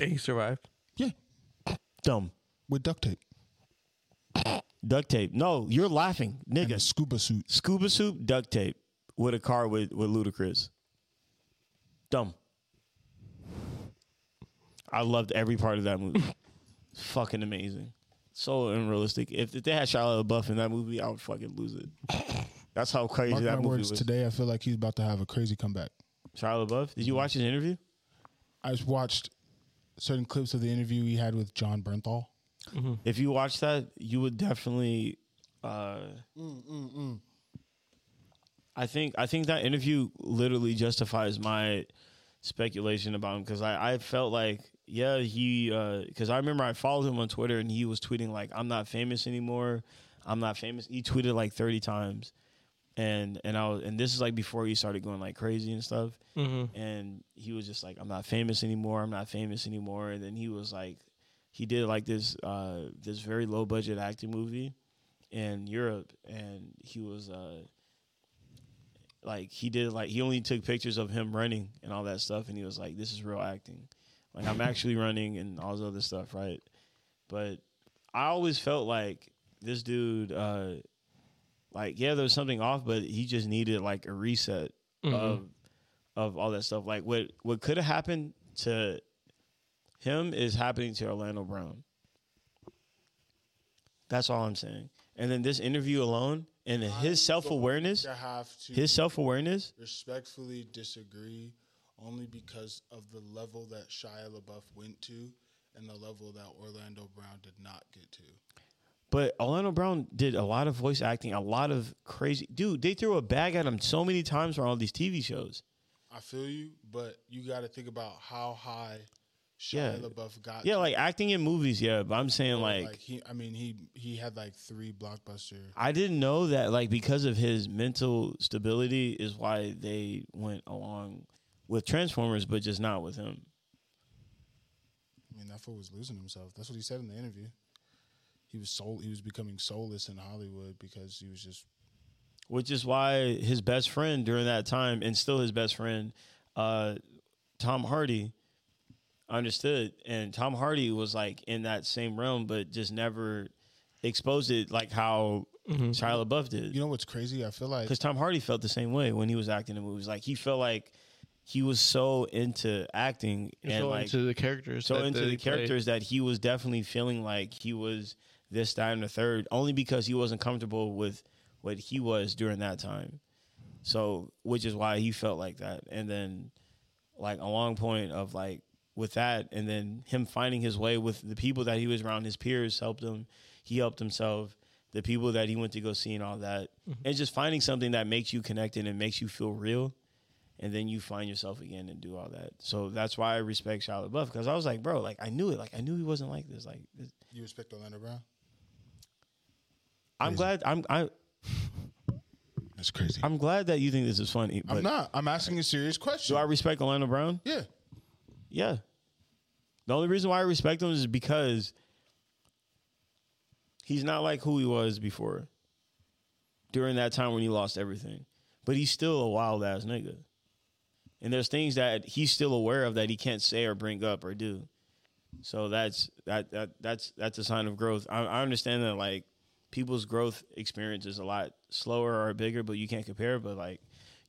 Speaker 2: He survived.
Speaker 1: Yeah.
Speaker 3: Dumb.
Speaker 1: With duct tape
Speaker 3: Duct tape. No, you're laughing,
Speaker 1: and a
Speaker 3: nigga.
Speaker 1: scuba suit.
Speaker 3: Scuba soup duct tape with a car with with Ludacris. Dumb. I loved every part of that movie. fucking amazing. So unrealistic. If, if they had Shia LaBeouf in that movie, I would fucking lose it. That's how crazy
Speaker 1: Mark
Speaker 3: that
Speaker 1: my
Speaker 3: movie
Speaker 1: words,
Speaker 3: was.
Speaker 1: today I feel like he's about to have a crazy comeback.
Speaker 3: Shia LaBeouf. Did you watch his interview?
Speaker 1: I just watched certain clips of the interview he had with John Bernthal.
Speaker 3: If you watch that, you would definitely. Uh, I think I think that interview literally justifies my speculation about him because I, I felt like yeah he because I remember I followed him on Twitter and he was tweeting like I'm not famous anymore I'm not famous he tweeted like 30 times and and I was and this is like before he started going like crazy and stuff
Speaker 2: Mm-hmm.
Speaker 3: and he was just like I'm not famous anymore I'm not famous anymore and then he was like he did like this uh this very low budget acting movie in Europe and he was uh like he did like he only took pictures of him running and all that stuff and he was like this is real acting like i'm actually running and all this other stuff right but i always felt like this dude uh like yeah there was something off but he just needed like a reset of of all that stuff like what what could have happened to him is happening to orlando brown that's all i'm saying and then this interview alone and his self-awareness
Speaker 1: have to
Speaker 3: his self awareness.
Speaker 1: respectfully disagree only because of the level that Shia LaBeouf went to and the level that Orlando Brown did not get to.
Speaker 3: But Orlando Brown did a lot of voice acting, a lot of crazy dude. They threw a bag at him so many times on all these TV shows.
Speaker 1: I feel you, but you got to think about how high Shia
Speaker 3: Yeah.
Speaker 1: LaBeouf got.
Speaker 3: Yeah,
Speaker 1: to.
Speaker 3: like acting in movies. Yeah, but I'm saying like,
Speaker 1: he, I mean, he he had like three blockbuster.
Speaker 3: I didn't know that like because of his mental stability is why they went along with Transformers, but just not with him.
Speaker 1: I mean, that fool was losing himself. That's what he said in the interview. he was soul he was becoming soulless in Hollywood because he was just
Speaker 3: which is why his best friend during that time and still his best friend uh, tom hardy understood and tom hardy was like in that same realm but just never exposed it like how shia labeouf
Speaker 1: you
Speaker 3: did
Speaker 1: know what's crazy? I feel like
Speaker 3: because tom hardy felt the same way when he was acting in movies like he felt like he was so into acting and
Speaker 2: so
Speaker 3: like
Speaker 2: into the characters.
Speaker 3: so
Speaker 2: that
Speaker 3: into
Speaker 2: they
Speaker 3: the
Speaker 2: play.
Speaker 3: characters that he was definitely feeling like he was this, that, and the third, only because he wasn't comfortable with what he was during that time. So, which is why he felt like that. And then, like, a long point of like with that, and then him finding his way with the people that he was around, his peers helped him. He helped himself. The people that he went to go see and all that,
Speaker 2: Mm-hmm.
Speaker 3: and just finding something that makes you connected and makes you feel real and then you find yourself again and do all that. So that's why I respect Shia LaBeouf because I was like, bro, like I knew it, like I knew he wasn't like this. Like this-
Speaker 1: you respect Orlando Brown?
Speaker 3: I'm glad, I'm I,
Speaker 1: That's crazy. I'm,
Speaker 3: I'm glad that you think this is funny. But
Speaker 1: not. I'm asking a serious question.
Speaker 3: do I respect Orlando Brown?
Speaker 1: yeah.
Speaker 3: Yeah. The only reason why I respect him is because he's not like who he was before. During that time when he lost everything, but he's still a wild ass nigga. And there's things that he's still aware of that he can't say or bring up or do. So that's that, that that's that's a sign of growth. I, I understand that like people's growth experience is a lot slower or bigger, but you can't compare. But like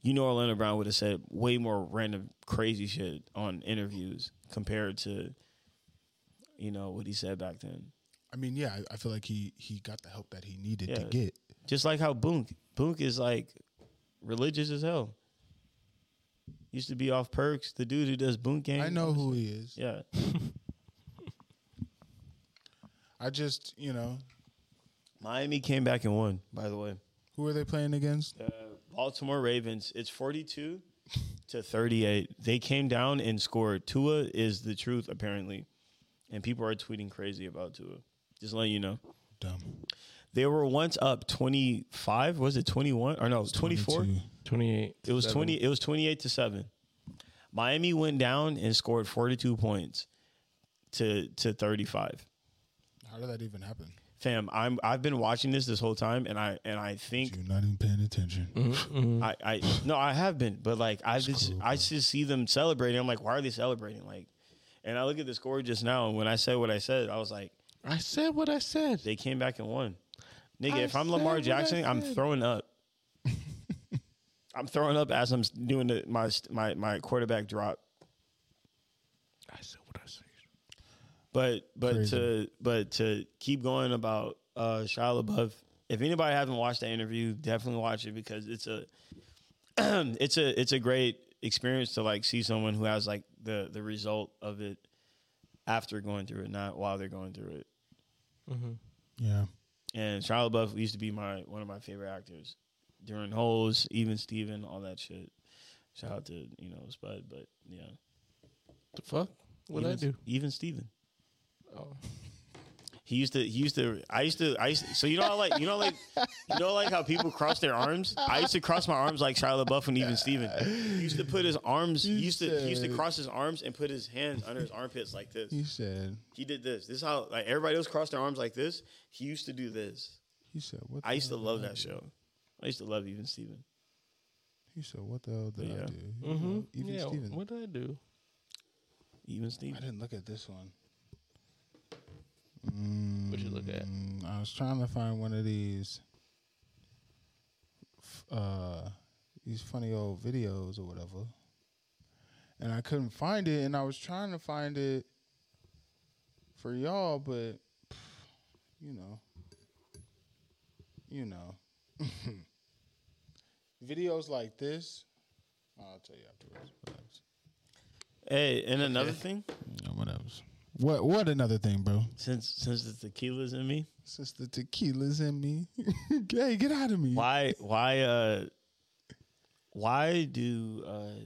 Speaker 3: you know, Orlando Brown would have said way more random crazy shit on interviews compared to you know what he said back then.
Speaker 1: I mean, yeah, I, I feel like he he got the help that he needed to
Speaker 3: Yeah.
Speaker 1: get.
Speaker 3: Just like how Boonk Boonk is like religious as hell. Used to be off perks. The dude who does Boonk game.
Speaker 1: I know who he is.
Speaker 3: Yeah.
Speaker 1: I just, you know,
Speaker 3: Miami came back and won. By the way.
Speaker 1: who are they playing against?
Speaker 3: uh, Baltimore Ravens. It's 42 to 38. They came down and scored. Tua is the truth, apparently. And people are tweeting crazy about Tua. Just letting you know.
Speaker 1: Dumb.
Speaker 3: They were once up 25. Was it 21? Or no, 24?
Speaker 1: 22.
Speaker 2: 28.
Speaker 3: It was
Speaker 2: seven.
Speaker 3: 20 it was 28 to 7. Miami went down and scored 42 points to to 35.
Speaker 1: How did that even happen?
Speaker 3: Fam, I'm I've been watching this this whole time and I and I think
Speaker 1: You're not even paying attention.
Speaker 3: Mm-hmm. I, I no, I have been, but like I just
Speaker 1: cool,
Speaker 3: I just see them celebrating. I'm like, why are they celebrating? Like, and I look at the score just now, and when I said what I said, I was like,
Speaker 2: I said what I said.
Speaker 3: they came back and won. Nigga,
Speaker 2: I
Speaker 3: if I'm
Speaker 2: said
Speaker 3: Lamar
Speaker 2: what I
Speaker 3: Jackson, I'm
Speaker 2: said.
Speaker 3: throwing up. I'm throwing up as I'm doing the, my my my quarterback drop.
Speaker 2: I said what I said.
Speaker 3: But but
Speaker 1: Crazy.
Speaker 3: to but to keep going about uh Shia LaBeouf, if anybody hasn't watched that interview, definitely watch it because it's a it's a it's a great experience to like see someone who has like the the result of it after going through it, not while they're going through it.
Speaker 1: Yeah.
Speaker 3: And Shia LaBeouf used to be my one of my favorite actors during Holes, even Steven, all that shit. Shout out to you know Spud, but yeah,
Speaker 2: The fuck? What I
Speaker 3: even,
Speaker 2: do?
Speaker 3: even Steven.
Speaker 2: Oh.
Speaker 3: He used to. He used to. I used to. I used to, so you know how like you know like you know like how people cross their arms. I used to cross my arms like Shia LaBeouf and even Steven. He used to put his arms. He used to. He used to cross his arms and put his hands under his armpits like this.
Speaker 1: He said,
Speaker 3: He did this. This is how like everybody else crossed their arms like this. He used to do this.
Speaker 1: he said, what
Speaker 3: I
Speaker 1: the
Speaker 3: used to
Speaker 1: hell
Speaker 3: love
Speaker 1: did
Speaker 3: that show. I used to love even Steven.
Speaker 1: He said, what the hell did I
Speaker 3: Yeah.
Speaker 1: do? He was
Speaker 2: Mm-hmm.
Speaker 1: like, Even
Speaker 2: yeah,
Speaker 1: Steven.
Speaker 2: what did I do?
Speaker 3: Even
Speaker 1: I
Speaker 3: Steven.
Speaker 1: didn't look at this one.
Speaker 2: What'd you look at?
Speaker 1: Mm, I was trying to find one of these, f- uh, these funny old videos or whatever, and I couldn't find it. And I was trying to find it for y'all, but pff, you know, you know, videos like this. I'll tell you afterwards. Whatevs.
Speaker 3: Hey, and another thing,
Speaker 1: Yeah, whatevs. What what another thing, bro?
Speaker 3: since since the tequila's in me,
Speaker 1: Since the tequila's in me, hey, get out of me.
Speaker 3: why why uh why do uh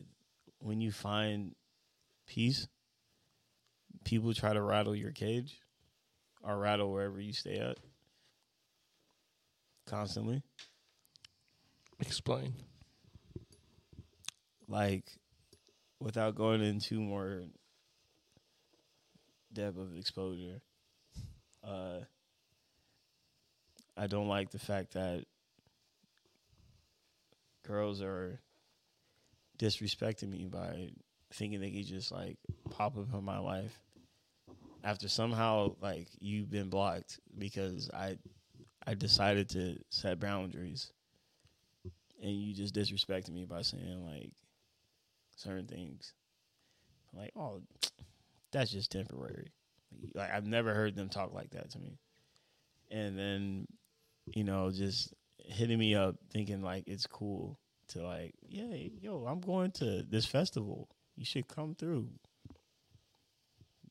Speaker 3: when you find peace people try to rattle your cage or rattle wherever you stay at constantly
Speaker 2: Explain.
Speaker 3: like without going into more depth of exposure uh I don't like the fact that girls are disrespecting me by thinking they could just like pop up in my life after somehow like you've been blocked because I I decided to set boundaries and you just disrespected me by saying like certain things. I'm like, oh, that's just temporary. Like I've never heard them talk like that to me. And then, you know, just hitting me up thinking like it's cool to like, yeah, yo, I'm going to this festival. You should come through.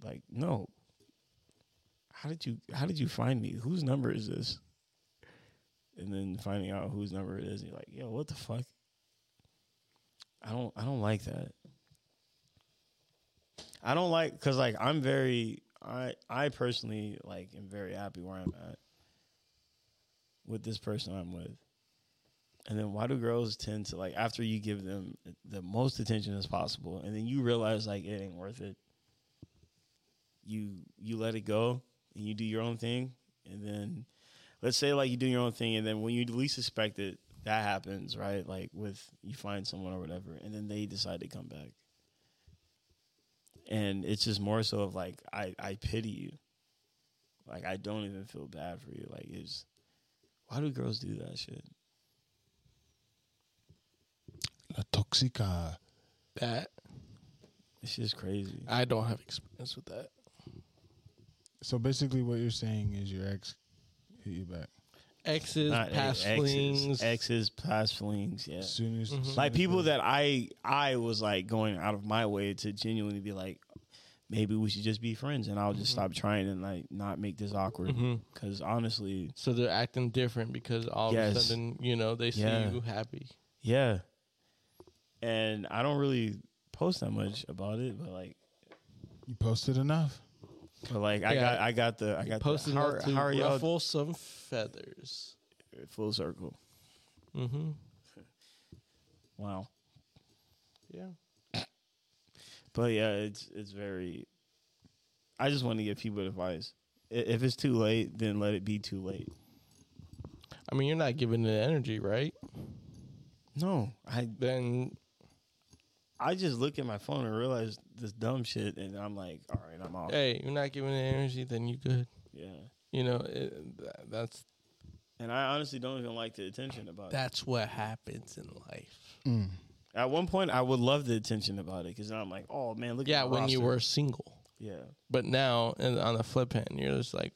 Speaker 3: Like, no. How did you how did you find me? Whose number is this? And then finding out whose number it is, and you're like, yo, what the fuck? I don't I don't like that. I don't like because like I'm very I I personally like am very happy where I'm at with this person I'm with. And then why do girls tend to like after you give them the most attention as possible and then you realize like it ain't worth it. You you let it go and you do your own thing and then let's say like you do your own thing and then when you least suspect it that happens, right? Like with you find someone or whatever and then they decide to come back and it's just more so of like I I pity you. Like I don't even feel bad for you. Like it's why do girls do that shit?
Speaker 1: La toxica.
Speaker 2: That
Speaker 3: It's just crazy.
Speaker 2: I don't have experience with that.
Speaker 1: So basically, what you're saying is your ex hit you back.
Speaker 2: Exes,
Speaker 3: Not
Speaker 2: past flings.
Speaker 3: exes, exes, past flings. Yeah, Mm-hmm.
Speaker 1: As soon as soon
Speaker 3: like
Speaker 1: as
Speaker 3: people
Speaker 1: the-
Speaker 3: that I I was like going out of my way to genuinely be like, maybe we should just be friends, and I'll just
Speaker 2: Mm-hmm.
Speaker 3: stop trying and like not make this awkward.
Speaker 2: Mhm.
Speaker 3: Because honestly,
Speaker 2: So they're acting different because all of a
Speaker 3: Yes.
Speaker 2: sudden, you know, they see
Speaker 3: Yeah.
Speaker 2: you happy.
Speaker 3: Yeah. And I don't really post that much about it, but like
Speaker 1: you posted enough.
Speaker 3: But like I
Speaker 2: Yeah.
Speaker 3: got, I got the, I got
Speaker 2: Posted
Speaker 3: the, how,
Speaker 2: enough
Speaker 3: are-
Speaker 2: to
Speaker 3: how are y'all
Speaker 2: ruffle some feathers.
Speaker 3: full circle?
Speaker 2: Mm-hmm.
Speaker 3: Wow.
Speaker 2: Yeah.
Speaker 3: But yeah, it's it's very. I just want to give people advice. I- If it's too late, then let it be too late.
Speaker 2: I mean, you're not giving it energy, right?
Speaker 3: No, I
Speaker 2: Then
Speaker 3: I just look at my phone and realize this dumb shit, and I'm like, all right, I'm off.
Speaker 2: hey, you're not giving it energy, then you good.
Speaker 3: Yeah.
Speaker 2: You know, it, tha- that's
Speaker 3: And I honestly don't even like the attention about it.
Speaker 2: that's what happens in life.
Speaker 1: Mm.
Speaker 3: At one point, I would love the attention about it because I'm like, oh man, look.
Speaker 2: Yeah,
Speaker 3: at my
Speaker 2: when you
Speaker 3: roster.
Speaker 2: were single,
Speaker 3: Yeah.
Speaker 2: but now and on the flip hand, you're just like,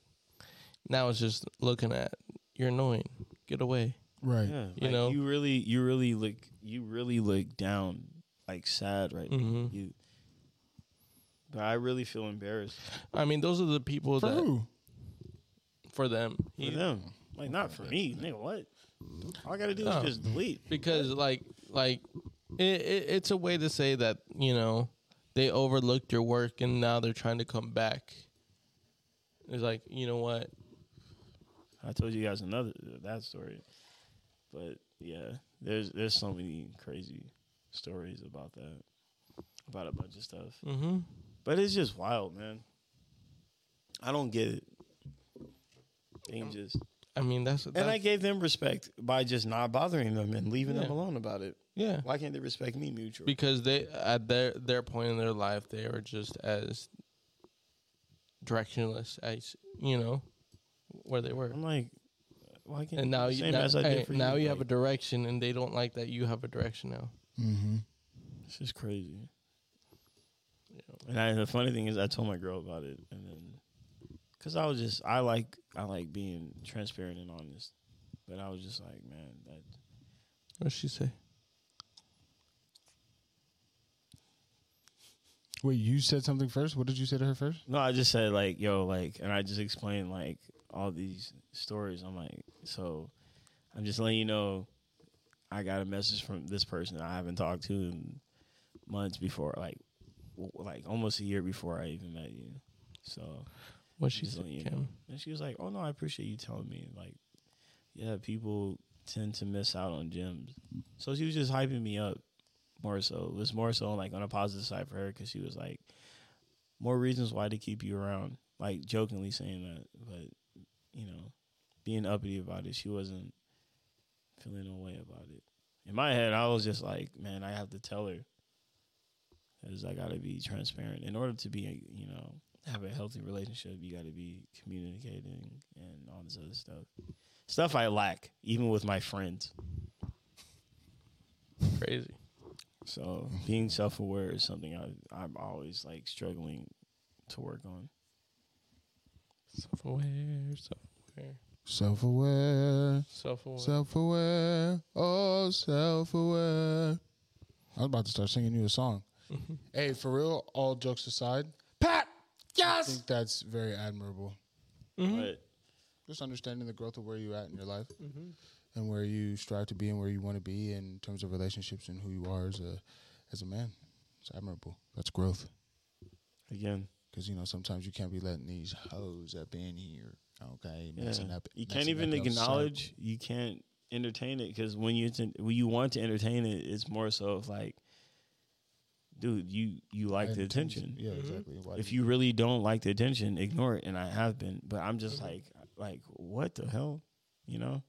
Speaker 2: now it's just looking at you're annoying. Get away.
Speaker 1: Right.
Speaker 3: Yeah,
Speaker 2: You
Speaker 3: like,
Speaker 2: know?
Speaker 3: you really, you really look, you really look down, like sad right now.
Speaker 2: Mhm.
Speaker 3: You, but I really feel embarrassed
Speaker 2: I mean, those are the people
Speaker 1: For
Speaker 2: that
Speaker 1: who?
Speaker 2: for them. He-
Speaker 3: for them. Like not for me, nigga. What? All I gotta do
Speaker 2: No.
Speaker 3: is just delete.
Speaker 2: because like like it, it, it's a way to say that you know they overlooked your work and now they're trying to come back it's like you know what
Speaker 3: I told you guys another that story, but yeah, there's there's so many crazy stories about that, about a bunch of stuff.
Speaker 2: mm-hmm
Speaker 3: But it's just wild, man. I don't get it. They can just
Speaker 2: i mean that's, that's
Speaker 3: And I gave them respect by just not bothering them and leaving
Speaker 2: Yeah.
Speaker 3: them alone about it.
Speaker 2: yeah
Speaker 3: Why can't they respect me mutually?
Speaker 2: because they at their their point in their life they are just as directionless as you know where they were
Speaker 3: I'm like, why can't?
Speaker 2: and now you
Speaker 3: same
Speaker 2: now,
Speaker 3: as I
Speaker 2: hey,
Speaker 3: did for
Speaker 2: now
Speaker 3: you,
Speaker 2: you have a
Speaker 3: like,
Speaker 2: direction and they don't like that you have a direction now
Speaker 1: Mm-hmm.
Speaker 3: It's just crazy.
Speaker 2: you know?
Speaker 3: And I, the funny thing is, I told my girl about it, and then because I was just, I like, I like being transparent and honest, but I was just like, man, that
Speaker 2: what she say
Speaker 1: Wait, you said something first. What did you say to her first?
Speaker 3: No, I just said like, yo, like, and I just explained like all these stories. I'm like, so I'm just letting you know, I got a message from this person I haven't talked to in months before, like, w- like almost a year before I even met you. So,
Speaker 2: what she
Speaker 3: Just
Speaker 2: say
Speaker 3: let you
Speaker 2: Kim?
Speaker 3: and she was like, oh no, I appreciate you telling me. Like, yeah, people tend to miss out on gems. So she was just hyping me up more so. It was more so like on a positive side for her because she was like, more reasons why to keep you around. Like jokingly saying that, but you know, being uppity about it. She wasn't feeling no way about it. In my head, I was just like, man, I have to tell her because I got to be transparent. In order to be, you know, have a healthy relationship, you got to be communicating and all this other stuff. Stuff I lack, even with my friends.
Speaker 2: Crazy.
Speaker 3: So being self aware is something I, I'm always like struggling to work on.
Speaker 2: Self aware,
Speaker 1: Self
Speaker 2: self aware,
Speaker 1: aware.
Speaker 2: self aware.
Speaker 1: Self aware. Oh, self aware. I was about to start singing you a song. hey, for real, all jokes aside, Pat! Yes! I think that's very admirable.
Speaker 3: But
Speaker 1: Just understanding the growth of where you're at in your life and where you strive to be and where you want to be in terms of relationships and who you are as a, as a man. It's admirable. That's growth.
Speaker 3: again,
Speaker 1: Because, you know, sometimes you can't be letting these hoes up in here. Okay,
Speaker 3: yeah.
Speaker 1: messing up.
Speaker 3: you can't
Speaker 1: messing
Speaker 3: even
Speaker 1: up your
Speaker 3: acknowledge. You can't entertain it because when you ent- when you want to entertain it, it's more so of like, dude, you you like the
Speaker 1: intention.
Speaker 3: attention.
Speaker 1: Yeah, exactly. Why
Speaker 3: If
Speaker 1: do
Speaker 3: you really don't like the attention, ignore it. And I have been, but I'm just like, like what the hell, you know?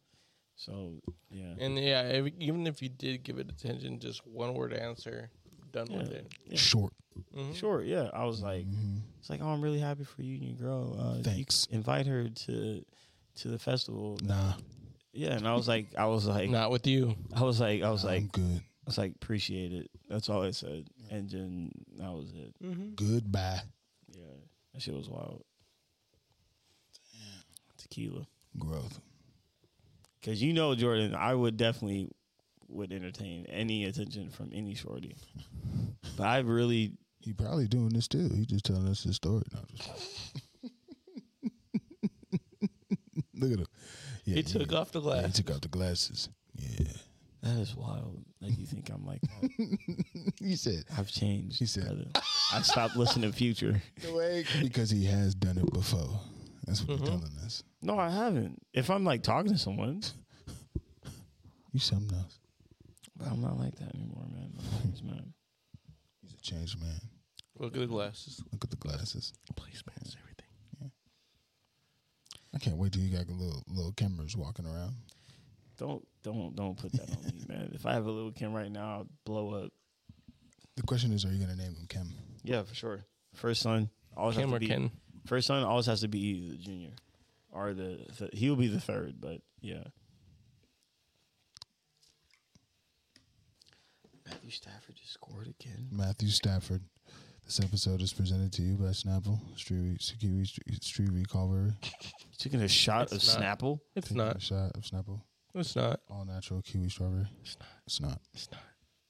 Speaker 3: So yeah,
Speaker 2: And yeah, if, even if you did give it attention, just one word answer, done with
Speaker 3: Yeah. Mm-hmm.
Speaker 2: it.
Speaker 1: short. Mm-hmm.
Speaker 3: Sure, yeah. I was like, it's like, oh, I'm really happy for you and your girl. Uh, you
Speaker 1: Thanks.
Speaker 3: invite her to to the festival.
Speaker 1: Nah,
Speaker 3: Yeah, and I was like, I was like,
Speaker 2: Not with you.
Speaker 3: I was like, I was like,
Speaker 1: I'm good.
Speaker 3: I was like, appreciate it. That's all I said, and then that was it.
Speaker 1: Mm-hmm. Goodbye.
Speaker 3: Yeah, that shit was wild. Tequila,
Speaker 1: Growth.
Speaker 3: because you know, Jordan, I would definitely would entertain any attention from any shorty, but I really
Speaker 1: He probably doing this too. He just telling us his story. No, just look at him. Yeah,
Speaker 2: he took off the
Speaker 1: Yeah, he
Speaker 2: glass.
Speaker 1: took off the glasses. Yeah,
Speaker 3: that is wild. Like you think I'm like. that.
Speaker 1: he said
Speaker 3: I've changed.
Speaker 1: He said-
Speaker 3: brother. I stopped listening to Future.
Speaker 1: because he has done it before. That's what he's telling us.
Speaker 3: No, I haven't. If I'm like talking to someone,
Speaker 1: You something else.
Speaker 3: but I'm not like that anymore, man. I'm changed, man.
Speaker 1: He's a changed man.
Speaker 2: Look at the glasses.
Speaker 1: Look at the glasses.
Speaker 2: Placements, everything.
Speaker 1: I can't wait till you got little little cameras walking around.
Speaker 3: Don't don't don't put that on me, man. If I have a little Kim right now, I'll blow up.
Speaker 1: The question is, are you gonna name him Kim?
Speaker 3: Yeah, for sure. First son always has
Speaker 2: Kim
Speaker 3: to
Speaker 2: or
Speaker 3: be
Speaker 2: Ken?
Speaker 3: first son always has to be either the junior or the th- he'll be the third, but yeah. Matthew Stafford just scored again.
Speaker 1: Matthew Stafford. This episode is presented to you by Snapple Street Kiwi Street, Street Recovery.
Speaker 3: Taking a shot
Speaker 2: It's
Speaker 3: of
Speaker 2: not-
Speaker 3: Snapple.
Speaker 2: It's
Speaker 1: Taking
Speaker 2: not.
Speaker 1: a shot of Snapple.
Speaker 2: It's not.
Speaker 1: All natural kiwi strawberry.
Speaker 2: It's not.
Speaker 1: It's not.
Speaker 2: It's not.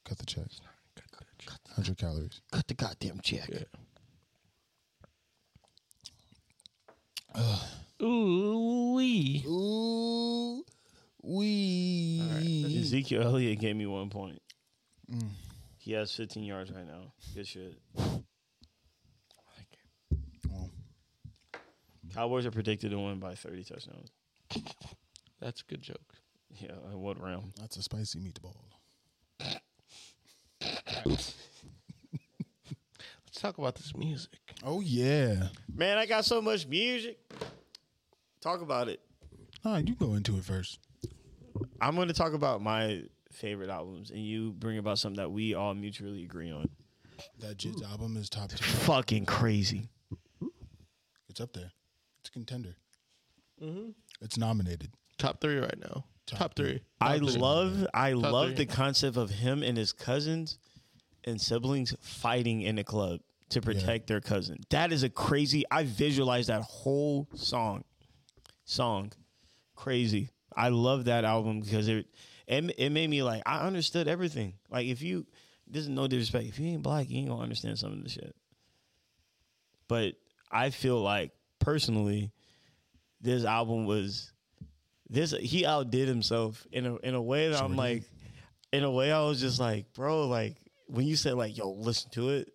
Speaker 1: Cut the check.
Speaker 2: It's not. Cut that shit.
Speaker 1: 100 calories.
Speaker 4: Cut the goddamn check.
Speaker 2: Ooh wee.
Speaker 1: Ooh, we.
Speaker 3: Ezekiel Elliott gave me one point. He has 15 yards right now. Good shit. Cowboys are predicted to win by 30 touchdowns.
Speaker 2: That's a good joke.
Speaker 3: Yeah, in what round?
Speaker 1: That's a spicy meatball.
Speaker 2: Let's talk about this music.
Speaker 1: Oh, yeah.
Speaker 3: Man, I got so much music. Talk about it.
Speaker 1: Nah, you go into it first.
Speaker 3: I'm going to talk about my favorite albums, and you bring about something that we all mutually agree on.
Speaker 1: That Jid's album is top 10.
Speaker 3: Fucking crazy.
Speaker 1: It's up there. It's a contender.
Speaker 2: Mm-hmm.
Speaker 1: It's nominated.
Speaker 2: Top three right now. Top, three.
Speaker 3: I love, I
Speaker 2: Top
Speaker 3: love
Speaker 2: three.
Speaker 3: the concept of him and his cousins and siblings fighting in a club to protect their cousin. That is a crazy. I visualized that whole song, song, crazy. I love that album because it, it it made me like I understood everything. Like if you, this is no disrespect. If you ain't black, you ain't gonna understand some of the shit. But I feel like personally, this album was this he outdid himself in a in a way that I'm like in a way I was just like, bro, like when you said like, yo, listen to it.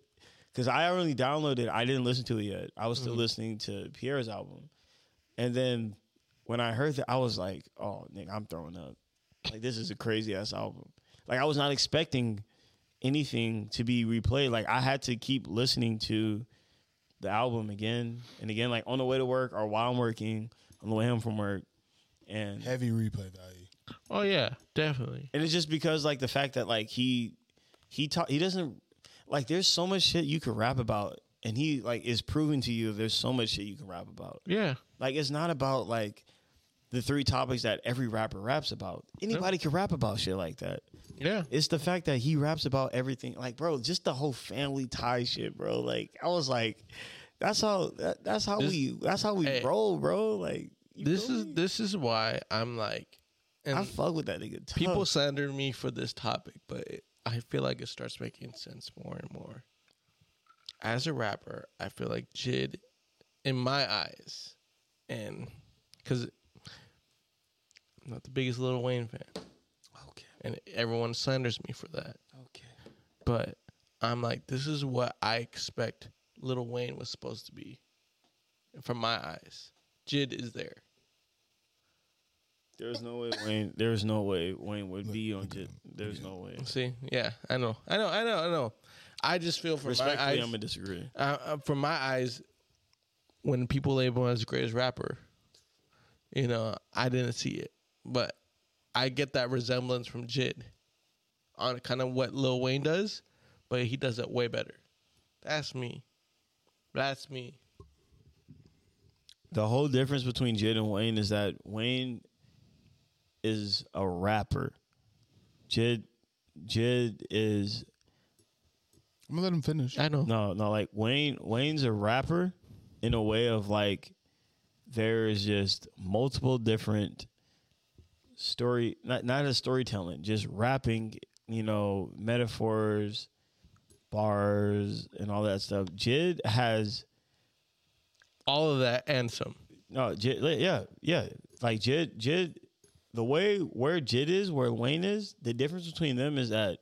Speaker 3: Cause I already downloaded it. I didn't listen to it yet. I was still listening to Pierre's album. And then when I heard that, I was like, oh nigga, I'm throwing up. Like this is a crazy ass album. Like I was not expecting anything to be replayed. Like I had to keep listening to the album again and again, like on the way to work or while I'm working, on the way home from work and
Speaker 1: Heavy replay value.
Speaker 2: Oh yeah, definitely.
Speaker 3: and it's just because like the fact that like he he taught he doesn't like there's so much shit you can rap about and he like is proving to you there's so much shit you can rap about
Speaker 2: Yeah.
Speaker 3: like it's not about like the three topics that every rapper raps about anybody can rap about shit like that
Speaker 2: Yeah.
Speaker 3: it's the fact that he raps about everything like bro just the whole family tie shit bro like i was like that's how that, that's how
Speaker 2: This-
Speaker 3: we that's how we
Speaker 2: Hey.
Speaker 3: roll bro like you
Speaker 2: This
Speaker 3: feel
Speaker 2: is
Speaker 3: me?
Speaker 2: this is why I'm like and
Speaker 3: i fuck with that nigga tough.
Speaker 2: people slander me for this topic, but it, I feel like it starts making sense more and more. As a rapper, I feel like Jid, in my eyes, and because I'm not the biggest Lil Wayne fan,
Speaker 3: okay
Speaker 2: and everyone slanders me for that.
Speaker 3: okay
Speaker 2: But I'm like, this is what I expect Little Wayne was supposed to be. From my eyes, Jid is there.
Speaker 3: There's no way Wayne. There's no way Wayne would be on Jit. There's no way.
Speaker 2: See, yeah, I know, I know, I know, I know. I just feel from my
Speaker 3: Respectfully,
Speaker 2: eyes,
Speaker 3: I'm gonna disagree.
Speaker 2: uh, uh, from my eyes, when people label him as the greatest rapper, you know, I didn't see it, but I get that resemblance from Jid on kind of what Lil Wayne does, but he does it way better. That's me. That's me.
Speaker 3: The whole difference between Jid and Wayne is that Wayne is a rapper. Jid, Jid is
Speaker 1: I'm gonna let him finish.
Speaker 2: I know.
Speaker 3: no, no. Like Wayne, Wayne's a rapper in a way of like there is just multiple different story, not not a storytelling, just rapping. You know, metaphors, bars, and all that stuff. Jid has
Speaker 2: All of that and some.
Speaker 3: No, Jid, li- yeah, yeah. Like Jid, Jid, the way where Jid is, where Wayne is, the difference between them is that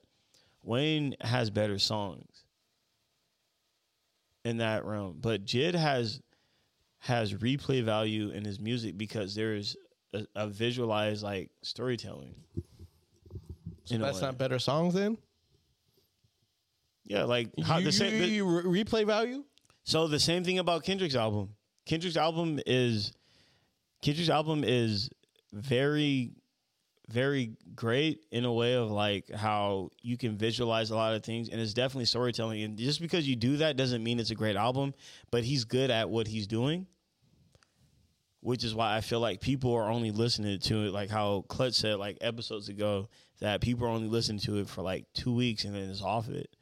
Speaker 3: Wayne has better songs in that realm, but Jid has has replay value in his music because there's a, a visualized like storytelling.
Speaker 2: So
Speaker 3: In a
Speaker 2: that's
Speaker 3: way.
Speaker 2: not better songs then?
Speaker 3: Yeah, like
Speaker 2: You,
Speaker 3: how the
Speaker 2: you-
Speaker 3: same. the-
Speaker 2: you re- replay value?
Speaker 3: So the same thing about Kendrick's album. Kendrick's album is Kendrick's album is very very great in a way of like how you can visualize a lot of things and it's definitely storytelling and just because you do that doesn't mean it's a great album but he's good at what he's doing which is why I feel like people are only listening to it like how Clutch said like episodes ago that people are only listening to it for like 2 weeks and then it's off it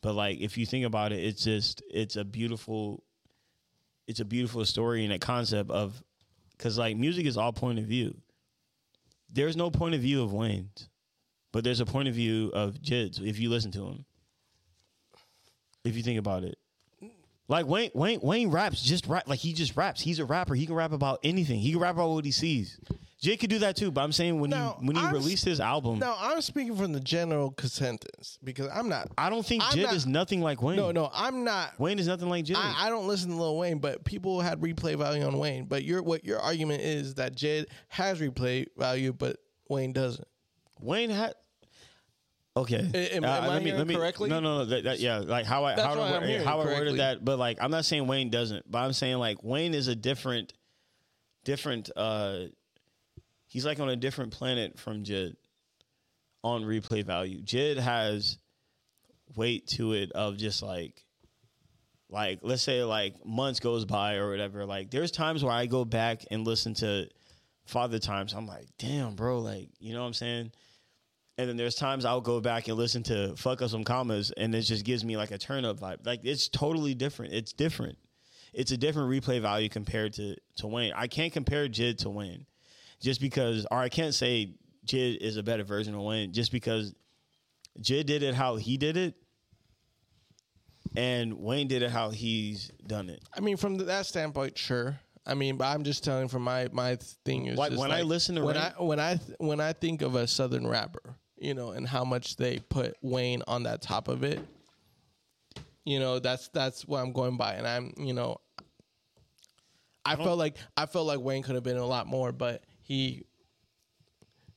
Speaker 3: but like if you think about it it's just it's a beautiful it's a beautiful story and a concept of because like music is all point of view there's no point of view of wayne's but there's a point of view of jid's if you listen to him if you think about it like wayne wayne wayne raps just rap like he just raps he's a rapper he can rap about anything he can rap about what he sees jid could do that too but i'm saying when
Speaker 2: Now,
Speaker 3: he when he
Speaker 2: I'm s-
Speaker 3: released his album
Speaker 2: No, I'm speaking from the general consensus because I'm not.
Speaker 3: i don't think
Speaker 2: I'm
Speaker 3: jid
Speaker 2: not-
Speaker 3: is nothing like wayne
Speaker 2: No, no, I'm not.
Speaker 3: wayne is nothing like jid
Speaker 2: I, I don't listen to Lil Wayne, but people had replay value on Wayne. But your what your argument is that Jid has replay value, but Wayne doesn't.
Speaker 3: Wayne had. Okay. Uh,
Speaker 2: am I hearing correctly?
Speaker 3: No, no, no. That, that, yeah, like how I
Speaker 2: That's
Speaker 3: how,
Speaker 2: why
Speaker 3: I,
Speaker 2: I'm
Speaker 3: word-
Speaker 2: hearing
Speaker 3: how I
Speaker 2: correctly.
Speaker 3: worded that, but like I'm not saying Wayne doesn't, but I'm saying like Wayne is a different, different. uh He's like on a different planet from Jid on replay value. Jid has weight to it of just like like let's say like months goes by or whatever like there's times where i go back and listen to father times i'm like damn bro like you know what i'm saying and then there's times i'll go back and listen to fuck up some commas and it just gives me like a turn up vibe like it's totally different it's different it's a different replay value compared to to wayne i can't compare jid to wayne just because or i can't say jid is a better version of wayne just because jid did it how he did it and Wayne did it how he's done it.
Speaker 2: I mean, from that standpoint, sure. I mean, but I'm just telling from my my thing is
Speaker 3: Like,
Speaker 2: just
Speaker 3: when I listen to
Speaker 2: when
Speaker 3: rap-
Speaker 2: I when I th- when I think of a southern rapper, you know, and how much they put Wayne on that top of it. You know, that's that's what I'm going by, and I'm you know, I, felt like I felt like Wayne could have been a lot more, but he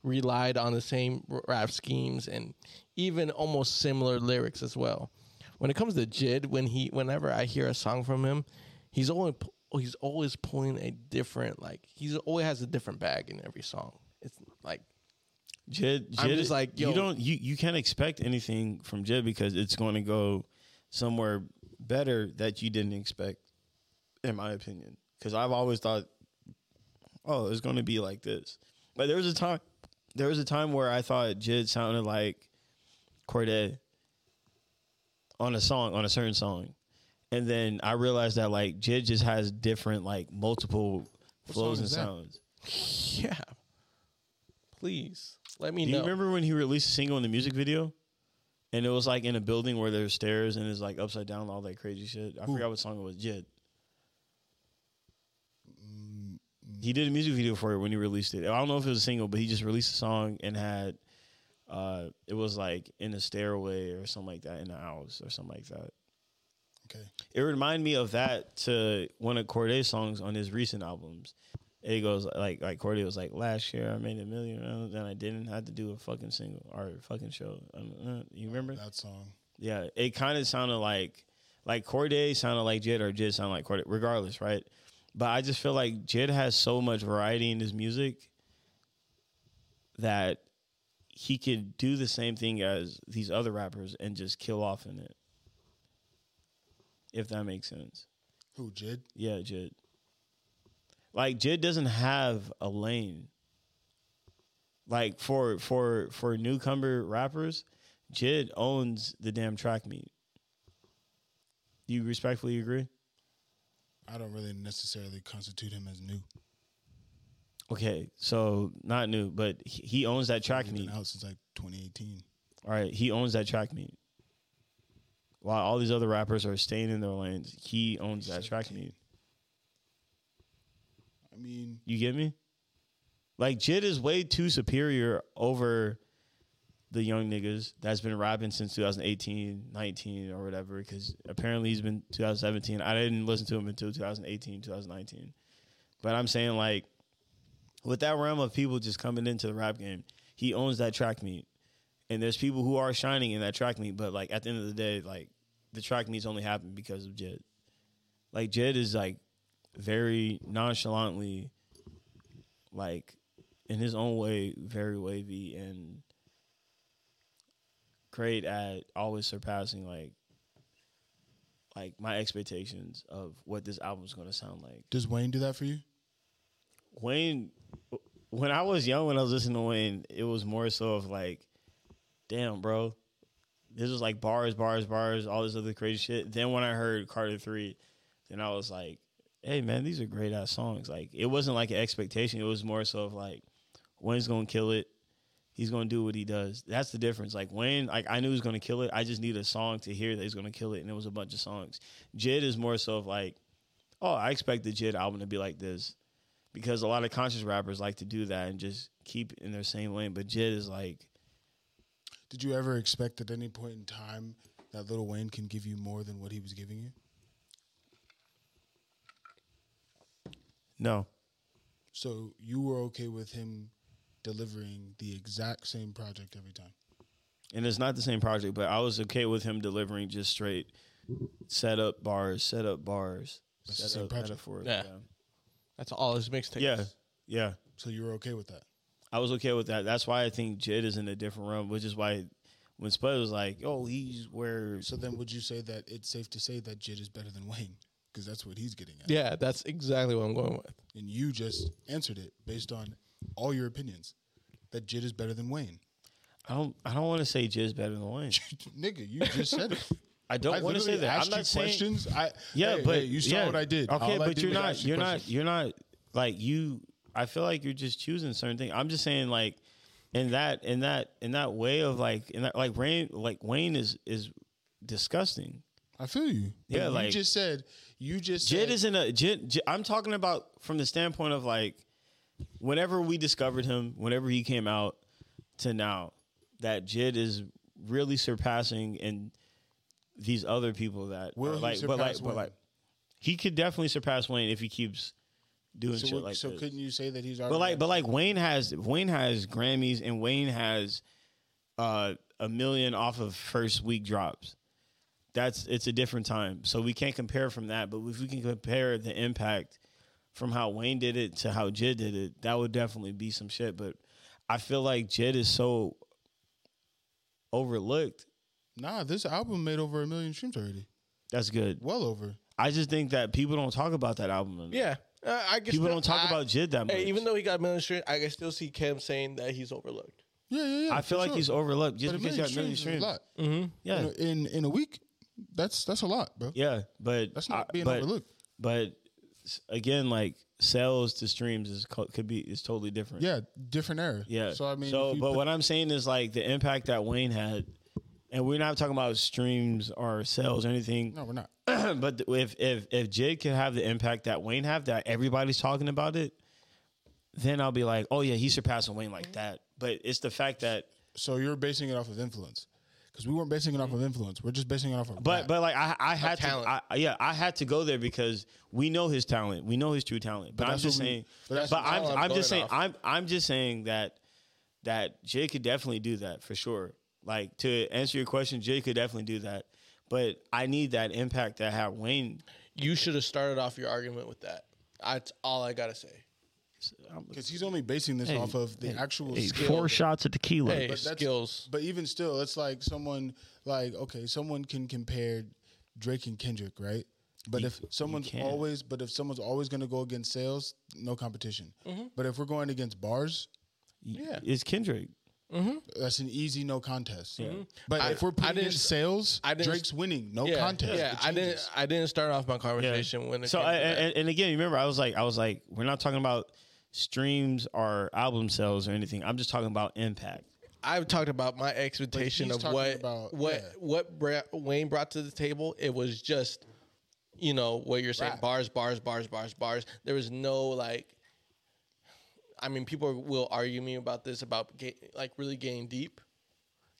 Speaker 2: relied on the same r- rap schemes and even almost similar lyrics as well. When it comes to Jid, when he whenever I hear a song from him, he's only p- oh, he's always pulling a different like he's always has a different bag in every song. It's like
Speaker 3: Jed,
Speaker 2: I'm
Speaker 3: Jed
Speaker 2: just like, yo.
Speaker 3: you don't you, you can't expect anything from Jed because it's going to go somewhere better that you didn't expect, in my opinion. Because I've always thought, oh, it's going to be like this. But there was a time, there was a time where I thought Jed sounded like Corday on a song, on a certain song, and then I realized that like Jed just has different like multiple
Speaker 1: song
Speaker 3: flows and
Speaker 1: is that?
Speaker 3: sounds.
Speaker 2: yeah. Please let me
Speaker 3: Do you
Speaker 2: know.
Speaker 3: remember when he released a single in the music video? And it was like in a building where there's stairs and it's like upside down, all that crazy shit. I forgot what song it was. Jed. He did a music video for it when he released it. I don't know if it was a single, but he just released a song and had uh it was like in a stairway or something like that in a house or something like that.
Speaker 1: Okay.
Speaker 3: It reminded me of that to one of Corday's songs on his recent albums. It goes like like Corday was like last year I made a million dollars and I didn't have to do a fucking single or a fucking show. Um, uh, you remember?
Speaker 1: That song.
Speaker 3: Yeah, it kind of sounded like like Corday sounded like Jid or Jid sounded like Corday. Regardless, right? But I just feel like Jid has so much variety in his music that he could do the same thing as these other rappers and just kill off in it. If that makes sense.
Speaker 1: Who, Jid?
Speaker 3: Yeah, Jid. Like Jid doesn't have a lane. Like for for for newcomer rappers, Jid owns the damn track meet. Do you respectfully agree?
Speaker 1: I don't really necessarily constitute him as new.
Speaker 3: Okay, so not new, but he- he owns that track
Speaker 1: He's been
Speaker 3: meet.
Speaker 1: out since like 2018.
Speaker 3: All right, he owns that track meet. While all these other rappers are staying in their lanes, he owns that track meet.
Speaker 1: I mean,
Speaker 3: You get me? Like Jid is way too superior over the young niggas that's been rapping since 2018, 19 or whatever cuz apparently he's been 2017. I didn't listen to him until 2018, 2019. But I'm saying like with that realm of people just coming into the rap game, he owns that track meet. And there's people who are shining in that track meet, but like at the end of the day, like the track meets only happened because of Jid. Like Jid is like very nonchalantly like in his own way very wavy and great at always surpassing like like my expectations of what this album's going to sound like.
Speaker 1: does Wayne do that for you?
Speaker 3: Wayne, when I was young, when I was listening to Wayne, it was more so of like, damn, bro, this was like bars, bars, bars, all this other crazy shit. Then when I heard Carter Three, then I was like, hey man, these are great ass songs. Like it wasn't like an expectation. It was more so of like, Wayne's gonna kill it. He's gonna do what he does. That's the difference. Like Wayne, like I knew he was gonna kill it. I just need a song to hear that he's gonna kill it, and it was a bunch of songs. Jid is more so of like, oh, I expect the Jid album to be like this because a lot of conscious rappers like to do that and just keep in their same lane. But Jid is like,
Speaker 1: Did you ever expect at any point in time that Little Wayne can give you more than what he was giving you?
Speaker 3: no,
Speaker 1: So you were okay with him delivering the exact same project every time.
Speaker 3: and it's not the same project. But I was okay with him delivering just straight set up bars, set up bars,
Speaker 1: That's the
Speaker 3: set
Speaker 1: same
Speaker 3: up
Speaker 1: project.
Speaker 3: metaphors.
Speaker 2: Yeah. That's all his mixtapes.
Speaker 3: yeah, yeah, yeah.
Speaker 1: So you were okay with that.
Speaker 3: I was okay with that. That's why I think Jid is in a different realm, which is why when Spud was like, "Oh, he's where."
Speaker 1: So then would you say that it's safe to say that Jid is better than Wayne? Because that's what he's getting at.
Speaker 2: Yeah, that's exactly what I'm going with.
Speaker 1: And you just answered it based on all your opinions that Jid is better than Wayne.
Speaker 3: I don't. I don't want to say Jid's better than Wayne.
Speaker 1: Nigga, you just said it.
Speaker 3: I don't want to say
Speaker 1: literally
Speaker 3: that.
Speaker 1: asked
Speaker 3: I'm not
Speaker 1: you
Speaker 3: saying.
Speaker 1: questions. I,
Speaker 3: Yeah,
Speaker 1: hey,
Speaker 3: but
Speaker 1: hey, you saw
Speaker 3: yeah.
Speaker 1: what I did. All
Speaker 3: Okay,
Speaker 1: I
Speaker 3: but
Speaker 1: did
Speaker 3: you're
Speaker 1: was
Speaker 3: not.
Speaker 1: ask you
Speaker 3: You're
Speaker 1: questions.
Speaker 3: not. You're not like you. I feel like you're just choosing certain things. I'm just saying like in that in that in that way of like in that like Rain like Wayne is is disgusting.
Speaker 1: I feel you. But
Speaker 3: Yeah,
Speaker 1: you
Speaker 3: like-
Speaker 1: just said. You just
Speaker 3: Jid
Speaker 1: said,
Speaker 3: is in a Jid, Jid. I'm talking about from the standpoint of like whenever we discovered him, whenever he came out to now, that Jid is really surpassing and these other people that
Speaker 1: Will
Speaker 3: are
Speaker 1: he
Speaker 3: like, but like,
Speaker 1: surpass
Speaker 3: but
Speaker 1: Wayne?
Speaker 3: like, he could definitely surpass Wayne if he keeps doing
Speaker 1: So,
Speaker 3: shit
Speaker 1: what-
Speaker 3: like
Speaker 1: so
Speaker 3: this.
Speaker 1: couldn't you say that he's already?
Speaker 3: But like, but like Wayne has Wayne has Grammys and Wayne has uh, a million off of first week drops. that's it's a different time. So we can't compare from that. But if we can compare the impact from how Wayne did it to how Jid did it, that would definitely be some shit. But I feel like Jid is so overlooked.
Speaker 1: Nah, this album made over a million streams already.
Speaker 3: That's good.
Speaker 1: Well over.
Speaker 3: I just think that people don't talk about that album. enough.
Speaker 2: Yeah, uh, I guess
Speaker 3: People
Speaker 2: that-
Speaker 3: don't talk
Speaker 2: I-
Speaker 3: about Jid that much.
Speaker 2: Hey, even though he got ministry, I can still see Cam saying that he's overlooked.
Speaker 1: Yeah, yeah, yeah.
Speaker 3: I feel
Speaker 1: for
Speaker 3: like
Speaker 1: sure.
Speaker 3: he's overlooked just
Speaker 1: But a
Speaker 3: because he
Speaker 1: million
Speaker 3: got million
Speaker 1: streams is a
Speaker 3: streams. Mm-hmm.
Speaker 1: lot.
Speaker 3: Yeah,
Speaker 1: You know, In in a week, that's that's a lot, bro.
Speaker 3: yeah, but
Speaker 1: That's not
Speaker 3: I-
Speaker 1: being
Speaker 3: but,
Speaker 1: overlooked.
Speaker 3: But s- again, like sales to streams is co- could be is totally different.
Speaker 1: Yeah, different era.
Speaker 3: Yeah.
Speaker 1: So I mean,
Speaker 3: so
Speaker 1: if you
Speaker 3: but
Speaker 1: put-
Speaker 3: what I'm saying is like the impact that Wayne had, and we're not talking about streams or sales or anything.
Speaker 1: no, we're not.
Speaker 3: but th- if if if Jid could have the impact that Wayne have, that everybody's talking about it, then I'll be like, oh yeah, he's surpassing Wayne
Speaker 1: Mm-hmm.
Speaker 3: like that. But it's the fact that,
Speaker 1: So you're basing it off of influence, because we weren't basing it off of influence. We're just basing it off of.
Speaker 3: but
Speaker 1: rap.
Speaker 3: but like I I had to
Speaker 2: talent.
Speaker 3: I, yeah I had to go there because we know his talent, we know his true talent. But, I'm
Speaker 1: that's
Speaker 3: just
Speaker 1: what we-
Speaker 3: saying,
Speaker 1: but
Speaker 3: but,
Speaker 1: that's what
Speaker 3: I'm
Speaker 2: all I'm
Speaker 3: I'm just saying
Speaker 2: going off.
Speaker 3: I'm I'm just saying that that Jid could definitely do that for sure. Like to answer your question, Jid could definitely do that. But I need that impact that had Wayne.
Speaker 2: You should have started off your argument with that. That's all I gotta say.
Speaker 3: I'm-
Speaker 1: because he's only basing this off of the actual skill.
Speaker 3: Four shots of tequila.
Speaker 2: Hey,
Speaker 1: But that's-
Speaker 2: skills.
Speaker 1: But even still, it's like someone like okay, someone can compare Drake and Kendrick, right? But if someone's
Speaker 3: can.
Speaker 1: always, but if someone's always going to go against sales, no competition.
Speaker 2: Mm-hmm.
Speaker 1: But if we're going against bars,
Speaker 3: yeah. is Kendrick.
Speaker 1: that's an easy no contest.
Speaker 3: Mm-hmm.
Speaker 1: But
Speaker 2: I-
Speaker 1: if we're
Speaker 2: I
Speaker 1: putting in
Speaker 2: didn't-
Speaker 1: sales,
Speaker 2: I didn't-
Speaker 1: Drake's winning, no
Speaker 2: Yeah,
Speaker 1: contest.
Speaker 2: yeah.
Speaker 1: It
Speaker 2: I
Speaker 1: changes.
Speaker 2: didn't. I didn't start off my conversation when it
Speaker 3: So
Speaker 2: came to
Speaker 3: I,
Speaker 2: that.
Speaker 3: and, and again, remember, I was like, I was like, we're not talking about streams or album sales or anything. I'm just talking about impact.
Speaker 2: I've talked about my expectation
Speaker 1: he's
Speaker 2: of
Speaker 1: talking
Speaker 2: what
Speaker 1: about-
Speaker 2: what
Speaker 1: yeah.
Speaker 2: what Bra- Wayne brought to the table. It was just, you know, what you're saying:
Speaker 1: Rap.
Speaker 2: bars, bars, bars, bars, bars. There was no like. I mean, people will argue me about this about ga- like really getting deep.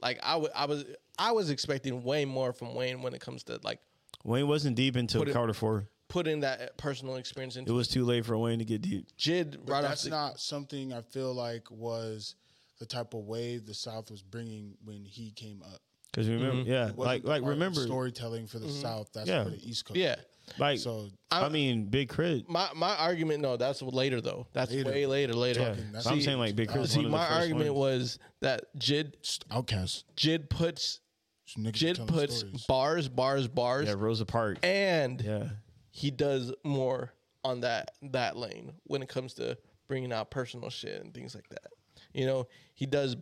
Speaker 2: Like I wa- I was I was expecting way more from Wayne when it comes to like
Speaker 3: Wayne wasn't deep until
Speaker 2: Put it-
Speaker 3: Carter Four.
Speaker 2: putting that personal experience
Speaker 3: It
Speaker 2: into
Speaker 3: was too late for Wayne to get deep.
Speaker 2: Jid
Speaker 1: But
Speaker 2: right off
Speaker 1: that's
Speaker 2: the
Speaker 1: not something I feel like was the type of wave the South was bringing when he came up.
Speaker 3: Because remember, yeah,
Speaker 1: Wasn't
Speaker 3: like
Speaker 1: the art
Speaker 3: like
Speaker 1: and
Speaker 3: remember, Mm-hmm.
Speaker 1: storytelling for the South. That's
Speaker 3: Yeah.
Speaker 1: for the East Coast.
Speaker 2: yeah.
Speaker 3: like
Speaker 1: So
Speaker 3: I, mean, Big Crit.
Speaker 2: My my argument no, that's later though. That's way later later.
Speaker 3: Yeah.
Speaker 1: that's-
Speaker 3: So I'm
Speaker 1: See-
Speaker 3: saying like Big Crit.
Speaker 2: See, my argument was that Jid
Speaker 1: Outcast.
Speaker 2: Jid puts
Speaker 1: Some niggas
Speaker 2: Jid
Speaker 1: telling
Speaker 2: puts
Speaker 1: stories.
Speaker 2: bars, bars, bars,
Speaker 3: yeah, Rosa Park.
Speaker 2: and
Speaker 3: yeah,
Speaker 2: he does more on that that lane when it comes to bringing out personal shit and things like that. You know, he does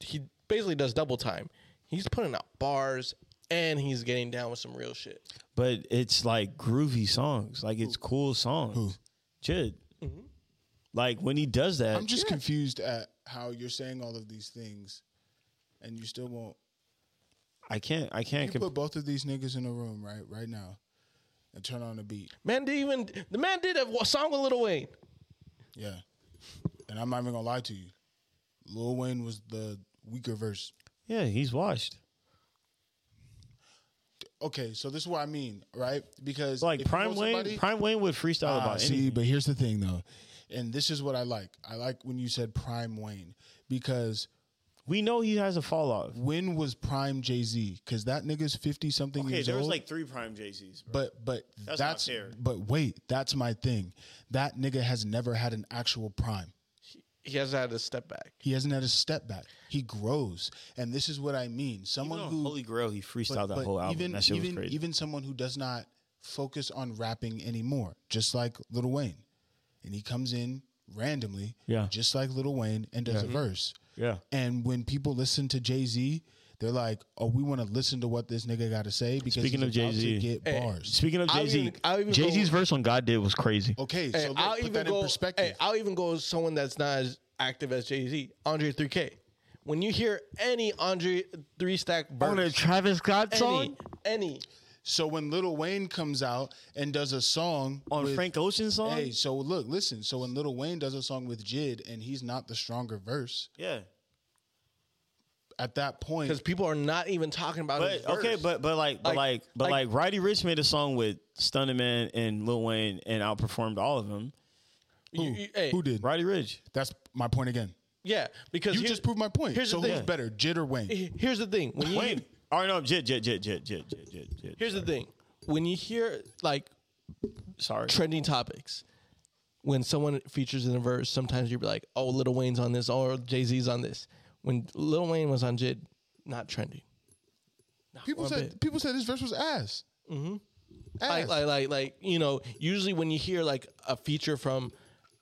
Speaker 2: he basically does double time. He's putting out bars and he's getting down with some real shit.
Speaker 3: but it's like groovy songs. Like it's cool songs. Jid. Like when he does that,
Speaker 1: Mm-hmm. I'm just confused at how you're saying all of these things, and you still won't.
Speaker 3: I can't. I can't.
Speaker 1: You
Speaker 3: Comp-
Speaker 1: put both of these niggas in a room right right now, and turn on the beat.
Speaker 2: Man did even the man did a wa- song with Lil Wayne.
Speaker 1: Yeah, and I'm not even gonna lie to you. Lil Wayne was the weaker verse.
Speaker 3: yeah, he's washed.
Speaker 1: Okay, so this is what I mean, right? Because
Speaker 3: like
Speaker 1: if you
Speaker 3: Prime
Speaker 1: know
Speaker 3: Wayne,
Speaker 1: somebody-
Speaker 3: Prime Wayne would freestyle
Speaker 1: Ah,
Speaker 3: about
Speaker 1: see,
Speaker 3: anything.
Speaker 1: but here's the thing though, and this is what I like. I like when you said Prime Wayne because
Speaker 3: We know he has a fall off.
Speaker 1: when was Prime Jay Z? Because that nigga's fifty something years old.
Speaker 3: three Prime JCs.
Speaker 1: But but
Speaker 3: That's not
Speaker 1: that's,
Speaker 3: fair.
Speaker 1: but wait, that's my thing. That nigga has never had an actual prime.
Speaker 2: He has had to step back.
Speaker 1: He hasn't had a step back. He grows, and this is what I mean. Someone who
Speaker 3: Holy Grail, he freestyled that
Speaker 1: but
Speaker 3: whole album.
Speaker 1: even
Speaker 3: that shit
Speaker 1: even
Speaker 3: was crazy.
Speaker 1: even someone who does not focus on rapping anymore, just like Lil Wayne, and he comes in randomly,
Speaker 3: Yeah.
Speaker 1: just like Lil Wayne, and does a verse.
Speaker 3: yeah,
Speaker 1: And when people listen to Jay Z, they're like, "Oh, we want to listen to what this nigga got to say because
Speaker 3: Speaking
Speaker 1: he's
Speaker 3: of
Speaker 1: about to
Speaker 3: Jay-Z.
Speaker 1: get
Speaker 2: Hey,
Speaker 1: bars."
Speaker 3: Speaking of
Speaker 2: I'll
Speaker 3: Jay Z,
Speaker 2: even- I'll even
Speaker 3: Jay Z's
Speaker 2: go- Oh,
Speaker 3: verse on God did was crazy.
Speaker 1: Okay,
Speaker 2: Hey,
Speaker 1: so look,
Speaker 2: I'll
Speaker 1: put
Speaker 2: even
Speaker 1: that
Speaker 2: go,
Speaker 1: in perspective.
Speaker 2: Hey, I'll even go with someone that's not as active as Jay Z, Andre 3K. When you hear any Andre three stack verse,
Speaker 3: Travis Scott
Speaker 2: any, any,
Speaker 1: So when Lil Wayne comes out and does a song
Speaker 3: on
Speaker 1: with,
Speaker 3: Frank Ocean song.
Speaker 1: hey, so look, listen. So when Lil Wayne does a song with Jid and he's not the stronger verse
Speaker 3: Yeah,
Speaker 1: at that point,
Speaker 2: because people are not even talking about his
Speaker 3: but
Speaker 2: verse.
Speaker 3: okay, but but like but like,
Speaker 2: Like-
Speaker 3: but like,
Speaker 2: like-
Speaker 3: Roddy Rich made a song with Stunning Man and Lil Wayne and outperformed all of them.
Speaker 2: You-
Speaker 1: who,
Speaker 2: you- hey,
Speaker 1: who did?
Speaker 3: Roddy Rich,
Speaker 1: That's my point again.
Speaker 2: Yeah, because
Speaker 1: You
Speaker 2: here's-
Speaker 1: just proved my point.
Speaker 2: Here's
Speaker 1: so
Speaker 2: the
Speaker 1: who's
Speaker 2: thing.
Speaker 1: better, Jid or Wayne?
Speaker 2: Here's the thing. When you,
Speaker 3: Wayne. Or no, jit, jit, jit, jit, jit, jit, jit, jit.
Speaker 2: Here's the thing: when you hear like
Speaker 3: Sorry.
Speaker 2: trending topics, when someone features in a verse, sometimes you'll be like, "Oh, Lil Wayne's on this," or "Jay Z's on this." When Lil Wayne was on Jid, not trending. Not
Speaker 1: People
Speaker 2: one
Speaker 1: said
Speaker 2: bit.
Speaker 1: people said this verse was ass. Mm-hmm. Ass.
Speaker 2: like, like, like, like, you know, usually when you hear like a feature from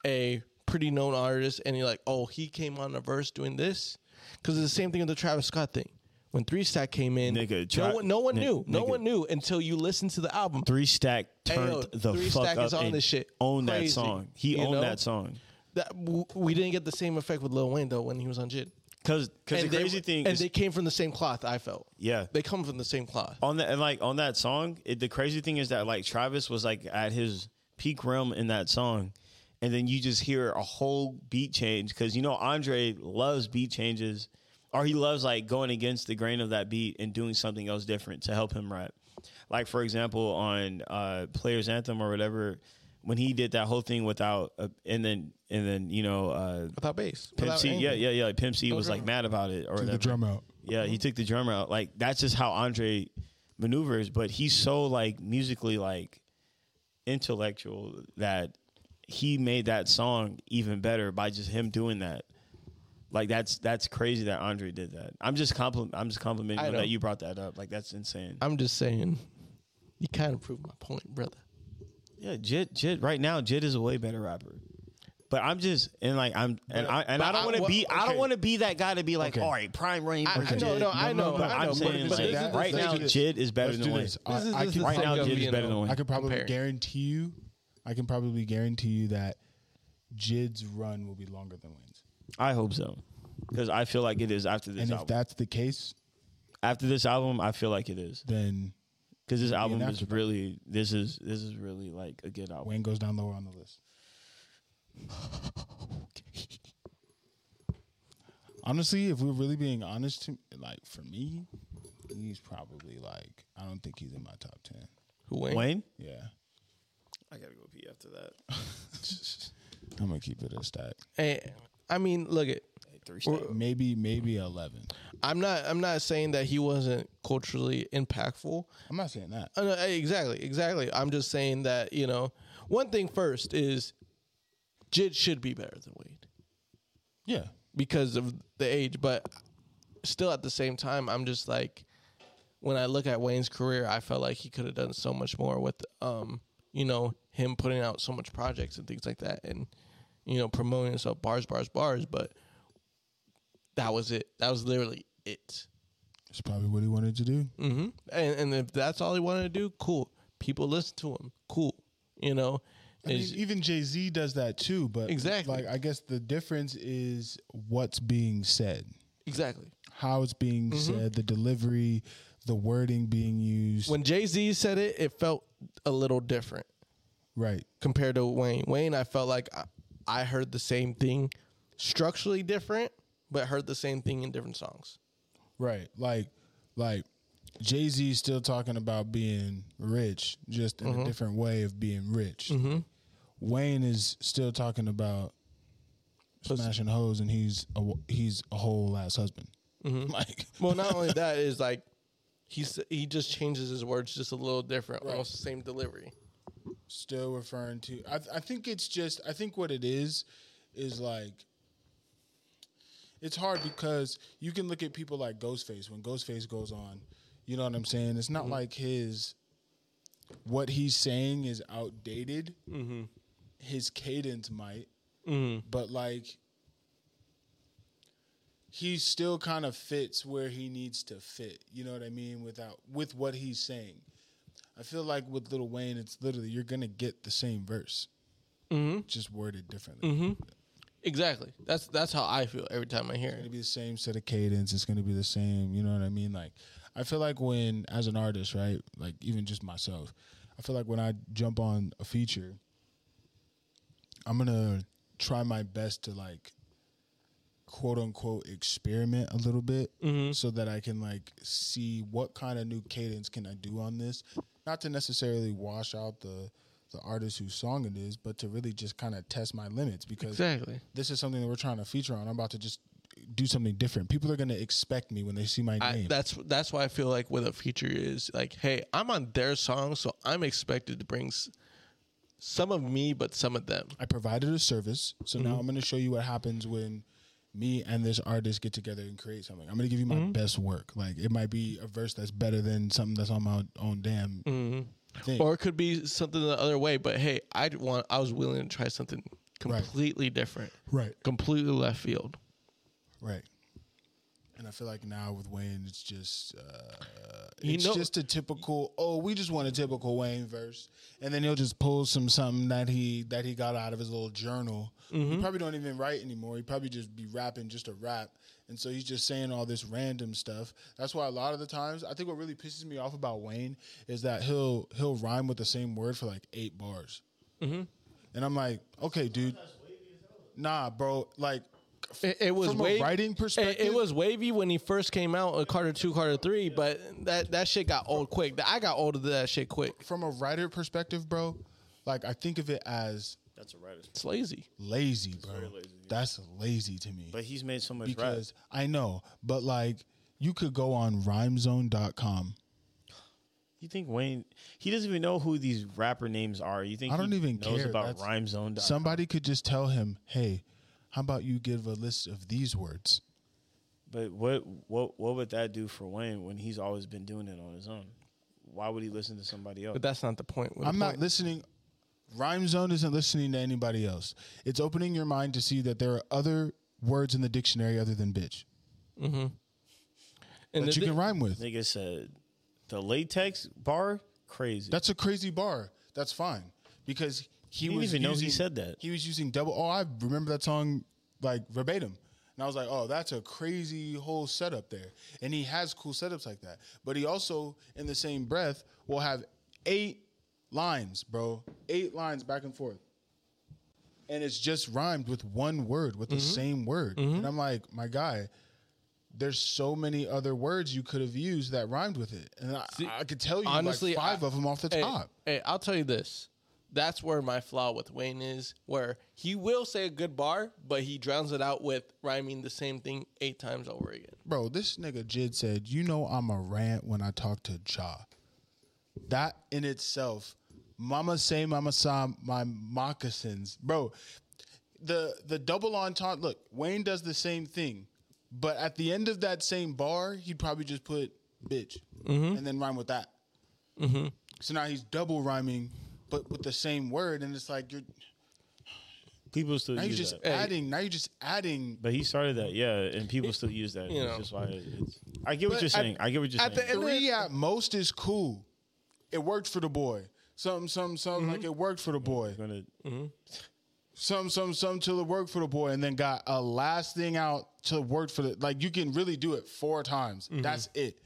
Speaker 2: a pretty known artist and you're like, oh, he came on a verse doing this. Because it's the same thing with the Travis Scott thing. When Three Stack came in,
Speaker 3: Nigga,
Speaker 2: no
Speaker 3: Tra-
Speaker 2: one, no one
Speaker 3: ni-
Speaker 2: knew. No
Speaker 3: nigga.
Speaker 2: one knew until you listened to the album.
Speaker 3: Three Stack turned
Speaker 2: Ayo,
Speaker 3: the
Speaker 2: Three
Speaker 3: fuck
Speaker 2: Stack
Speaker 3: up
Speaker 2: is on
Speaker 3: and
Speaker 2: this shit.
Speaker 3: owned that
Speaker 2: Crazy.
Speaker 3: song. He
Speaker 2: You
Speaker 3: owned
Speaker 2: know?
Speaker 3: that song.
Speaker 2: That, w- we didn't get the same effect with Lil Wayne, though, when he was on Jid.
Speaker 3: Because because the
Speaker 2: they-
Speaker 3: crazy thing
Speaker 2: and
Speaker 3: is
Speaker 2: they came from the same cloth, I felt.
Speaker 3: Yeah.
Speaker 2: They come from the same cloth.
Speaker 3: on that and like on that song, it, the crazy thing is that like Travis was like at his peak realm in that song, and then you just hear a whole beat change because you know Andre loves beat changes, or he loves like going against the grain of that beat and doing something else different to help him rap. Like for example, on uh, Players Anthem or whatever, when he did that whole thing without, uh, and then and then you know. Uh,
Speaker 2: Without bass.
Speaker 3: Pimp
Speaker 2: without
Speaker 3: C, yeah,
Speaker 2: anything.
Speaker 3: yeah, yeah. Pimp C was like mad about it, or
Speaker 1: Took
Speaker 3: whatever.
Speaker 1: the drum out.
Speaker 3: Yeah, he took the drummer out. Like that's just how Andre maneuvers, but he's so like musically like intellectual that he made that song even better by just him doing that. Like that's that's crazy that Andre did that. I'm just compliment I'm just complimenting
Speaker 2: I
Speaker 3: you
Speaker 2: know.
Speaker 3: that you brought that up. Like that's insane.
Speaker 2: I'm just saying, you kind of proved my point, brother.
Speaker 3: yeah, Jid Jid right now Jid is a way better rapper. But I'm just and like I'm and I and
Speaker 2: but
Speaker 3: I don't
Speaker 2: I-
Speaker 3: want to
Speaker 2: what-
Speaker 3: be I don't
Speaker 2: okay.
Speaker 3: want to be that guy to be like
Speaker 1: Okay.
Speaker 3: all right prime rain.
Speaker 2: I-
Speaker 3: versus
Speaker 2: no,
Speaker 3: Jid."
Speaker 2: no, I know,
Speaker 3: but
Speaker 2: I
Speaker 3: I'm
Speaker 2: know,
Speaker 3: saying
Speaker 2: but
Speaker 3: like,
Speaker 2: this is
Speaker 3: right
Speaker 2: the
Speaker 3: now
Speaker 2: thing.
Speaker 3: Jid is better
Speaker 1: Let's
Speaker 3: than
Speaker 1: do
Speaker 3: Wayne.
Speaker 1: this.
Speaker 2: This is-
Speaker 1: I, I
Speaker 2: this
Speaker 1: can,
Speaker 2: is
Speaker 1: right
Speaker 2: the
Speaker 1: now,
Speaker 2: thing of,
Speaker 3: Jid is
Speaker 2: you
Speaker 3: better than
Speaker 2: know,
Speaker 3: Wayne.
Speaker 1: I can probably
Speaker 2: Compare.
Speaker 1: guarantee you. I can probably guarantee you that Jid's run will be longer than Wayne's.
Speaker 3: I hope so, because I feel like it is after this
Speaker 1: And
Speaker 3: album.
Speaker 1: if that's the case,
Speaker 3: after this album, I feel like it is
Speaker 1: then
Speaker 3: because this album
Speaker 1: after
Speaker 3: is
Speaker 1: that.
Speaker 3: really this is this is really like a good album.
Speaker 1: Wayne goes down lower on the list. Honestly, if we're really being honest, to, like for me, he's probably like I don't think he's in my top ten.
Speaker 2: Who
Speaker 3: Wayne,
Speaker 1: Yeah,
Speaker 3: I gotta go pee after that.
Speaker 1: I'm gonna keep it a stack.
Speaker 2: Eh, I mean, look it.
Speaker 3: Three stack.
Speaker 1: Maybe maybe eleven.
Speaker 2: I'm not. I'm not saying that he wasn't culturally impactful.
Speaker 1: I'm not saying that.
Speaker 2: Uh, no, eh, exactly. Exactly. I'm just saying that you know, one thing first is, Jid should be better than Wade
Speaker 1: Yeah,
Speaker 2: because of the age, but still at the same time, I'm just like, when I look at Wayne's career, I felt like he could have done so much more with, um, you know, him putting out so much projects and things like that, and you know, promoting himself bars, bars, bars. But that was it. That was literally it.
Speaker 1: it's probably what he wanted to do.
Speaker 2: Mm-hmm. And, and if that's all he wanted to do, cool. People listen to him, cool. You know,
Speaker 1: I mean,
Speaker 2: It's-
Speaker 1: even Jay Z does that too, but
Speaker 2: Exactly.
Speaker 1: Like, I guess the difference is what's being said,
Speaker 2: exactly.
Speaker 1: how it's being said, the delivery, the wording being used.
Speaker 2: When Jay Z said it, it felt a little different.
Speaker 1: right.
Speaker 2: compared to Wayne. Wayne, I felt like I, I heard the same thing, structurally different, but heard the same thing in different songs.
Speaker 1: Right. Like, like Jay Z still talking about being rich, just in a different way of being rich. Wayne is still talking about smashing hoes, and he's a, he's a whole ass husband. Like,
Speaker 2: Well, not only that is like he's he just changes his words just a little different, almost the same delivery.
Speaker 1: still referring to. I, I think it's just. I think what it is is like. It's hard because you can look at people like Ghostface. When Ghostface goes on, you know what I'm saying. It's not like his. What he's saying is outdated. His cadence might, but like. He still kind of fits where he needs to fit. You know what I mean? Without with what he's saying. I feel like with Lil Wayne, it's literally you're gonna get the same verse, just worded differently.
Speaker 2: Exactly. That's that's how I feel every time I hear
Speaker 1: It's
Speaker 2: it.
Speaker 1: gonna be the same set of cadence. It's gonna be the same. You know what I mean? Like, I feel like when as an artist, right? Like even just myself, I feel like when I jump on a feature, I'm gonna try my best to like quote unquote experiment a little bit so that I can like see what kind of new cadence can I do on this. Not to necessarily wash out the the artist whose song it is, but to really just kind of test my limits because
Speaker 2: Exactly.
Speaker 1: this is something that we're trying to feature on. I'm about to just do something different. People are gonna expect me when they see my
Speaker 2: I,
Speaker 1: name.
Speaker 2: that's that's why I feel like with a feature is like, hey, I'm on their song, so I'm expected to bring s- some of me, but some of them.
Speaker 1: I provided a service, so now I'm gonna show you what happens when me and this artist get together and create something. I'm gonna give you my best work. Like it might be a verse that's better than something that's on my own damn thing.
Speaker 2: Or it could be something the other way, but hey, I want I was willing to try something completely different,
Speaker 1: right,
Speaker 2: completely left field.
Speaker 1: right. And I feel like now with Wayne, it's just uh,
Speaker 2: You
Speaker 1: it's
Speaker 2: know-
Speaker 1: just a typical. Oh, we just want a typical Wayne verse, and then he'll just pull some something that he that he got out of his little journal.
Speaker 2: Mm-hmm.
Speaker 1: He probably don't even write anymore. He probably just be rapping just a rap, and so he's just saying all this random stuff. That's why a lot of the times, I think what really pisses me off about Wayne is that he'll he'll rhyme with the same word for like eight bars,
Speaker 2: Mm-hmm.
Speaker 1: and I'm like, okay, dude, nah, bro, like.
Speaker 2: It, it was
Speaker 1: From a
Speaker 2: wavy-
Speaker 1: writing
Speaker 2: it- It,
Speaker 1: perspective?
Speaker 2: was wavy when he first came out, uh, Carter two, Carter three, but that that shit got old quick. I got old to that shit quick.
Speaker 1: from a writer perspective, bro, like I think of it as
Speaker 3: That's a writer's.
Speaker 2: It's lazy.
Speaker 1: lazy, bro.
Speaker 3: lazy, yeah.
Speaker 1: That's lazy to me.
Speaker 3: But he's made so much rap.
Speaker 1: because I know, but like you could go on rhymezone.com.
Speaker 3: You think Wayne? He doesn't even know who these rapper names are. You think
Speaker 1: I don't
Speaker 3: he
Speaker 1: even
Speaker 3: knows
Speaker 1: care.
Speaker 3: about
Speaker 1: That's-
Speaker 3: rhymezone.com?
Speaker 1: Somebody could just tell him, "Hey, how about you give a list of these words?"
Speaker 3: But what what what would that do for Wayne when he's always been doing it on his own? Why would he listen to somebody else?
Speaker 2: But that's not the point. The
Speaker 1: I'm not
Speaker 2: point-
Speaker 1: listening. Rhymezone isn't listening to anybody else. It's opening your mind to see that there are other words in the dictionary other than bitch
Speaker 2: and
Speaker 1: that
Speaker 2: the
Speaker 1: you
Speaker 2: thi-
Speaker 1: can rhyme with.
Speaker 3: Nigga said the latex bar crazy.
Speaker 1: That's a crazy bar. That's fine because he
Speaker 3: didn't
Speaker 1: was
Speaker 3: even know
Speaker 1: using,
Speaker 3: he said that.
Speaker 1: He was using double. Oh, I remember that song like verbatim, and I was like, oh, that's a crazy whole setup there. And he has cool setups like that, but he also, in the same breath, will have eight lines, bro, eight lines back and forth. And it's just rhymed with one word, with the
Speaker 3: Mm-hmm.
Speaker 1: same word. And I'm like, my guy, there's so many other words you could have used that rhymed with it. And I, I could tell you
Speaker 2: honestly,
Speaker 1: like five
Speaker 2: I-
Speaker 1: of them off the
Speaker 2: Hey,
Speaker 1: top.
Speaker 2: hey, I'll tell you this. That's where my flaw with Wayne is, where he will say a good bar, but he drowns it out with rhyming the same thing eight times over again.
Speaker 1: Bro, this nigga Jid said, "You know I'm a rant when I talk to Ja." That in itself, Mama say, Mama saw my moccasins, bro. The the double entendre. Look, Wayne does the same thing, but at the end of that same bar, he'd probably just put "bitch" and then rhyme with that. So now he's double rhyming, but with the same word, and it's like you're
Speaker 3: people still
Speaker 1: now you're
Speaker 3: use
Speaker 1: just
Speaker 3: that.
Speaker 1: adding. Now you're just adding.
Speaker 3: But he started that, yeah, and people still use that.
Speaker 2: You
Speaker 3: It's
Speaker 2: know.
Speaker 3: just why it's, I get what
Speaker 1: But
Speaker 3: you're
Speaker 1: at-
Speaker 3: saying. I get what you're
Speaker 2: at the
Speaker 3: saying.
Speaker 2: end-
Speaker 1: three at most is cool. It worked for the boy. Some, some, some,
Speaker 2: Mm-hmm.
Speaker 1: like it worked for the boy.
Speaker 3: You're gonna-
Speaker 1: Some, some, some till it worked for the boy, and then got a last thing out to work for the. Like you can really do it four times.
Speaker 2: Mm-hmm.
Speaker 1: That's it.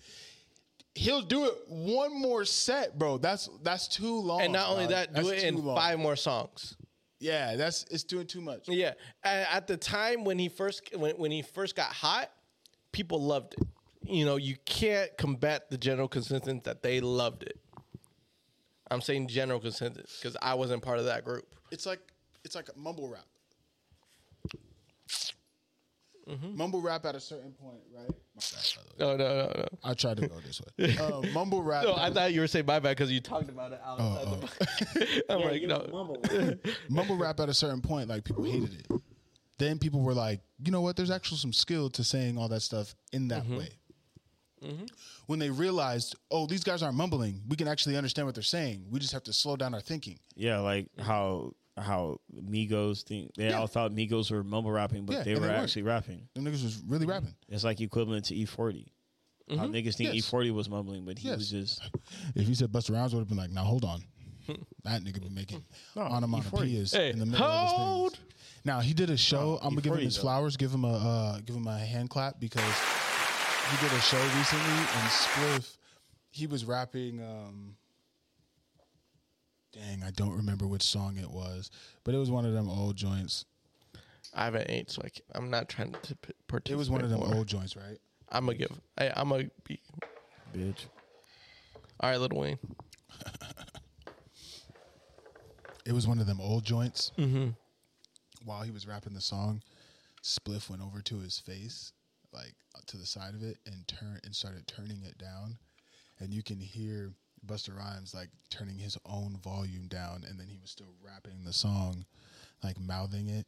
Speaker 1: He'll do it one more set, bro. That's that's too long.
Speaker 2: And not only
Speaker 1: dog.
Speaker 2: that, do
Speaker 1: Oh, That's
Speaker 2: it in
Speaker 1: too long.
Speaker 2: five more songs.
Speaker 1: Yeah, that's it's doing too much.
Speaker 2: Yeah, A- at the time when he first when, when he first got hot, people loved it. You know, you can't combat the general consensus that they loved it. I'm saying general consensus because I wasn't part of that group.
Speaker 1: It's like it's like a mumble rap.
Speaker 2: Mm-hmm.
Speaker 1: Mumble rap at a certain point, right? My bad, by the way.
Speaker 2: No, no, no, no.
Speaker 1: I tried to go this way. Uh, mumble rap.
Speaker 2: No, I thought you were saying my bad because you talked about it outside the I'm like, no.
Speaker 1: mumble rap at a certain point, like people hated it. Then people were like, you know what? There's actually some skill to saying all that stuff in that
Speaker 2: Mm-hmm.
Speaker 1: way. When they realized, oh, these guys aren't mumbling. We can actually understand what they're saying. We just have to slow down our thinking.
Speaker 3: yeah, like how how Migos think they all thought Migos were mumble rapping, but
Speaker 1: Yeah,
Speaker 3: they
Speaker 1: and
Speaker 3: were
Speaker 1: they weren't.
Speaker 3: actually rapping.
Speaker 1: Them niggas was really rapping.
Speaker 3: It's like equivalent to E40. How niggas think
Speaker 1: Mm-hmm. Yes.
Speaker 3: E40 was mumbling, but he
Speaker 1: Yes.
Speaker 3: was just
Speaker 1: If you said Buster Rhymes would have been like, now hold on. That nigga be making onomatopoeias
Speaker 2: Hey,
Speaker 1: in the middle
Speaker 2: hold.
Speaker 1: of his things. Now he did a show. I'm gonna give him
Speaker 3: E40
Speaker 1: his
Speaker 3: though.
Speaker 1: flowers. Give him a uh, give him a hand clap because he did a show recently and Spliff. He was rapping. Um, dang, I don't remember which song it was, but it was one of them old joints.
Speaker 2: I haven't ate, so I can't, I'm not trying to p- participate.
Speaker 1: It was one of them
Speaker 2: more.
Speaker 1: old joints, right?
Speaker 2: I'm gonna give. I, I'm gonna be.
Speaker 3: bitch.
Speaker 2: All right, Little Wayne.
Speaker 1: It was one of them old joints. While he was rapping the song, spliff went over to his face, like to the side of it, and turn and started turning it down, and you can hear Buster Rhymes like turning his own volume down, and then he was still rapping the song, like mouthing it,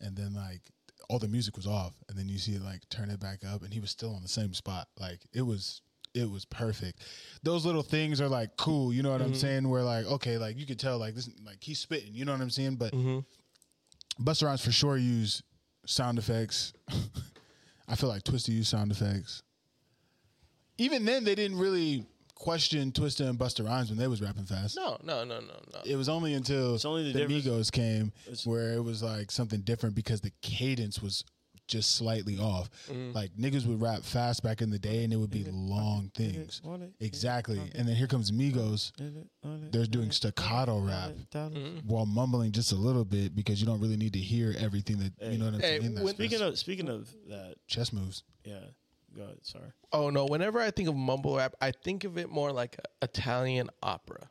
Speaker 1: and then like all the music was off, and then you see it like turn it back up, and he was still on the same spot. Like it was it was perfect. Those little things are like cool, you know what I'm saying? Where like, okay, like you could tell like this like he's spitting, you know what I'm saying? But Buster Rhymes for sure use sound effects. I feel like Twista used sound effects. Even then they didn't really question Twista and Buster Rhymes when they was rapping fast.
Speaker 2: No, no, no, no, no.
Speaker 1: It was only until
Speaker 3: only the
Speaker 1: the
Speaker 3: difference-
Speaker 1: Migos came where it was like something different because the cadence was just slightly off.
Speaker 3: Mm-hmm.
Speaker 1: Like niggas would rap fast back in the day and it would be long things.
Speaker 3: want it,
Speaker 1: Exactly. And then here comes Migos. They're doing staccato rap while mumbling just a little bit because you don't really need to hear everything that you know what I'm
Speaker 2: Hey,
Speaker 1: saying. That's
Speaker 2: when-
Speaker 1: just
Speaker 3: Speaking of speaking of that,
Speaker 1: chess moves.
Speaker 3: yeah. Go ahead, sorry.
Speaker 2: Oh no! Whenever I think of mumble rap, I think of it more like a Italian opera.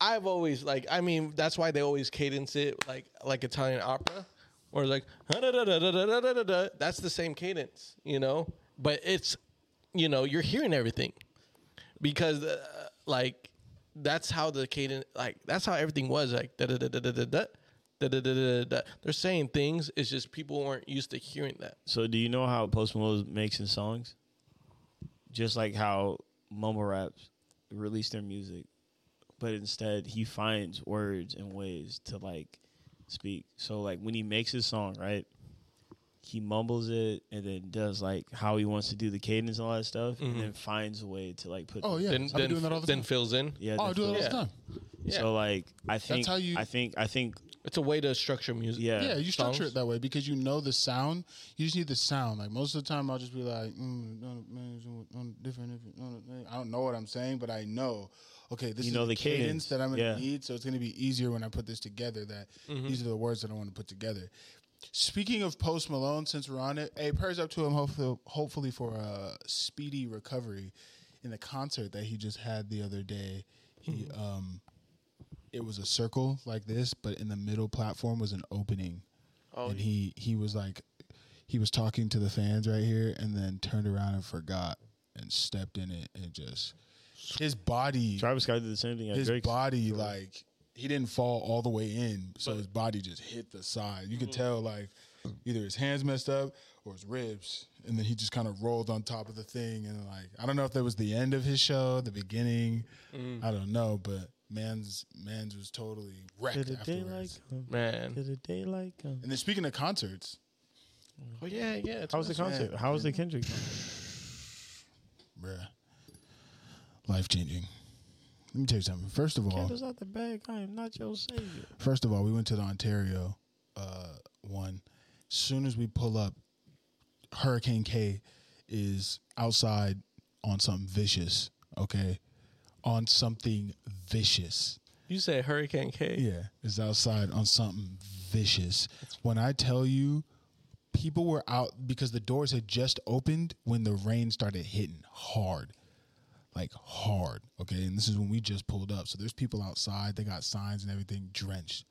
Speaker 2: I've always like, I mean, that's why they always cadence it like like Italian opera, or like "Ha-da-da-da-da-da-da-da-da." that's the same cadence, you know. But it's, you know, you're hearing everything because uh, like that's how the cadence, like that's how everything was like da da da da da da da da da da. They're saying things. It's just people weren't used to hearing that.
Speaker 3: So do you know how Post Malone makes his songs? Just like how mumble raps release their music, but instead he finds words and ways to like speak. So like when he makes his song, right? He mumbles it and then does like how he wants to do the cadence and all that stuff, and then finds a way to like put.
Speaker 1: Mm-hmm. Oh yeah.
Speaker 2: Then
Speaker 1: I've been
Speaker 2: then
Speaker 1: doing that all the
Speaker 2: then
Speaker 1: time.
Speaker 2: fills in.
Speaker 3: yeah.
Speaker 1: Oh, I
Speaker 3: that
Speaker 1: do it all
Speaker 3: flow.
Speaker 1: the time.
Speaker 2: Yeah.
Speaker 3: So like I think
Speaker 1: how you-
Speaker 3: I think I think
Speaker 2: It's a way to structure music.
Speaker 3: yeah.
Speaker 1: Yeah, you structure
Speaker 2: songs.
Speaker 1: it that way because you know the sound. You just need the sound. Like most of the time, I'll just be like, mm, no, man, it's on- on different, different, on the thing. I don't know what I'm saying, but I know. Okay, this
Speaker 3: You
Speaker 1: is
Speaker 3: know
Speaker 1: the,
Speaker 3: the
Speaker 1: cadence,
Speaker 3: cadence.
Speaker 1: that I'm gonna
Speaker 3: Yeah. Mm-hmm.
Speaker 1: need, so it's gonna be easier when I put this together. That these are the words that I want to put together. Speaking of Post Malone, since we're on it, hey, prayers up to him. Hopefully, hopefully for a speedy recovery. In the concert that he just had the other day, he
Speaker 3: Mm-hmm.
Speaker 1: um, it was a circle like this, but in the middle platform was an opening.
Speaker 2: Oh,
Speaker 1: and
Speaker 2: yeah.
Speaker 1: he he was like, he was talking to the fans right here, and then turned around and forgot and stepped in it and just his body,
Speaker 3: Travis Scott did the same thing at
Speaker 1: his
Speaker 3: Drake's.
Speaker 1: body like he didn't fall all the way in, so his body just hit the side. You could tell like either his hands messed up or his ribs, and then he just kind of rolled on top of the thing. And like I don't know if that was the end of his show, the beginning, I don't know, but man's man's was totally wrecked afterwards.
Speaker 2: man.
Speaker 3: the day like
Speaker 1: And then speaking of concerts,
Speaker 2: Oh yeah, yeah. It's
Speaker 3: How was the
Speaker 1: That's
Speaker 3: concert?
Speaker 1: right.
Speaker 3: How was the Kendrick?
Speaker 1: bruh, life changing. Let me tell you something. First of all,
Speaker 3: out the bag. I am not your savior.
Speaker 1: First of all, we went to the Ontario uh, one. Soon as we pull up, Hurricane K is outside on something vicious. Okay, on something vicious.
Speaker 2: you say Hurricane K?
Speaker 1: Yeah, is outside on something vicious. When I tell you, people were out because the doors had just opened when the rain started hitting hard. Like hard, okay? And this is when we just pulled up. So there's people outside, they got signs and everything drenched.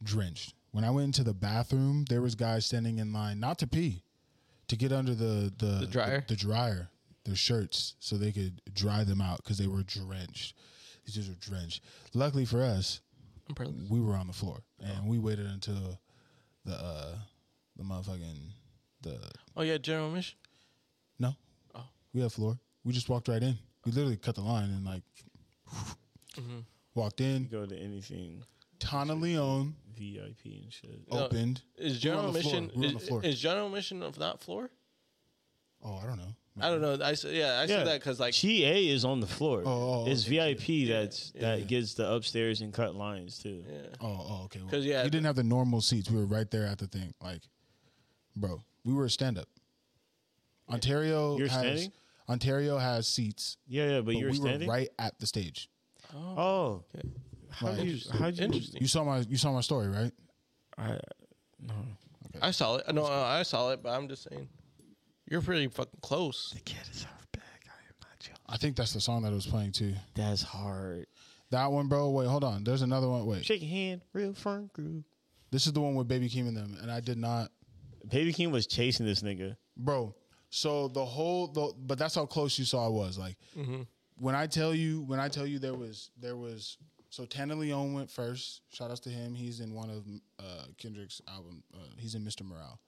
Speaker 1: Drenched. When I went into the bathroom, there was guys standing in line not to pee, to get under the the,
Speaker 2: The dryer?
Speaker 1: the, dryer, their shirts so they could dry them out cuz they were drenched. These dudes were drenched. Luckily for us,
Speaker 2: I'm probably-
Speaker 1: we were on the floor and we waited until the uh the motherfucking the
Speaker 2: Oh yeah, General Mission.
Speaker 1: no
Speaker 2: Oh.
Speaker 1: we had floor we just walked right in we literally cut the line and like walked in
Speaker 3: Go to anything
Speaker 1: Tana Leon
Speaker 3: VIP and shit.
Speaker 1: opened
Speaker 2: Is
Speaker 1: We're on
Speaker 2: General
Speaker 1: the floor.
Speaker 2: Mission
Speaker 1: We're on the
Speaker 2: is,
Speaker 1: floor.
Speaker 2: is General Mission of that floor?
Speaker 1: oh I don't know
Speaker 2: I don't know. I said yeah. I said that because like
Speaker 3: GA is on the floor.
Speaker 1: Oh, oh,
Speaker 3: it's
Speaker 1: okay,
Speaker 3: VIP that's that gets the upstairs and cut lines too.
Speaker 1: oh oh okay well,
Speaker 2: 'Cause, yeah,
Speaker 1: we didn't have the normal seats we were right there at the thing like bro we were a stand up Ontario
Speaker 3: You're
Speaker 1: has
Speaker 3: standing?
Speaker 1: Ontario has seats
Speaker 3: Yeah, yeah, but,
Speaker 1: but
Speaker 3: you're
Speaker 1: we
Speaker 3: standing.
Speaker 1: were right at the stage
Speaker 3: Oh,
Speaker 2: Okay.
Speaker 3: how
Speaker 1: Like-
Speaker 3: you? How you?
Speaker 2: interesting.
Speaker 1: you saw my you saw my story right
Speaker 3: I,
Speaker 2: I saw it. No, no, I saw it, but I'm just saying, you're pretty fucking close.
Speaker 1: I think that's the song that I was playing too.
Speaker 3: that's hard.
Speaker 1: That one, bro. Wait, hold on. There's another one. Wait,
Speaker 3: Shake your hand, real firm group.
Speaker 1: this is the one with Baby Keem and them, and I did not.
Speaker 3: Baby King was chasing this nigga.
Speaker 1: bro. So the whole, the, but that's how close you saw I was. Like when I tell you, when I tell you, there was there was. So Tana Leon went first. Shout outs to him. He's in one of uh, Kendrick's album. Uh, he's in Mr. Morale.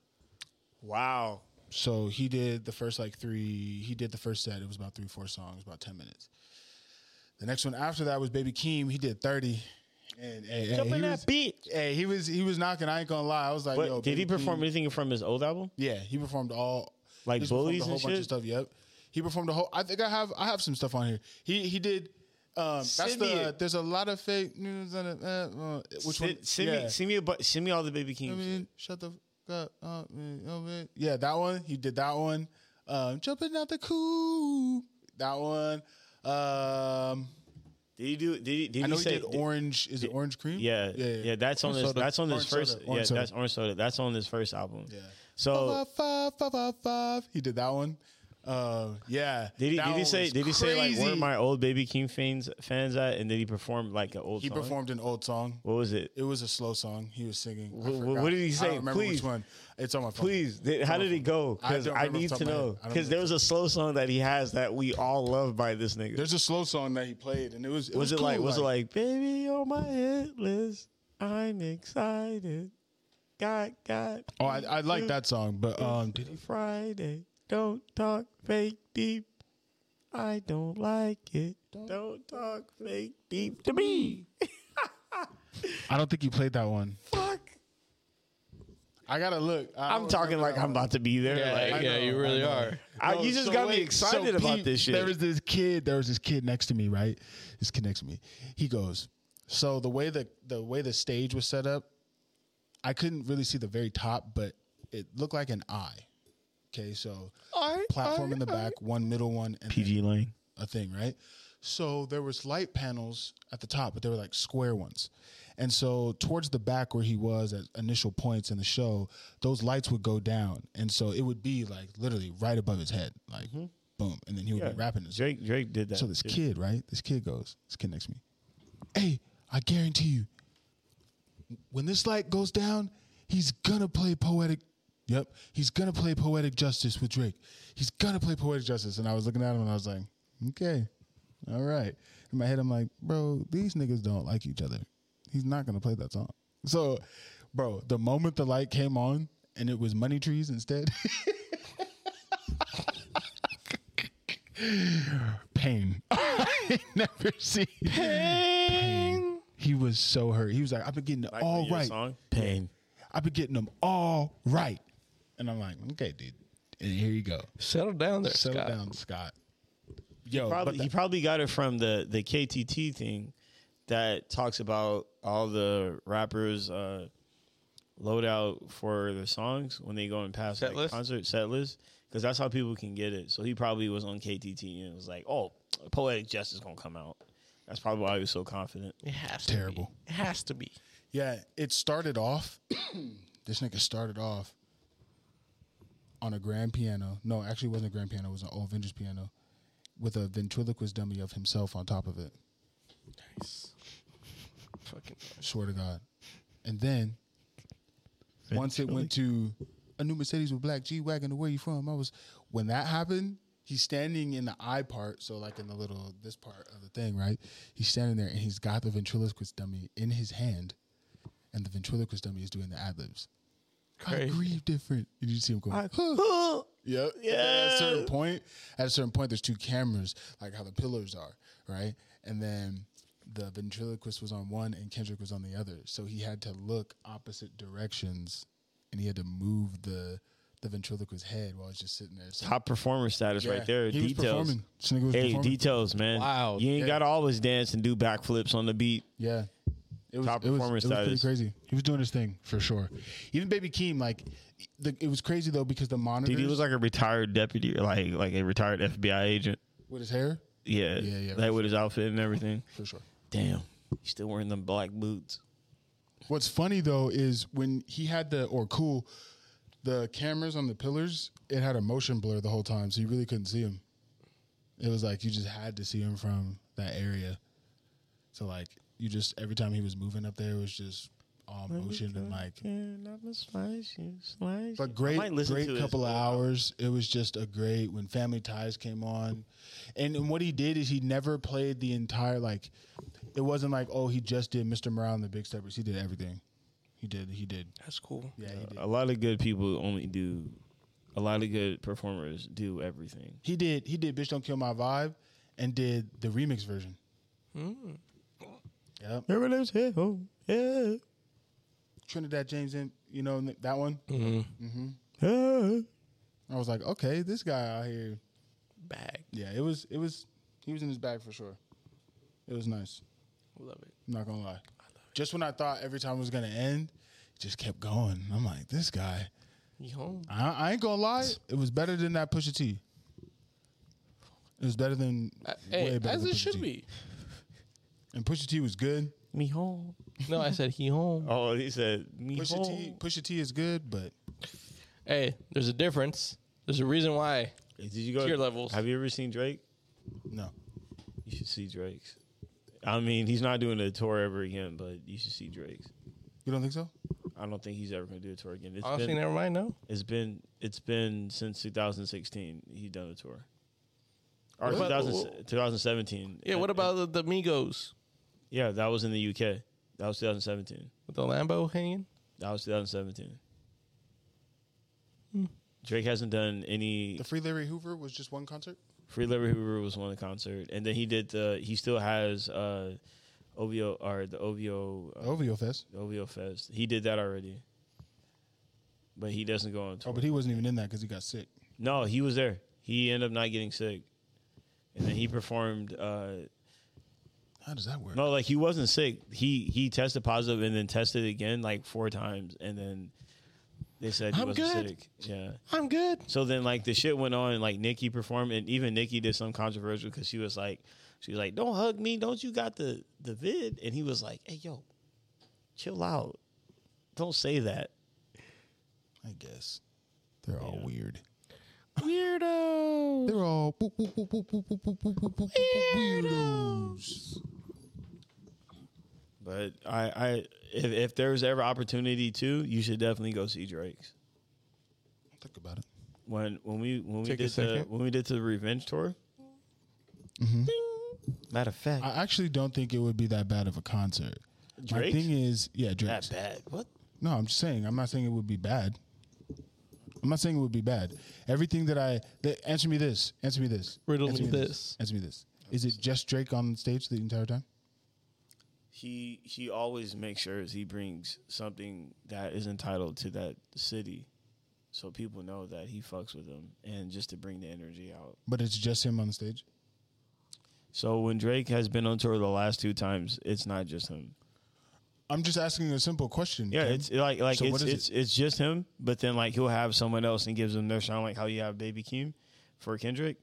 Speaker 3: Wow.
Speaker 1: So he did the first like three. He did the first set. It was about three, four songs, about ten minutes. The next one after that was Baby Keem. He did thirty, and, and, and
Speaker 3: Jump
Speaker 1: he,
Speaker 3: in
Speaker 1: was,
Speaker 3: that beat.
Speaker 1: hey, he was he was knocking. I ain't gonna lie. I was like,
Speaker 3: But
Speaker 1: yo,
Speaker 3: did he
Speaker 1: Baby
Speaker 3: perform
Speaker 1: Keem-
Speaker 3: anything from his old album?
Speaker 1: Yeah, he performed all
Speaker 3: Like
Speaker 1: he's performed
Speaker 3: Bullies
Speaker 1: a whole
Speaker 3: and
Speaker 1: bunch
Speaker 3: shit?
Speaker 1: of stuff. Yep, he performed a whole. I think I have I have some stuff on here. He he did. Um, that's the.
Speaker 3: Symbiote.
Speaker 1: There's a lot of fake news. On it, uh, uh, which
Speaker 3: Send,
Speaker 1: one?
Speaker 3: send
Speaker 1: yeah.
Speaker 3: me, send me, a, bu- send me all the Baby King.
Speaker 1: I
Speaker 3: shit.
Speaker 1: mean, shut the fuck up. Uh, man, oh, man. Yeah, that one. He did that one. Um, jumping out the coop. That one. Um,
Speaker 3: Did he do? Did he? Did
Speaker 1: I know he
Speaker 3: he say?
Speaker 1: did orange. Is it orange cream?
Speaker 3: yeah, yeah, That's on
Speaker 2: Orange
Speaker 3: this.
Speaker 2: soda.
Speaker 3: That's on this
Speaker 1: Orange
Speaker 3: first.
Speaker 1: soda. Orange
Speaker 3: yeah,
Speaker 1: soda.
Speaker 3: that's orange soda. That's on this first album.
Speaker 1: Yeah.
Speaker 3: So
Speaker 1: Five, five, five, five, five. He did that one. Uh, yeah.
Speaker 3: Did he,
Speaker 1: That
Speaker 3: did he
Speaker 1: one
Speaker 3: say
Speaker 1: was
Speaker 3: did he say like where are
Speaker 1: crazy.
Speaker 3: my old baby King fans fans at and did he perform like an old
Speaker 1: He
Speaker 3: song?
Speaker 1: performed an old song.
Speaker 3: what was it?
Speaker 1: It was a slow song. He was singing. I
Speaker 3: Wh- wh- what
Speaker 1: forgot.
Speaker 3: did he
Speaker 1: I
Speaker 3: say?
Speaker 1: don't remember which
Speaker 3: Please.
Speaker 1: one. It's on my phone.
Speaker 3: Please, did, how did it go?
Speaker 1: I
Speaker 3: Because
Speaker 1: don't
Speaker 3: I,
Speaker 1: remember
Speaker 3: need
Speaker 1: off
Speaker 3: to
Speaker 1: the top of my
Speaker 3: know.
Speaker 1: head. I don't
Speaker 3: Because there was a slow song that he has that we all love by this nigga.
Speaker 1: There's a slow song that he played, and it was. It was,
Speaker 3: was, it
Speaker 1: cool,
Speaker 3: like was it like baby you're my hit list? I'm excited. Got got
Speaker 1: Oh, I, I like that song, but um, did he
Speaker 3: Friday. Don't talk fake deep. I don't like it. Don't talk fake deep to me.
Speaker 1: I don't think he played that one.
Speaker 3: Fuck.
Speaker 1: I gotta look. I
Speaker 3: I'm
Speaker 1: don't
Speaker 3: talking
Speaker 1: remember
Speaker 3: like
Speaker 1: that
Speaker 3: I'm
Speaker 1: one.
Speaker 3: about to be there.
Speaker 2: Yeah,
Speaker 3: like,
Speaker 1: I
Speaker 2: yeah,
Speaker 1: know,
Speaker 2: you really
Speaker 1: I know.
Speaker 2: are.
Speaker 3: I-
Speaker 1: No,
Speaker 3: you just
Speaker 1: so
Speaker 3: got me
Speaker 1: wait,
Speaker 3: excited
Speaker 1: so
Speaker 3: about
Speaker 1: Pete,
Speaker 3: this shit.
Speaker 1: There was this kid. There was this kid next to me. Right, this kid next to me. He goes. So the way the the way the stage was set up, I couldn't really see the very top, but it looked like an eye. Okay, so platform in the back, one middle one, and then
Speaker 3: PG Lane.
Speaker 1: a thing, right? So there was light panels at the top, but they were like square ones. And so towards the back where he was at initial points in the show, those lights would go down. And so it would be like literally right above his head, like boom. And then he would be rapping. and stuff.
Speaker 3: Drake Drake did that.
Speaker 1: So this kid, right? This kid goes, this kid next to me, hey, I guarantee you, when this light goes down, he's gonna play poetic. Yep, he's gonna play poetic justice with Drake. He's gonna play poetic justice. And I was looking at him and I was like, okay, all right. In my head, I'm like, bro, these niggas don't like each other. He's not gonna play that song. So, bro, the moment the light came on and it was Money Trees instead. pain. I never seen pain. He was so hurt. He was like, I've been getting it all right.
Speaker 3: Song? Pain.
Speaker 1: I've been getting them all right. And I'm like, okay, dude. And here you go.
Speaker 2: Settle down there,
Speaker 1: Settle
Speaker 2: Scott.
Speaker 1: down, Scott. Yo,
Speaker 3: Probably
Speaker 1: Oh, but
Speaker 3: he
Speaker 1: that-
Speaker 3: probably got it from the the KTT thing that talks about all the rappers uh load out for their songs when they go and pass
Speaker 2: Set
Speaker 3: like,
Speaker 2: list?
Speaker 3: concert set list because that's how people can get it. So he probably was on KTT and was like, "Oh, poetic justice gonna come out." That's probably why he was so confident.
Speaker 2: It has
Speaker 1: Terrible.
Speaker 2: To be. It has to be.
Speaker 1: yeah, it started off. this nigga started off on a grand piano. No, actually, it wasn't a grand piano. It was an old vintage piano with a ventriloquist dummy of himself on top of it.
Speaker 2: Nice. Fucking.
Speaker 1: Swear to God. And then once it went to a new Mercedes with black G wagon. Where you from? I was when that happened. He's standing in the eye part, so like in the little this part of the thing, right? He's standing there and he's got the ventriloquist dummy in his hand, and the ventriloquist dummy is doing the ad libs. I
Speaker 2: Crazy.
Speaker 1: grieve different. You just see him going. Yep. Yeah. At a certain point, at a certain point, there's two cameras, like how the pillars are, right? And then the ventriloquist was on one and Kendrick was on the other. So he had to look opposite directions and he had to move the the ventriloquist head while he's just sitting there. So,
Speaker 3: Top performer status
Speaker 1: yeah,
Speaker 3: right there.
Speaker 1: He was
Speaker 3: details.
Speaker 1: performing. This nigga was
Speaker 3: Hey,
Speaker 1: performing.
Speaker 3: details, man.
Speaker 2: Wow.
Speaker 3: You ain't gotta always dance and do backflips on the beat.
Speaker 1: Yeah. It was,
Speaker 3: Top
Speaker 1: it was,
Speaker 3: performer
Speaker 1: it was pretty
Speaker 3: status.
Speaker 1: crazy. He was doing his thing for sure. Even Baby Keem, like, the, it was crazy though because the monitors
Speaker 3: Dude, he looked like a retired deputy, like like a retired FBI agent.
Speaker 1: with his hair,
Speaker 3: Yeah,
Speaker 1: Yeah, yeah,
Speaker 3: Like with his outfit and everything.
Speaker 1: for sure.
Speaker 3: Damn, he's still wearing them black boots.
Speaker 1: What's funny though is when he had the or cool, the cameras on the pillars, it had a motion blur the whole time, so you really couldn't see him. It was like you just had to see him from that area. So like you just every time he was moving up there it was just um, ocean and like
Speaker 3: Yeah, I'm slice you, slice.
Speaker 1: But
Speaker 3: I
Speaker 1: great,
Speaker 3: might listen
Speaker 1: great
Speaker 3: to it.
Speaker 1: couple of hours. It was just a great when Family Ties came on, and, and what he did is he never played the entire like. It wasn't like oh he just did Mr. Morale and the Big Steppers. He did everything. He did. He did.
Speaker 2: That's cool.
Speaker 1: Yeah, he did.
Speaker 3: A lot of good people only do. A lot of good performers do everything.
Speaker 1: He did. He did. Bitch, don't kill my vibe, and did the remix version. Yep.
Speaker 3: Remember those hit oh yeah.
Speaker 1: Trinidad James and you know that one.
Speaker 3: yeah.
Speaker 1: I was like, okay, this guy out here.
Speaker 2: Bag.
Speaker 1: Yeah, it was. It was. He was in his bag for sure. It was nice.
Speaker 2: Love it.
Speaker 1: I'm not gonna lie. Just when I thought every time it was gonna end, it just kept going. I'm like, this guy.
Speaker 2: You home?
Speaker 1: I, I ain't gonna lie. It was better than that Pusha T. It was better than
Speaker 2: I,
Speaker 1: way
Speaker 2: Uh, hey,
Speaker 1: better
Speaker 2: as
Speaker 1: than
Speaker 2: it
Speaker 1: Pusha T.
Speaker 2: should be.
Speaker 1: And Pusha T was good.
Speaker 3: Me home.
Speaker 2: No, I said he home.
Speaker 3: Oh, he said me
Speaker 1: Pusha T,
Speaker 3: home.
Speaker 1: Pusha T is good, but
Speaker 2: Hey, there's a difference. There's a reason why.
Speaker 3: Did you go
Speaker 2: Tier levels.
Speaker 3: Have you ever seen Drake?
Speaker 1: no.
Speaker 3: You should see Drake's. I mean, he's not doing a tour ever again, but you should see Drake's.
Speaker 1: You don't think so?
Speaker 3: I don't think he's ever going to do a tour again. It's
Speaker 2: Honestly,
Speaker 3: been,
Speaker 2: never mind. No.
Speaker 3: it's been it's been since 2016 he done a tour. Or
Speaker 2: What about-
Speaker 3: 2000, 2017.
Speaker 2: Yeah. What
Speaker 3: And-
Speaker 2: about the, the Migos
Speaker 3: Yeah, that was in the UK. That was 2017.
Speaker 2: with the Lambo hanging?
Speaker 3: That was 2017.
Speaker 2: Hmm.
Speaker 3: Drake hasn't done any
Speaker 1: The Free Larry Hoover was just one concert.
Speaker 3: Free Larry Hoover was one of the concert, and then he did the he still has uh OVO or the OVO
Speaker 2: Oh.
Speaker 3: uh,
Speaker 1: OVO Fest.
Speaker 3: OVO Fest. He did that already, but he doesn't go on
Speaker 1: Oh,
Speaker 3: tour.
Speaker 1: but he wasn't even in that because he got sick.
Speaker 3: No, he was there. He ended up not getting sick, and then he performed. uh
Speaker 1: How does that work?
Speaker 3: No, like he wasn't sick. He he tested positive and then tested again like four times, and then they said he
Speaker 2: I'm
Speaker 3: wasn't
Speaker 2: good.
Speaker 3: sick. Yeah.
Speaker 2: I'm good.
Speaker 3: So then, like the shit went on, and like Nikki performed, and even Nikki did some controversial because she was like, she was like, "Don't hug me, don't you got the the vid?" And he was like, "Hey, yo, chill out, don't say that."
Speaker 1: I guess they're all weird.
Speaker 2: Weirdo.
Speaker 1: They're all boop, boop, boop, boop, boop, boop, boop, boop, boop, boop, weirdos.
Speaker 3: But I, I, if, if there's ever opportunity to, you should definitely go see Drake's.
Speaker 1: Think about it.
Speaker 3: When when we when we
Speaker 2: Take a
Speaker 3: did the
Speaker 2: second.
Speaker 3: when we did the revenge tour. Ding. Mm-hmm. Matter of fact,
Speaker 1: I actually don't think it would be that bad of a concert.
Speaker 3: Drake's?
Speaker 1: My thing is, yeah, Drake.
Speaker 3: that bad. What?
Speaker 1: No, I'm just saying. I'm not saying it would be bad. I'm not saying it would be bad. Everything that I that, answer me this, answer me this,
Speaker 2: Riddle
Speaker 1: answer
Speaker 2: me this.
Speaker 1: answer me this. Is it just Drake on stage the entire time?
Speaker 3: He he always makes sure he brings something that is entitled to that city, so people know that he fucks with them, and just to bring the energy out.
Speaker 1: But it's just him on the stage.
Speaker 3: So when Drake has been on tour the last two times, it's not just him.
Speaker 1: I'm just asking a simple question.
Speaker 3: Yeah,
Speaker 1: Kim.
Speaker 3: it's like like
Speaker 1: So
Speaker 3: it's
Speaker 1: what is
Speaker 3: it's, it's just him, but then like he'll have someone else and gives them their shine, like how you have Baby Keem for Kendrick.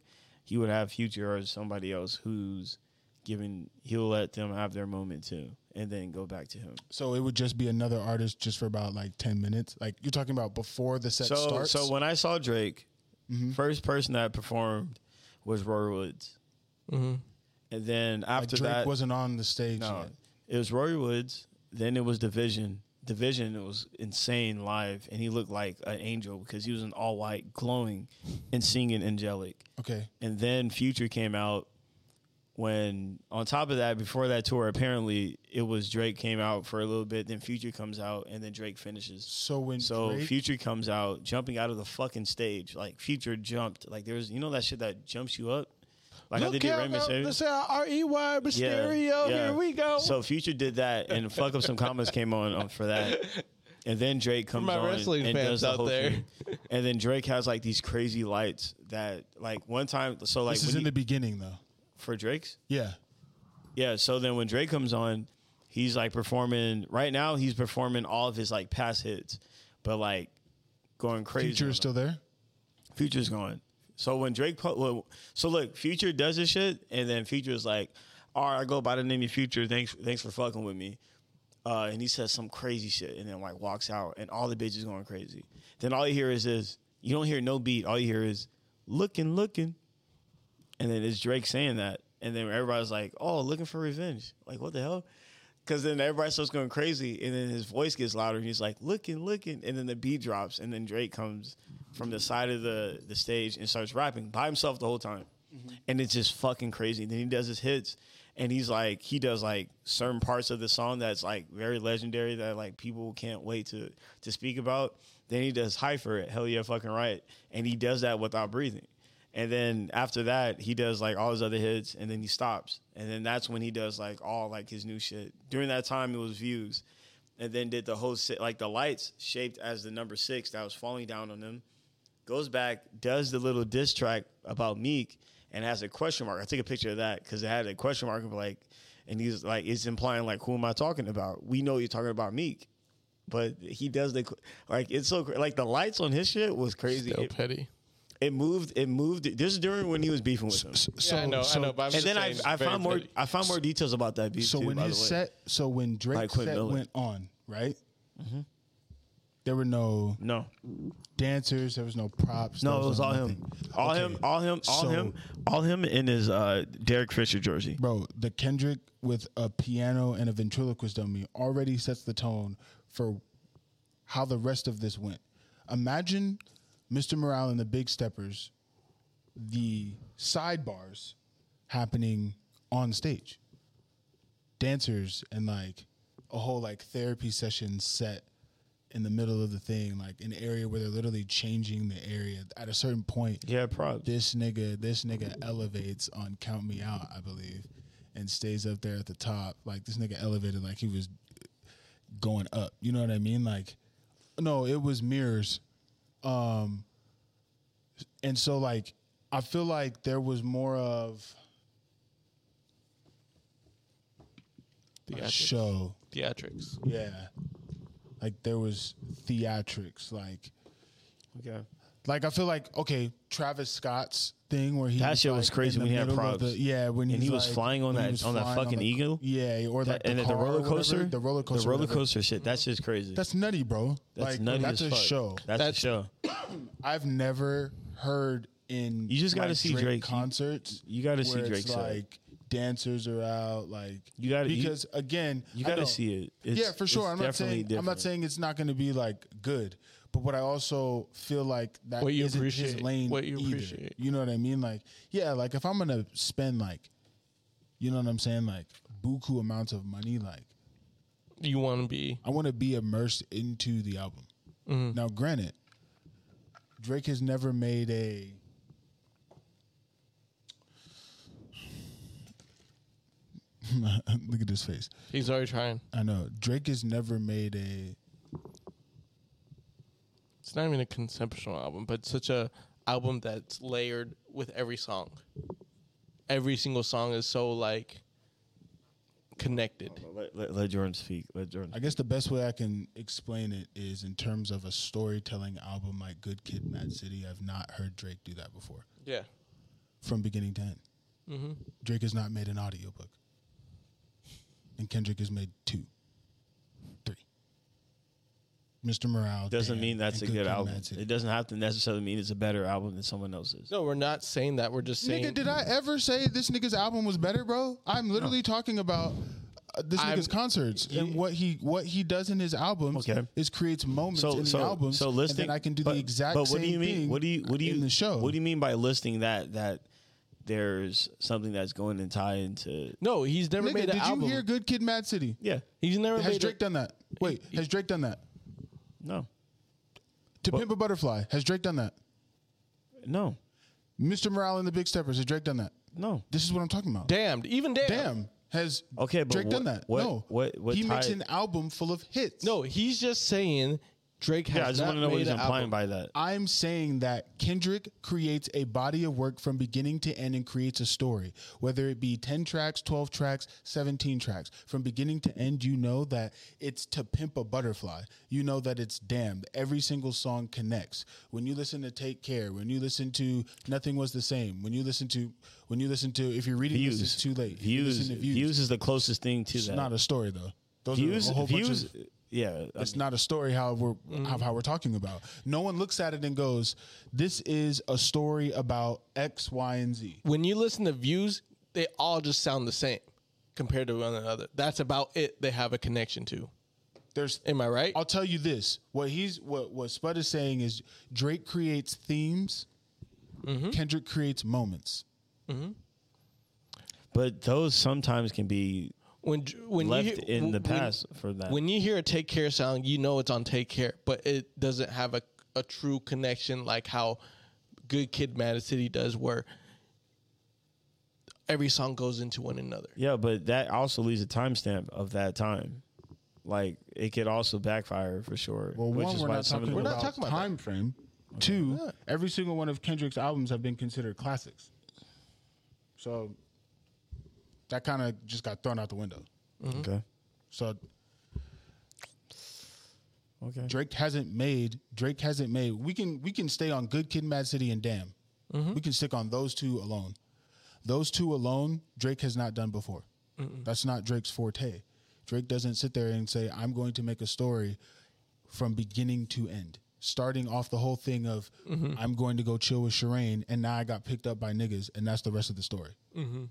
Speaker 3: He would have Future or somebody else who's giving. He'll let them have their moment too, and then go back to him.
Speaker 1: so it would just be another artist just for about like ten minutes. Like you're talking about before the set
Speaker 3: so
Speaker 1: starts. Mm-hmm.
Speaker 3: so when I saw Drake, first person that performed was Roy Woods, and
Speaker 1: Mm-hmm.
Speaker 3: then
Speaker 1: like
Speaker 3: after
Speaker 1: Drake
Speaker 3: that,
Speaker 1: wasn't on the stage.
Speaker 3: no,
Speaker 1: yet.
Speaker 3: it was Roy Woods. Then it was Division. Division was insane live, and he looked like an angel because he was in all white, glowing, and singing angelic.
Speaker 1: Okay.
Speaker 3: And then Future came out. When on top of that, before that tour, apparently it was Drake came out for a little bit, then Future comes out, and then Drake finishes.
Speaker 1: So when
Speaker 3: So
Speaker 1: Drake,
Speaker 3: Future comes out jumping out of the fucking stage. Like Future jumped. Like there was you know that shit that jumps you up? Like I did
Speaker 2: here,
Speaker 3: Raymond
Speaker 2: bro.
Speaker 3: Savage.
Speaker 2: This is our R.E.Y. E Mysterio. Here we go.
Speaker 3: So Future did that and fuck up some comments came on, on for that. And then Drake comes
Speaker 2: my
Speaker 3: on
Speaker 2: wrestling
Speaker 3: and
Speaker 2: fans
Speaker 3: does the
Speaker 2: out
Speaker 3: whole
Speaker 2: there.
Speaker 3: thing. And then Drake has like these crazy lights that like one time so like
Speaker 1: this is
Speaker 3: when
Speaker 1: in
Speaker 3: he-
Speaker 1: the beginning though.
Speaker 3: for Drake's?
Speaker 1: Yeah.
Speaker 3: Yeah, so then when Drake comes on, he's like performing right now he's performing all of his like past hits, but like going crazy.
Speaker 1: Future
Speaker 3: on
Speaker 1: is
Speaker 3: them.
Speaker 1: still there.
Speaker 3: Future's going. So when Drake, pu- well, so look, Future does this shit, and then Future's like, "All right, I go by the name of Future. Thanks, thanks for fucking with me." Uh, and he says some crazy shit, and then like walks out, and all the bitches going crazy. Then all you hear is this. You don't hear no beat. All you hear is looking, looking, and then it's Drake saying that, and then everybody's like, "Oh, looking for revenge." Like what the hell? Cause then everybody starts going crazy, and then his voice gets louder, and he's like, "Looking, looking," and then the beat drops, and then Drake comes from the side of the the stage and starts rapping by himself the whole time, and it's just fucking crazy. Then he does his hits, and he's like, he does like certain parts of the song that's like very legendary that like people can't wait to to speak about. Then he does "High for It," hell yeah, fucking right, and he does that without breathing. And then after that, he does like all his other hits, and then he stops. And then that's when he does like all like his new shit. During that time, it was views, and then did the whole si- like the lights shaped as the number six that was falling down on them. Goes back, does the little diss track about Meek, and has a question mark. I took a picture of that because it had a question mark of like, and he's like, it's implying like, who am I talking about? We know you're talking about Meek, but he does the like. It's so cra- like the lights on his shit was crazy.
Speaker 2: Still
Speaker 3: It-
Speaker 2: petty.
Speaker 3: it moved. It moved. This is during when he was beefing with him.
Speaker 1: So,
Speaker 2: I know,
Speaker 1: so,
Speaker 2: I know. But I'm
Speaker 3: And
Speaker 2: just
Speaker 3: then I,
Speaker 2: saying it's
Speaker 3: I
Speaker 2: very
Speaker 3: found more.
Speaker 2: petty.
Speaker 3: I found more details about that beef.
Speaker 1: so
Speaker 3: too,
Speaker 1: when
Speaker 3: by the
Speaker 1: his
Speaker 3: way.
Speaker 1: set, so when
Speaker 3: By
Speaker 1: Drake's
Speaker 3: Quinn
Speaker 1: set
Speaker 3: Miller. Mm-hmm.
Speaker 1: went on, right? There were no
Speaker 3: no,
Speaker 1: dancers. There was no props.
Speaker 3: no,
Speaker 1: there
Speaker 3: it was all him,
Speaker 1: nothing.
Speaker 3: all
Speaker 1: Okay.
Speaker 3: him, all him, all
Speaker 1: So-
Speaker 3: him, all him in his uh, Derek Fisher jersey.
Speaker 1: Bro, the Kendrick with a piano and a ventriloquist dummy already sets the tone for how the rest of this went. Imagine Mr. Morale and the Big Steppers, the sidebars happening on stage. Dancers and like a whole like therapy session set in the middle of the thing, like an area where they're literally changing the area. At a certain point,
Speaker 3: Yeah, props.
Speaker 1: this nigga, this nigga elevates on Count Me Out, I believe, and stays up there at the top. Like this nigga elevated like he was going up. You know what I mean? Like, no, it was mirrors. Um, and so like I feel like there was more of a
Speaker 2: Theatrics.
Speaker 1: show.
Speaker 2: Theatrics.
Speaker 1: Yeah. Like there was theatrics, like
Speaker 3: Okay.
Speaker 1: Like I feel like okay, Travis Scott's thing where he
Speaker 3: That shit was
Speaker 1: like,
Speaker 3: crazy
Speaker 1: in the
Speaker 3: when he had
Speaker 1: middle of
Speaker 3: props.
Speaker 1: the- yeah, when
Speaker 3: And he was
Speaker 1: like-
Speaker 3: flying on
Speaker 1: when he
Speaker 3: that-
Speaker 1: was
Speaker 3: on that
Speaker 1: flying
Speaker 3: fucking
Speaker 1: the-
Speaker 3: eagle?
Speaker 1: Yeah, or like
Speaker 3: and
Speaker 1: the,
Speaker 3: then the
Speaker 1: car or
Speaker 3: roller
Speaker 1: whatever,
Speaker 3: coaster,
Speaker 1: the roller coaster,
Speaker 3: the roller
Speaker 1: whatever.
Speaker 3: coaster shit. That's just crazy. That's,
Speaker 1: That's nutty, bro. like,
Speaker 3: nutty.
Speaker 1: That's
Speaker 3: as
Speaker 1: a
Speaker 3: fuck.
Speaker 1: show.
Speaker 3: That's, a show.
Speaker 1: I've never heard in
Speaker 3: You just gotta
Speaker 1: like,
Speaker 3: see Drake.
Speaker 1: concerts.
Speaker 3: You gotta see
Speaker 1: where it's
Speaker 3: Drake's set.
Speaker 1: like dancers are out. Like
Speaker 3: You gotta- you-
Speaker 1: because again
Speaker 3: You
Speaker 1: I know-
Speaker 3: gotta see it. It's,
Speaker 1: yeah, for sure.
Speaker 3: it's
Speaker 1: I'm not
Speaker 3: definitely
Speaker 1: saying I'm not
Speaker 3: different.
Speaker 1: saying it's not going to be like good, but what I also feel like that
Speaker 2: What you
Speaker 1: isn't his
Speaker 2: appreciate.
Speaker 1: lane.
Speaker 2: What you
Speaker 1: either.
Speaker 2: appreciate.
Speaker 1: You know what I mean? Like, yeah, like if I'm going to spend like, you know what I'm saying, like buku amounts of money, like
Speaker 2: You want to be
Speaker 1: I want to be immersed into the album.
Speaker 2: Mm-hmm.
Speaker 1: Now, granted, Drake has never made a. Look at this face.
Speaker 2: He's already trying.
Speaker 1: I know Drake has never made a
Speaker 2: It's not even a conceptual album, but such a album that's layered with every song. Every single song is so like connected.
Speaker 3: Let, let, let Jordan speak. Let Jordan.
Speaker 1: I guess the best way I can explain it is in terms of a storytelling album like Good Kid, Mad City. I've not heard Drake do that before,
Speaker 2: Yeah.
Speaker 1: from beginning to end. Drake has not made an audiobook, and Kendrick has made two, three. Mr. Morale
Speaker 3: doesn't
Speaker 1: Dan,
Speaker 3: mean that's
Speaker 1: and
Speaker 3: a good
Speaker 1: Kid,
Speaker 3: album.
Speaker 1: Mad City.
Speaker 3: It doesn't have to necessarily mean it's a better album than someone else's.
Speaker 2: No, we're not saying that. We're just saying
Speaker 1: Nigga, did I ever say this nigga's album was better, bro? I'm literally talking about uh, this
Speaker 2: I'm-
Speaker 1: nigga's concerts and what he what he does in his albums
Speaker 3: Okay.
Speaker 1: is creates moments
Speaker 3: so
Speaker 1: in
Speaker 3: so
Speaker 1: the albums.
Speaker 3: so listing.
Speaker 1: and then I can do the exact
Speaker 3: But what
Speaker 1: same
Speaker 3: do you mean?
Speaker 1: thing.
Speaker 3: What do you what do you
Speaker 1: in the show?
Speaker 3: What do you mean by listing that that there's something that's going to tie into?
Speaker 2: No, he's never
Speaker 1: Nigga,
Speaker 2: made an
Speaker 1: did
Speaker 2: album.
Speaker 1: you hear Good Kid, Mad City?
Speaker 3: Yeah,
Speaker 2: He's never
Speaker 1: Has
Speaker 2: made
Speaker 1: Drake done that? Wait, has Drake done that?
Speaker 3: no,
Speaker 1: To Pimp a Butterfly, has Drake done that?
Speaker 3: no,
Speaker 1: Mr. Morale and the Big Steppers, has Drake done that?
Speaker 3: no.
Speaker 1: This is what I'm talking about.
Speaker 2: a damned. Even damned.
Speaker 1: Damn. Has
Speaker 3: Okay, but
Speaker 1: Drake done
Speaker 3: what-
Speaker 1: that?
Speaker 3: what-
Speaker 1: no.
Speaker 3: what- what
Speaker 1: he makes
Speaker 3: tie-
Speaker 1: an album full of hits.
Speaker 2: No, he's just saying Drake has
Speaker 3: Yeah, I just
Speaker 2: not
Speaker 3: want to know what
Speaker 2: made
Speaker 3: he's
Speaker 2: an
Speaker 3: implying
Speaker 2: album.
Speaker 3: by that.
Speaker 1: I'm saying that Kendrick creates a body of work from beginning to end and creates a story, whether it be 10 tracks, 12 tracks, 17 tracks. From beginning to end, you know that it's To Pimp a Butterfly. You know that it's Damned. Every single song connects. When you listen to Take Care, when you listen to Nothing Was the Same, when you listen to, when you listen to, if you're reading
Speaker 3: Views
Speaker 1: this, it's too late. If you
Speaker 3: Views,
Speaker 1: listen to
Speaker 3: views. is the closest thing to
Speaker 1: It's
Speaker 3: that.
Speaker 1: not a story, though. Those
Speaker 3: views.
Speaker 1: are a whole bunch
Speaker 3: Views.
Speaker 1: of-
Speaker 3: yeah. uh, I
Speaker 1: it's not a story how we're of how we're talking about. No one looks at it and goes, "This is a story about X, Y, and Z."
Speaker 2: When you listen to views, they all just sound the same. compared to one another. That's about it they have a connection to.
Speaker 1: There's
Speaker 2: Am I right?
Speaker 1: I'll tell you this: what he's what what Spud is saying is Drake creates themes,
Speaker 3: Mm-hmm.
Speaker 1: Kendrick creates moments.
Speaker 3: But those sometimes can be
Speaker 2: When j- when
Speaker 3: left
Speaker 2: you,
Speaker 3: in the
Speaker 2: when-
Speaker 3: past for that.
Speaker 2: When you hear a Take Care song, you know it's on Take Care, but it doesn't have a, a true connection like how Good Kid, Mad City does, where every song goes into one another.
Speaker 3: yeah, but that also leaves a timestamp of that time. Like it could also backfire for sure.
Speaker 1: Well,
Speaker 3: which
Speaker 1: one
Speaker 3: is
Speaker 1: we're
Speaker 3: why
Speaker 1: not
Speaker 3: some
Speaker 1: talking,
Speaker 3: of the
Speaker 1: about
Speaker 2: not talking about that.
Speaker 1: time frame. Two,
Speaker 2: Yeah.
Speaker 1: every single one of Kendrick's albums have been considered classics. So that kind of just got thrown out the window.
Speaker 3: okay,
Speaker 1: So
Speaker 3: okay.
Speaker 1: Drake hasn't made Drake hasn't made we can we can stay on Good Kid Mad City and Damn.
Speaker 2: Mm-hmm.
Speaker 1: We can stick on those two alone. Those two alone, Drake has not done before. That's not Drake's forte. Drake doesn't sit there and say, I'm going to make a story from beginning to end. Starting off the whole thing of
Speaker 2: Mm-hmm.
Speaker 1: I'm going to go chill with Shireen and now I got picked up by niggas and that's the rest of the story.
Speaker 2: Mm-hmm.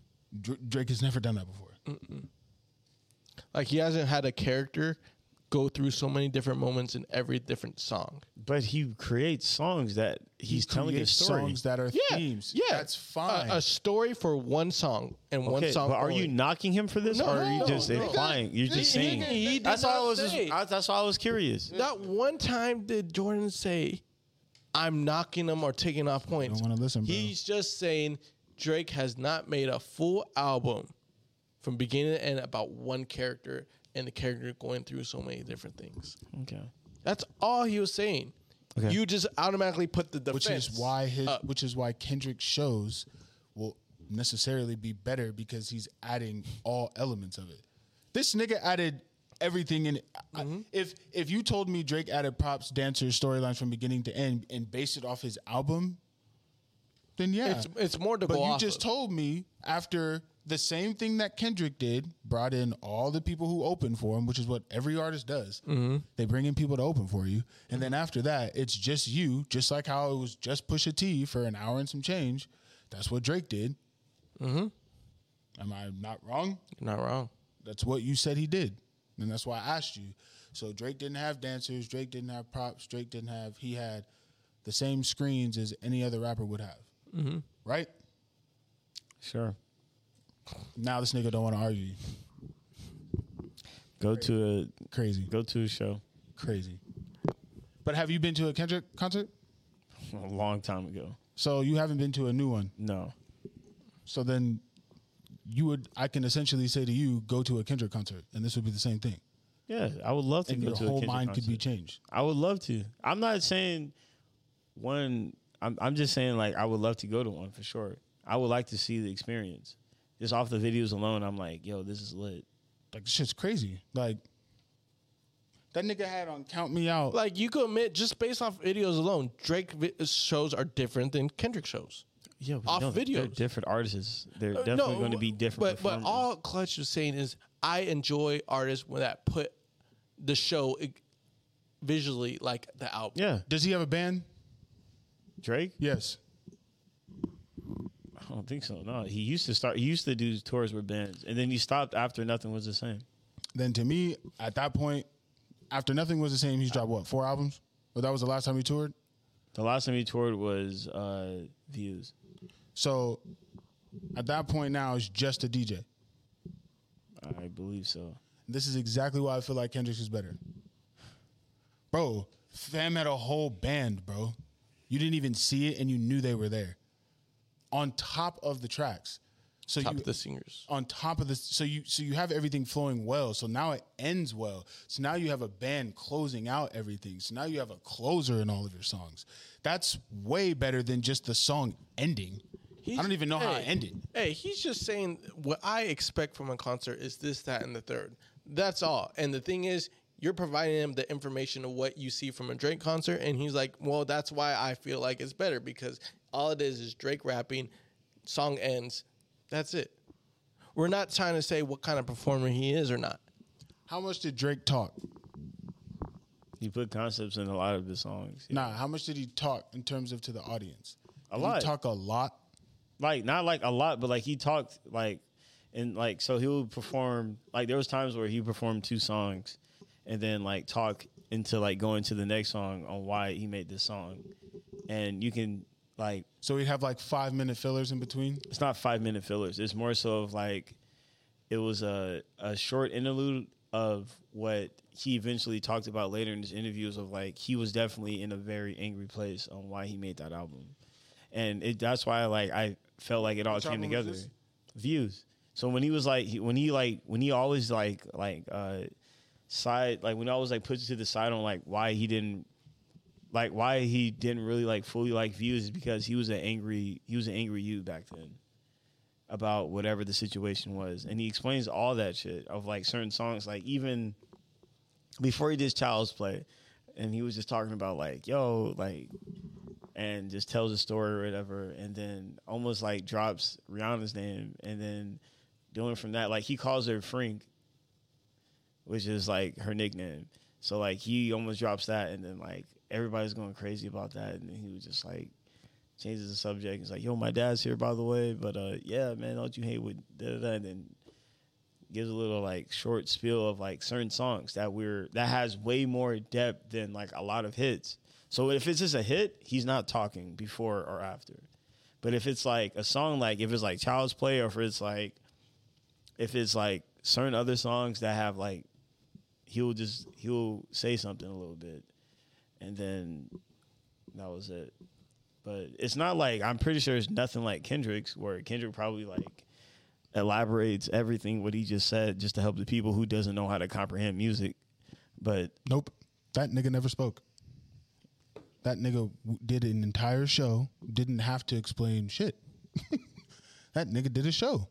Speaker 1: Dr- Drake has never done that before.
Speaker 2: Like he hasn't had a character go through so many different moments in every different song.
Speaker 3: But he creates songs that
Speaker 1: He
Speaker 3: he's telling his
Speaker 1: creates
Speaker 3: story.
Speaker 1: songs that are themes.
Speaker 2: yeah,
Speaker 1: that's fine.
Speaker 2: A, a story for one song and one
Speaker 3: Okay,
Speaker 2: song.
Speaker 3: but are
Speaker 2: only.
Speaker 3: you knocking him for this,
Speaker 2: No,
Speaker 3: or are you
Speaker 2: no,
Speaker 3: just
Speaker 2: no.
Speaker 3: implying? You're
Speaker 2: He-
Speaker 3: just
Speaker 2: he-
Speaker 3: saying.
Speaker 2: he did
Speaker 3: that's why I
Speaker 2: not
Speaker 3: was. Just,
Speaker 2: say.
Speaker 3: I, that's why I was curious.
Speaker 2: Not one time did Jordan say, "I'm knocking them or taking off points."
Speaker 1: don't wanna listen, bro.
Speaker 2: He's just saying Drake has not made a full album from beginning to end about one character and the character going through so many different things.
Speaker 3: Okay.
Speaker 2: That's all he was saying.
Speaker 3: Okay.
Speaker 2: You just automatically put the
Speaker 1: which
Speaker 2: defense, Uh,
Speaker 1: is why his
Speaker 2: up.
Speaker 1: which is why Kendrick shows will necessarily be better because he's adding all elements of it. This nigga added everything in. I-
Speaker 2: Mm-hmm.
Speaker 1: if if you told me Drake added props, dancers, storylines from beginning to end and based it off his album, then yeah,
Speaker 2: It's- it's more to
Speaker 1: But
Speaker 2: go
Speaker 1: you
Speaker 2: off
Speaker 1: just
Speaker 2: of.
Speaker 1: told me after the same thing that Kendrick did, brought in all the people who open for him, which is what every artist does.
Speaker 2: Mm-hmm.
Speaker 1: They bring in people to open for you, and then after that, it's just you. Just like how it was just Pusha T for an hour and some change. That's what Drake did.
Speaker 2: Mm-hmm.
Speaker 1: Am I not wrong?
Speaker 2: You're not wrong.
Speaker 1: That's what you said he did. And that's why I asked you. So Drake didn't have dancers, Drake didn't have props, Drake didn't have he had the same screens as any other rapper would have.
Speaker 2: Mm-hmm.
Speaker 1: Right?
Speaker 3: Sure.
Speaker 1: Now this nigga don't want to argue.
Speaker 3: Go to
Speaker 1: Crazy.
Speaker 3: a go to a show.
Speaker 1: Crazy. But have you been to a Kendrick concert?
Speaker 3: A long time ago.
Speaker 1: So you haven't been to a new one.
Speaker 3: No.
Speaker 1: So then you would I can essentially say to you, go to a Kendrick concert, and this would be the same thing.
Speaker 3: Yeah, I would love to
Speaker 1: And
Speaker 3: go
Speaker 1: your
Speaker 3: to a
Speaker 1: whole
Speaker 3: Kendrick
Speaker 1: mind could be
Speaker 3: concert.
Speaker 1: changed.
Speaker 3: I would love to. I'm not saying one. I'm I'm just saying like I would love to go to one for sure. I would like to see the experience. Just off the videos alone, I'm like, yo, this is lit.
Speaker 1: Like this shit's crazy. Like that nigga had on Count Me Out.
Speaker 2: Like you could admit, just based off videos alone, Drake vi- shows are different than Kendrick shows.
Speaker 3: Yeah, but
Speaker 2: Off
Speaker 3: no, they're
Speaker 2: videos.
Speaker 3: different artists. They're
Speaker 2: Uh,
Speaker 3: definitely
Speaker 2: no,
Speaker 3: going to be different.
Speaker 2: But but
Speaker 3: performers.
Speaker 2: all Clutch was saying is I enjoy artists when that put the show i- visually like the album.
Speaker 3: yeah,
Speaker 1: Does he have a band?
Speaker 3: Drake.
Speaker 1: Yes.
Speaker 3: I don't think so. No, he used to start. He used to do tours with bands, and then he stopped after nothing was the same.
Speaker 1: Then to me, at that point, after nothing was the same, he's dropped what, four albums? Well, that was the last time he toured?
Speaker 3: The last time he toured was uh, Views.
Speaker 1: So at that point now it's just a DJ.
Speaker 3: I believe so.
Speaker 1: This is exactly why I feel like Kendrick is better. Bro, fam had a whole band, bro. You didn't even see it and you knew they were there. On top of the tracks. So
Speaker 2: Top
Speaker 1: you
Speaker 2: of the singers.
Speaker 1: on top of this so you so you have everything flowing well. So now it ends well. So now you have a band closing out everything. So now you have a closer in all of your songs. That's way better than just the song ending. I don't even know how it
Speaker 2: Hey,
Speaker 1: ended.
Speaker 2: Hey, he's just saying what I expect from a concert is this, that, and the third. That's all. And the thing is, you're providing him the information of what you see from a Drake concert, and he's like, "Well, that's why I feel like it's better because all it is is Drake rapping, song ends, that's it." We're not trying to say what kind of performer he is or not.
Speaker 1: How much did Drake talk?
Speaker 3: He put concepts in a lot of the songs.
Speaker 1: Nah, how much did he talk in terms of to the audience?
Speaker 3: A
Speaker 1: Did
Speaker 3: lot.
Speaker 1: He talk a lot.
Speaker 3: like not like a lot, but like he talked like and like so he would perform like there was times where he performed two songs and then like talk into like going to the next song on why he made this song and you can like
Speaker 1: So we have like five minute fillers in between.
Speaker 3: it's not five minute fillers. It's more so of like it was a a short interlude of what he eventually talked about later in his interviews of like he was definitely in a very angry place on why he made that album, and it that's why like I felt like it all
Speaker 1: Which
Speaker 3: came
Speaker 1: album was
Speaker 3: together.
Speaker 1: this?
Speaker 3: Views. So when he was like he, when he like when he always like like uh side like when I was like put to the side on like why he didn't like why he didn't really like fully like views is because he was an angry he was an angry youth back then about whatever the situation was and he explains all that shit of like certain songs like even before he did child's play and he was just talking about like yo like and just tells a story or whatever and then almost like drops rihanna's name and then doing from that like he calls her frink which is like her nickname. So like he almost drops that, and then like everybody's going crazy about that, and then he was just like changes the subject. He's like, "Yo, my dad's here, by the way, but uh, yeah, man, don't you hate with da da da?" And then gives a little like short spiel of like certain songs that we're that has way more depth than like a lot of hits. So if it's just a hit, he's not talking before or after. But if it's like a song, like if it's like Child's Play, or if it's like if it's like certain other songs that have like he'll just he'll say something a little bit and then that was it but it's not like i'm pretty sure it's nothing like kendrick's where kendrick probably like elaborates everything what he just said just to help the people who doesn't know how to comprehend music but
Speaker 1: Nope. That nigga never spoke. That nigga w- did an entire show, didn't have to explain shit. that nigga did a show.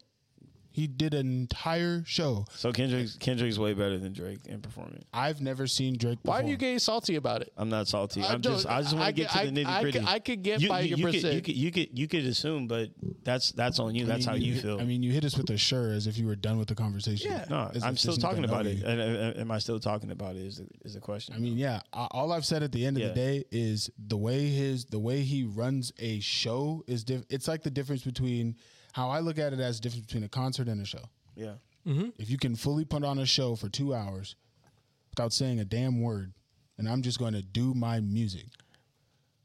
Speaker 1: He did an entire show.
Speaker 3: so kendrick's kendrick's way better than drake in performing
Speaker 1: I've never seen Drake.
Speaker 2: Why are
Speaker 1: perform.
Speaker 2: you getting salty about it?
Speaker 3: i'm not salty
Speaker 2: I
Speaker 3: i'm just
Speaker 2: don't-
Speaker 3: i just want
Speaker 2: Uh, I
Speaker 3: to get
Speaker 2: could-
Speaker 3: to the
Speaker 2: I- I
Speaker 3: nitty gritty
Speaker 2: could- I could get by your
Speaker 3: you, could, you
Speaker 2: percent.
Speaker 3: could you could you could assume but that's that's on you
Speaker 1: I mean,
Speaker 3: that's how you
Speaker 1: hit-
Speaker 3: feel
Speaker 1: I mean, you hit us with a sure as if you were done with the conversation.
Speaker 3: Yeah, no,
Speaker 1: As
Speaker 3: I'm
Speaker 1: if
Speaker 3: still
Speaker 1: this nigga
Speaker 3: talking
Speaker 1: don't
Speaker 3: about
Speaker 1: know
Speaker 3: it.
Speaker 1: you.
Speaker 3: And, and, am I still talking about it? Is the, is the question?
Speaker 1: I mean, yeah. I, all I've said at the end of
Speaker 3: Yeah.
Speaker 1: the day is the way his the way he runs a show is diff- It's like the difference between how I look at it as the difference between a concert and a show.
Speaker 3: yeah,
Speaker 1: If you can fully put on a show for two hours without saying a damn word, and I'm just going to do my music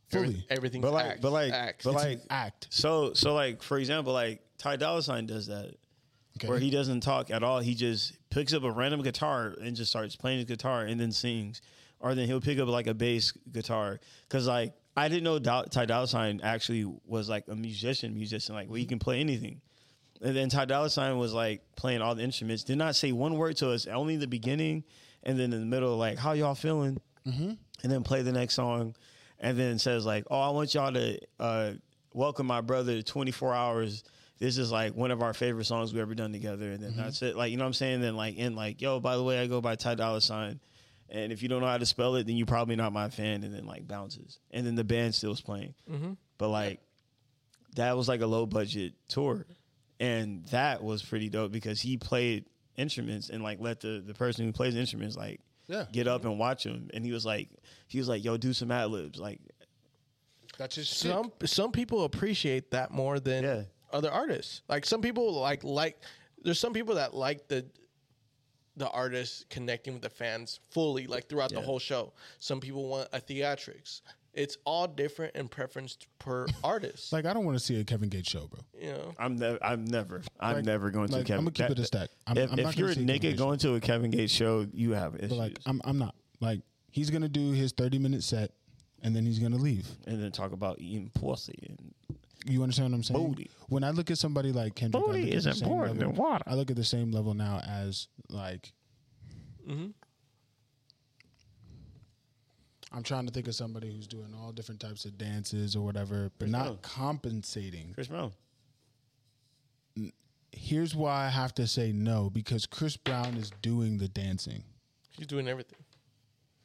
Speaker 1: fully,
Speaker 2: Everything,
Speaker 3: but like,
Speaker 2: acts,
Speaker 3: but like,
Speaker 2: acts.
Speaker 3: but
Speaker 1: It's
Speaker 3: like,
Speaker 1: an act.
Speaker 3: so so like for example, like Ty Dolla Sign does that,
Speaker 1: Okay.
Speaker 3: where he doesn't talk at all. He just picks up a random guitar and just starts playing his guitar and then sings, or then he'll pick up like a bass guitar because like I didn't know Doll- Ty Dolla Sign actually was like a musician, musician like where he can play anything. And then Ty Dolla Sign was like playing all the instruments. Did not say one word to us. Only the beginning, and then in the middle, like how y'all feeling, mm-hmm. and then play the next song, and then says like, oh, I want y'all to uh, welcome my brother to 24 hours. This is like one of our favorite songs we ever done together, and then that's it. Like you know what I'm saying? Then like and like, yo, by the way, I go by Ty Dolla Sign. And if you don't know how to spell it, then you're probably not my fan. And then like bounces, and then the band still's playing. But like that was like a low budget tour and that was pretty dope because he played instruments and like let the the person who plays instruments like
Speaker 1: Yeah.
Speaker 3: get up and watch him and he was like he was like yo do some ad libs like
Speaker 1: That's just
Speaker 2: some some people appreciate that more than
Speaker 3: Yeah.
Speaker 2: other artists. Like some people like like there's some people that like the the artist connecting with the fans fully, like throughout the whole show. Some people want a theatrics. It's all different and preference per artist.
Speaker 1: like I don't want to see a Kevin Gates show, bro.
Speaker 2: you know,
Speaker 3: i'm never i'm never i'm never going to
Speaker 1: like,
Speaker 3: a kevin
Speaker 1: I'm gonna keep
Speaker 3: that-
Speaker 1: it a stack. I'm,
Speaker 3: if,
Speaker 1: I'm
Speaker 3: if
Speaker 1: not gonna
Speaker 3: you're a
Speaker 1: see Kevin
Speaker 3: nigga
Speaker 1: Gates show.
Speaker 3: going to a kevin gates show you have issues
Speaker 1: But, like I'm, I'm not like he's gonna do his 30 minute set and then he's gonna leave.
Speaker 3: and then talk about eating pussy and
Speaker 1: You understand what I'm saying?
Speaker 3: Booty.
Speaker 1: When I look at somebody like Kendrick, I
Speaker 3: Booty
Speaker 1: look at
Speaker 3: is
Speaker 1: the same
Speaker 3: important
Speaker 1: level-
Speaker 3: than water.
Speaker 1: I look at the same level now as like. I'm trying to think of somebody who's doing all different types of dances or whatever, but not
Speaker 3: Brown.
Speaker 1: compensating.
Speaker 3: chris brown
Speaker 1: Here's why I have to say no because Chris Brown is doing the dancing.
Speaker 2: he's doing everything.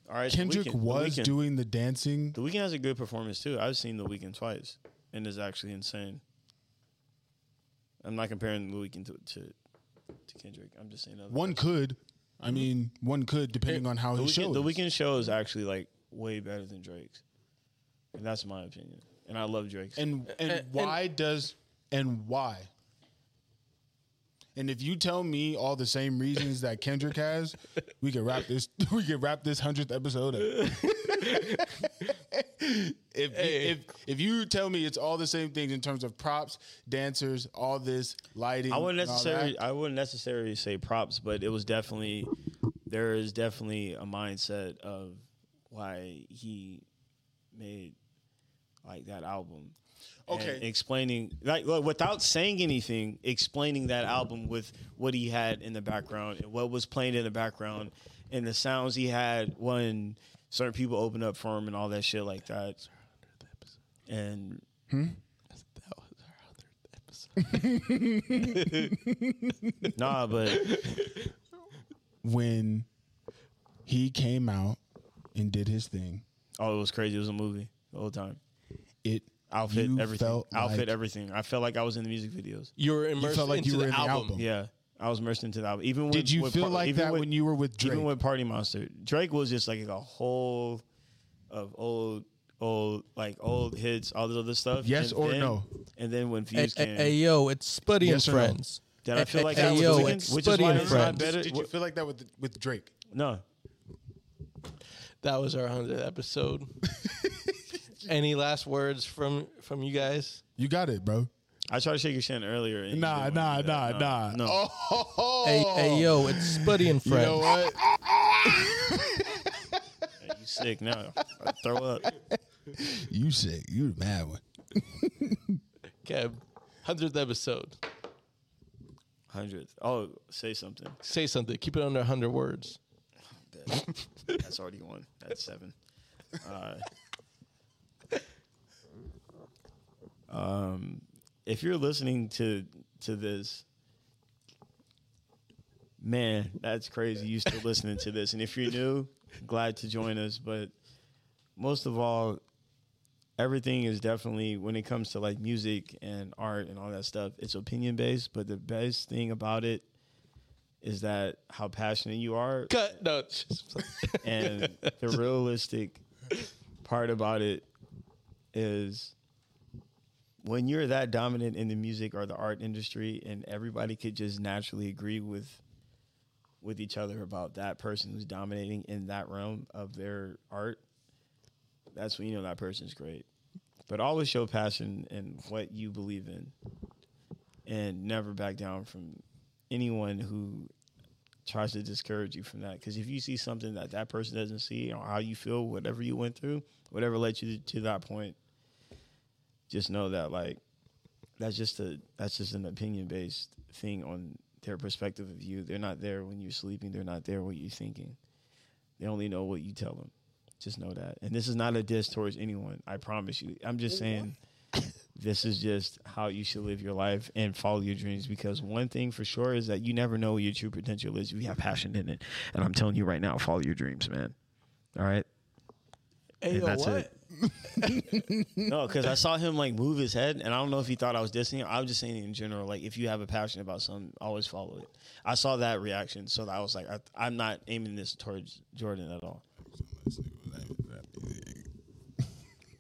Speaker 3: all right The
Speaker 1: Kendrick
Speaker 3: Weeknd. The
Speaker 1: was
Speaker 3: Weeknd.
Speaker 1: doing the dancing.
Speaker 3: the weekend has a good performance too i've seen the weekend twice and it's actually insane i'm not comparing the weekend to, to to Kendrick, I'm just saying. other
Speaker 1: One could, I mean, one could depending on how
Speaker 3: the
Speaker 1: his
Speaker 3: weekend,
Speaker 1: show.
Speaker 3: the
Speaker 1: is.
Speaker 3: weekend show is actually like way better than Drake's, and that's my opinion. And I love Drake's.
Speaker 1: and and
Speaker 2: and-
Speaker 1: why does and why And if you tell me all the same reasons that Kendrick has, we could wrap this. We could wrap this hundredth episode up. if, if if you tell me it's all the same things in terms of props, dancers, all this lighting,
Speaker 3: I wouldn't
Speaker 1: and all that,
Speaker 3: necessarily I wouldn't necessarily say props, but it was definitely there is definitely a mindset of why he made like that album. And
Speaker 1: Okay.
Speaker 3: explaining like look, without saying anything, explaining that album with what he had in the background and what was playing in the background and the sounds he had when certain people opened up for him and all that shit like that. And
Speaker 2: That was our hundredth episode.
Speaker 3: nah, but
Speaker 1: when he came out and did his thing,
Speaker 3: oh, it was crazy. It was a movie the whole time.
Speaker 1: it
Speaker 3: outfit,
Speaker 1: you
Speaker 3: everything,
Speaker 1: felt
Speaker 3: outfit,
Speaker 1: like-
Speaker 3: everything. I felt like I was in the music videos.
Speaker 2: You were immersed
Speaker 1: felt like
Speaker 2: into
Speaker 1: you were
Speaker 2: the,
Speaker 1: in the
Speaker 2: album.
Speaker 1: album.
Speaker 3: Yeah, I was immersed into the album. Even
Speaker 1: Did
Speaker 3: with-
Speaker 1: you
Speaker 3: with
Speaker 1: feel
Speaker 3: Par-
Speaker 1: like
Speaker 3: even
Speaker 1: that
Speaker 3: with-
Speaker 1: when you were with Drake?
Speaker 3: even with Party Monster? Drake was just like a whole of old, old like old hits, all this other stuff.
Speaker 1: Yes
Speaker 3: And
Speaker 1: or
Speaker 3: then-
Speaker 1: no?
Speaker 3: And then when
Speaker 5: Hey,
Speaker 3: Fuse
Speaker 5: hey,
Speaker 3: came,
Speaker 5: hey, yo, it's Spuddy
Speaker 1: Yes
Speaker 5: and
Speaker 1: or no?
Speaker 5: Friends.
Speaker 3: did I feel like
Speaker 5: hey,
Speaker 3: that
Speaker 5: yo,
Speaker 3: was Weeknd?
Speaker 5: it's
Speaker 3: Which is
Speaker 5: Spuddy
Speaker 3: why
Speaker 5: and
Speaker 3: it's not
Speaker 5: Friends.
Speaker 3: better.
Speaker 1: Did you feel like that with with Drake?
Speaker 3: No,
Speaker 2: That was our hundredth episode. Any last words from from you guys?
Speaker 1: You got it, bro.
Speaker 3: I tried to shake your hand earlier. and you
Speaker 1: Nah,
Speaker 3: didn't wanna do
Speaker 1: nah,
Speaker 3: that.
Speaker 1: nah, Oh. nah.
Speaker 3: No. no.
Speaker 2: Oh,
Speaker 5: Hey, hey, yo, it's Spuddy and
Speaker 1: You
Speaker 5: Friends.
Speaker 1: know what?
Speaker 3: Hey, you sick now? I throw up.
Speaker 1: You sick. You the mad one.
Speaker 2: Okay, hundredth episode.
Speaker 3: Hundredth. Oh, say something.
Speaker 2: Say something. Keep it under hundred words.
Speaker 3: That- That's already one. That's seven. Uh, um, if you're listening to to this, man, that's crazy. You still listening to this, and if you're new, glad to join us. But most of all, everything is definitely when it comes to like music and art and all that stuff. It's opinion based, but the best thing about it is that how passionate you are
Speaker 2: Cut. No.
Speaker 3: and the realistic part about it is when you're that dominant in the music or the art industry and everybody could just naturally agree with with each other about that person who's dominating in that realm of their art that's when you know that person's great but always show passion and what you believe in and never back down from anyone who tries to discourage you from that. Because if you see something that that person doesn't see or how you feel, whatever you went through, whatever led you to that point, just know that like that's just a that's just an opinion based thing on their perspective of you. They're not there when you're sleeping. They're not there when you're thinking. They only know what you tell them. Just know that. And this is not a diss towards anyone. I promise you. I'm just saying. This is just how you should live your life and follow your dreams because one thing for sure is that you never know what your true potential is if you have passion in it. And I'm telling you right now, follow your dreams, man. All right?
Speaker 2: Hey,
Speaker 3: And
Speaker 2: yo,
Speaker 3: that's
Speaker 2: what?
Speaker 3: it. No, because I saw him like move his head, and I don't know if he thought I was dissing. him. I was just saying in general, like if you have a passion about something, always follow it. I saw that reaction, so I was like, I, I'm not aiming this towards Jordan at all.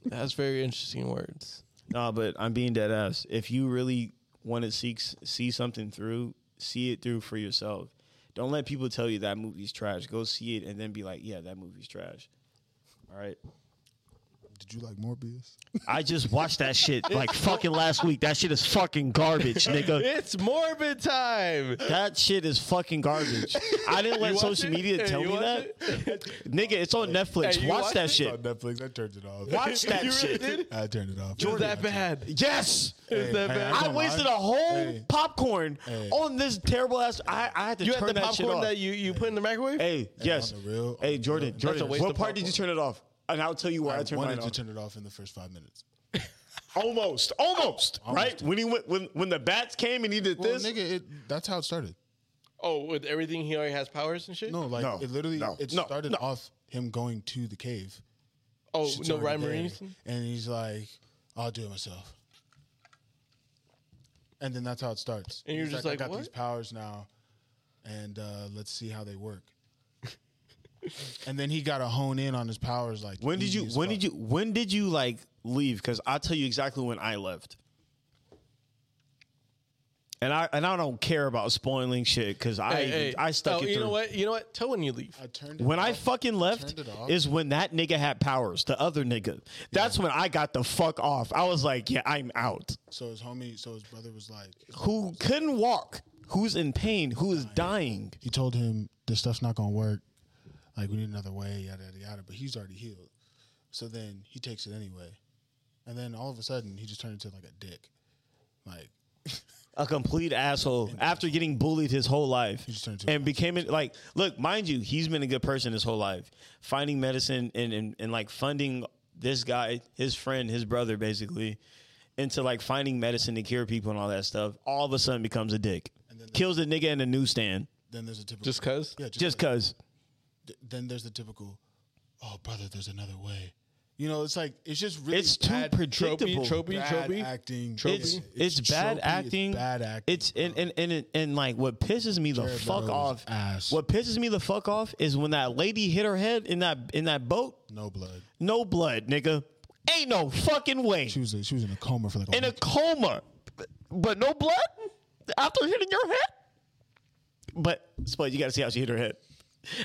Speaker 2: That's very interesting words.
Speaker 3: No, but I'm being dead ass. If you really want to see see something through, see it through for yourself. Don't let people tell you that movie's trash. Go see it and then be like, yeah, that movie's trash. All right.
Speaker 1: Did you like Morbius?
Speaker 3: I just watched that shit like fucking last week. That shit is fucking garbage, nigga.
Speaker 2: It's morbid time.
Speaker 3: That shit is fucking garbage. I didn't let social media tell me that. Nigga, it's on Netflix.
Speaker 2: Hey, you
Speaker 3: watch
Speaker 2: watched it?
Speaker 3: that
Speaker 1: On
Speaker 3: shit.
Speaker 1: Netflix. I turned it off.
Speaker 3: Watch that
Speaker 2: you really
Speaker 3: shit.
Speaker 2: did?
Speaker 1: I turned it off.
Speaker 2: Is that bad?
Speaker 3: Yes.
Speaker 1: Hey,
Speaker 2: that
Speaker 1: hey,
Speaker 2: bad?
Speaker 1: ain't
Speaker 3: I
Speaker 1: gonna
Speaker 3: wasted a
Speaker 1: lie.
Speaker 3: whole
Speaker 1: Hey.
Speaker 3: popcorn
Speaker 1: Hey.
Speaker 3: on this terrible ass. I, I had to
Speaker 2: You
Speaker 3: turn
Speaker 2: had the
Speaker 3: that shit
Speaker 2: popcorn
Speaker 3: off.
Speaker 2: that you, you put in the microwave?
Speaker 3: hey, yes.
Speaker 1: on the real- on
Speaker 3: hey,
Speaker 1: the
Speaker 3: Jordan,
Speaker 1: real-
Speaker 3: Jordan,
Speaker 2: That's a waste
Speaker 3: what
Speaker 2: of
Speaker 3: part did you turn it off? And I'll tell you why I,
Speaker 1: I
Speaker 3: turned mine
Speaker 1: wanted to
Speaker 3: off.
Speaker 1: turn it off in the first five minutes.
Speaker 3: almost, almost, right? When he went, when when the bats came and he did
Speaker 1: Well,
Speaker 3: this.
Speaker 1: nigga, it, that's how it started.
Speaker 2: Oh, with everything he already has powers and shit?
Speaker 1: No, like
Speaker 3: No,
Speaker 1: it literally
Speaker 3: no,
Speaker 1: it
Speaker 3: no,
Speaker 1: started
Speaker 3: no.
Speaker 1: off him going to the cave.
Speaker 2: Oh,
Speaker 1: Shit's
Speaker 2: no
Speaker 1: already
Speaker 2: rhyme or
Speaker 1: there.
Speaker 2: reason?
Speaker 1: And he's like, I'll do it myself. And then that's how it starts.
Speaker 2: And you're
Speaker 1: He's
Speaker 2: just like,
Speaker 1: I got
Speaker 2: "What?"
Speaker 1: these powers now, and uh, let's see how they work. and then he got to hone in on his powers. Like,
Speaker 3: when did
Speaker 1: easy
Speaker 3: you?
Speaker 1: as
Speaker 3: When
Speaker 1: fuck.
Speaker 3: did you? When did you like leave? Because I'll tell you exactly when I left. And I and I don't care about spoiling shit because I
Speaker 2: Hey, hey.
Speaker 3: I stuck
Speaker 2: Oh,
Speaker 3: it
Speaker 2: you
Speaker 3: through.
Speaker 2: know what? You know what? Tell when you leave.
Speaker 1: I turned it
Speaker 3: When I
Speaker 1: off.
Speaker 3: fucking left
Speaker 1: Turned it off.
Speaker 3: is when that nigga had powers, the other nigga. That's when I got the fuck off. I was like, yeah, I'm out.
Speaker 1: so his homie, so his brother was like,
Speaker 3: Who couldn't walk? Who's in pain? Who is dying?
Speaker 1: he told him this stuff's not gonna work. Like we need another way, yada yada yada. But he's already healed, so then he takes it anyway, and then all of a sudden he just turned into like a dick, like
Speaker 3: A complete asshole after getting bullied his whole life
Speaker 1: just turned into an
Speaker 3: and became it like, look, mind you, he's been a good person his whole life. Finding medicine and, and, and like funding this guy, his friend, his brother, basically, into like finding medicine to cure people and all that stuff. All of a sudden becomes a dick. Kills the nigga in the newsstand
Speaker 1: then there's a typical
Speaker 2: Just cause?
Speaker 1: yeah just,
Speaker 3: just
Speaker 1: like-
Speaker 3: cause.
Speaker 1: th- then there's the typical oh brother there's another way. You know, it's like it's just really
Speaker 3: It's too
Speaker 1: bad,
Speaker 3: predictable.
Speaker 2: Tropey,
Speaker 1: bad
Speaker 2: tropey.
Speaker 1: acting.
Speaker 3: It's, it's,
Speaker 1: tropey,
Speaker 3: bad
Speaker 1: it's
Speaker 3: acting.
Speaker 1: bad acting.
Speaker 3: It's and and and, and, like what pisses me the
Speaker 1: Jared
Speaker 3: fuck
Speaker 1: Leto's
Speaker 3: off.
Speaker 1: ass.
Speaker 3: What pisses me the fuck off is when that lady hit her head in that in that boat.
Speaker 1: no blood.
Speaker 3: No blood, nigga. Ain't no fucking way.
Speaker 1: She was she was in a coma for like a
Speaker 3: in a
Speaker 1: week.
Speaker 3: coma, but no blood after hitting your head. But but you got to see how she hit her head,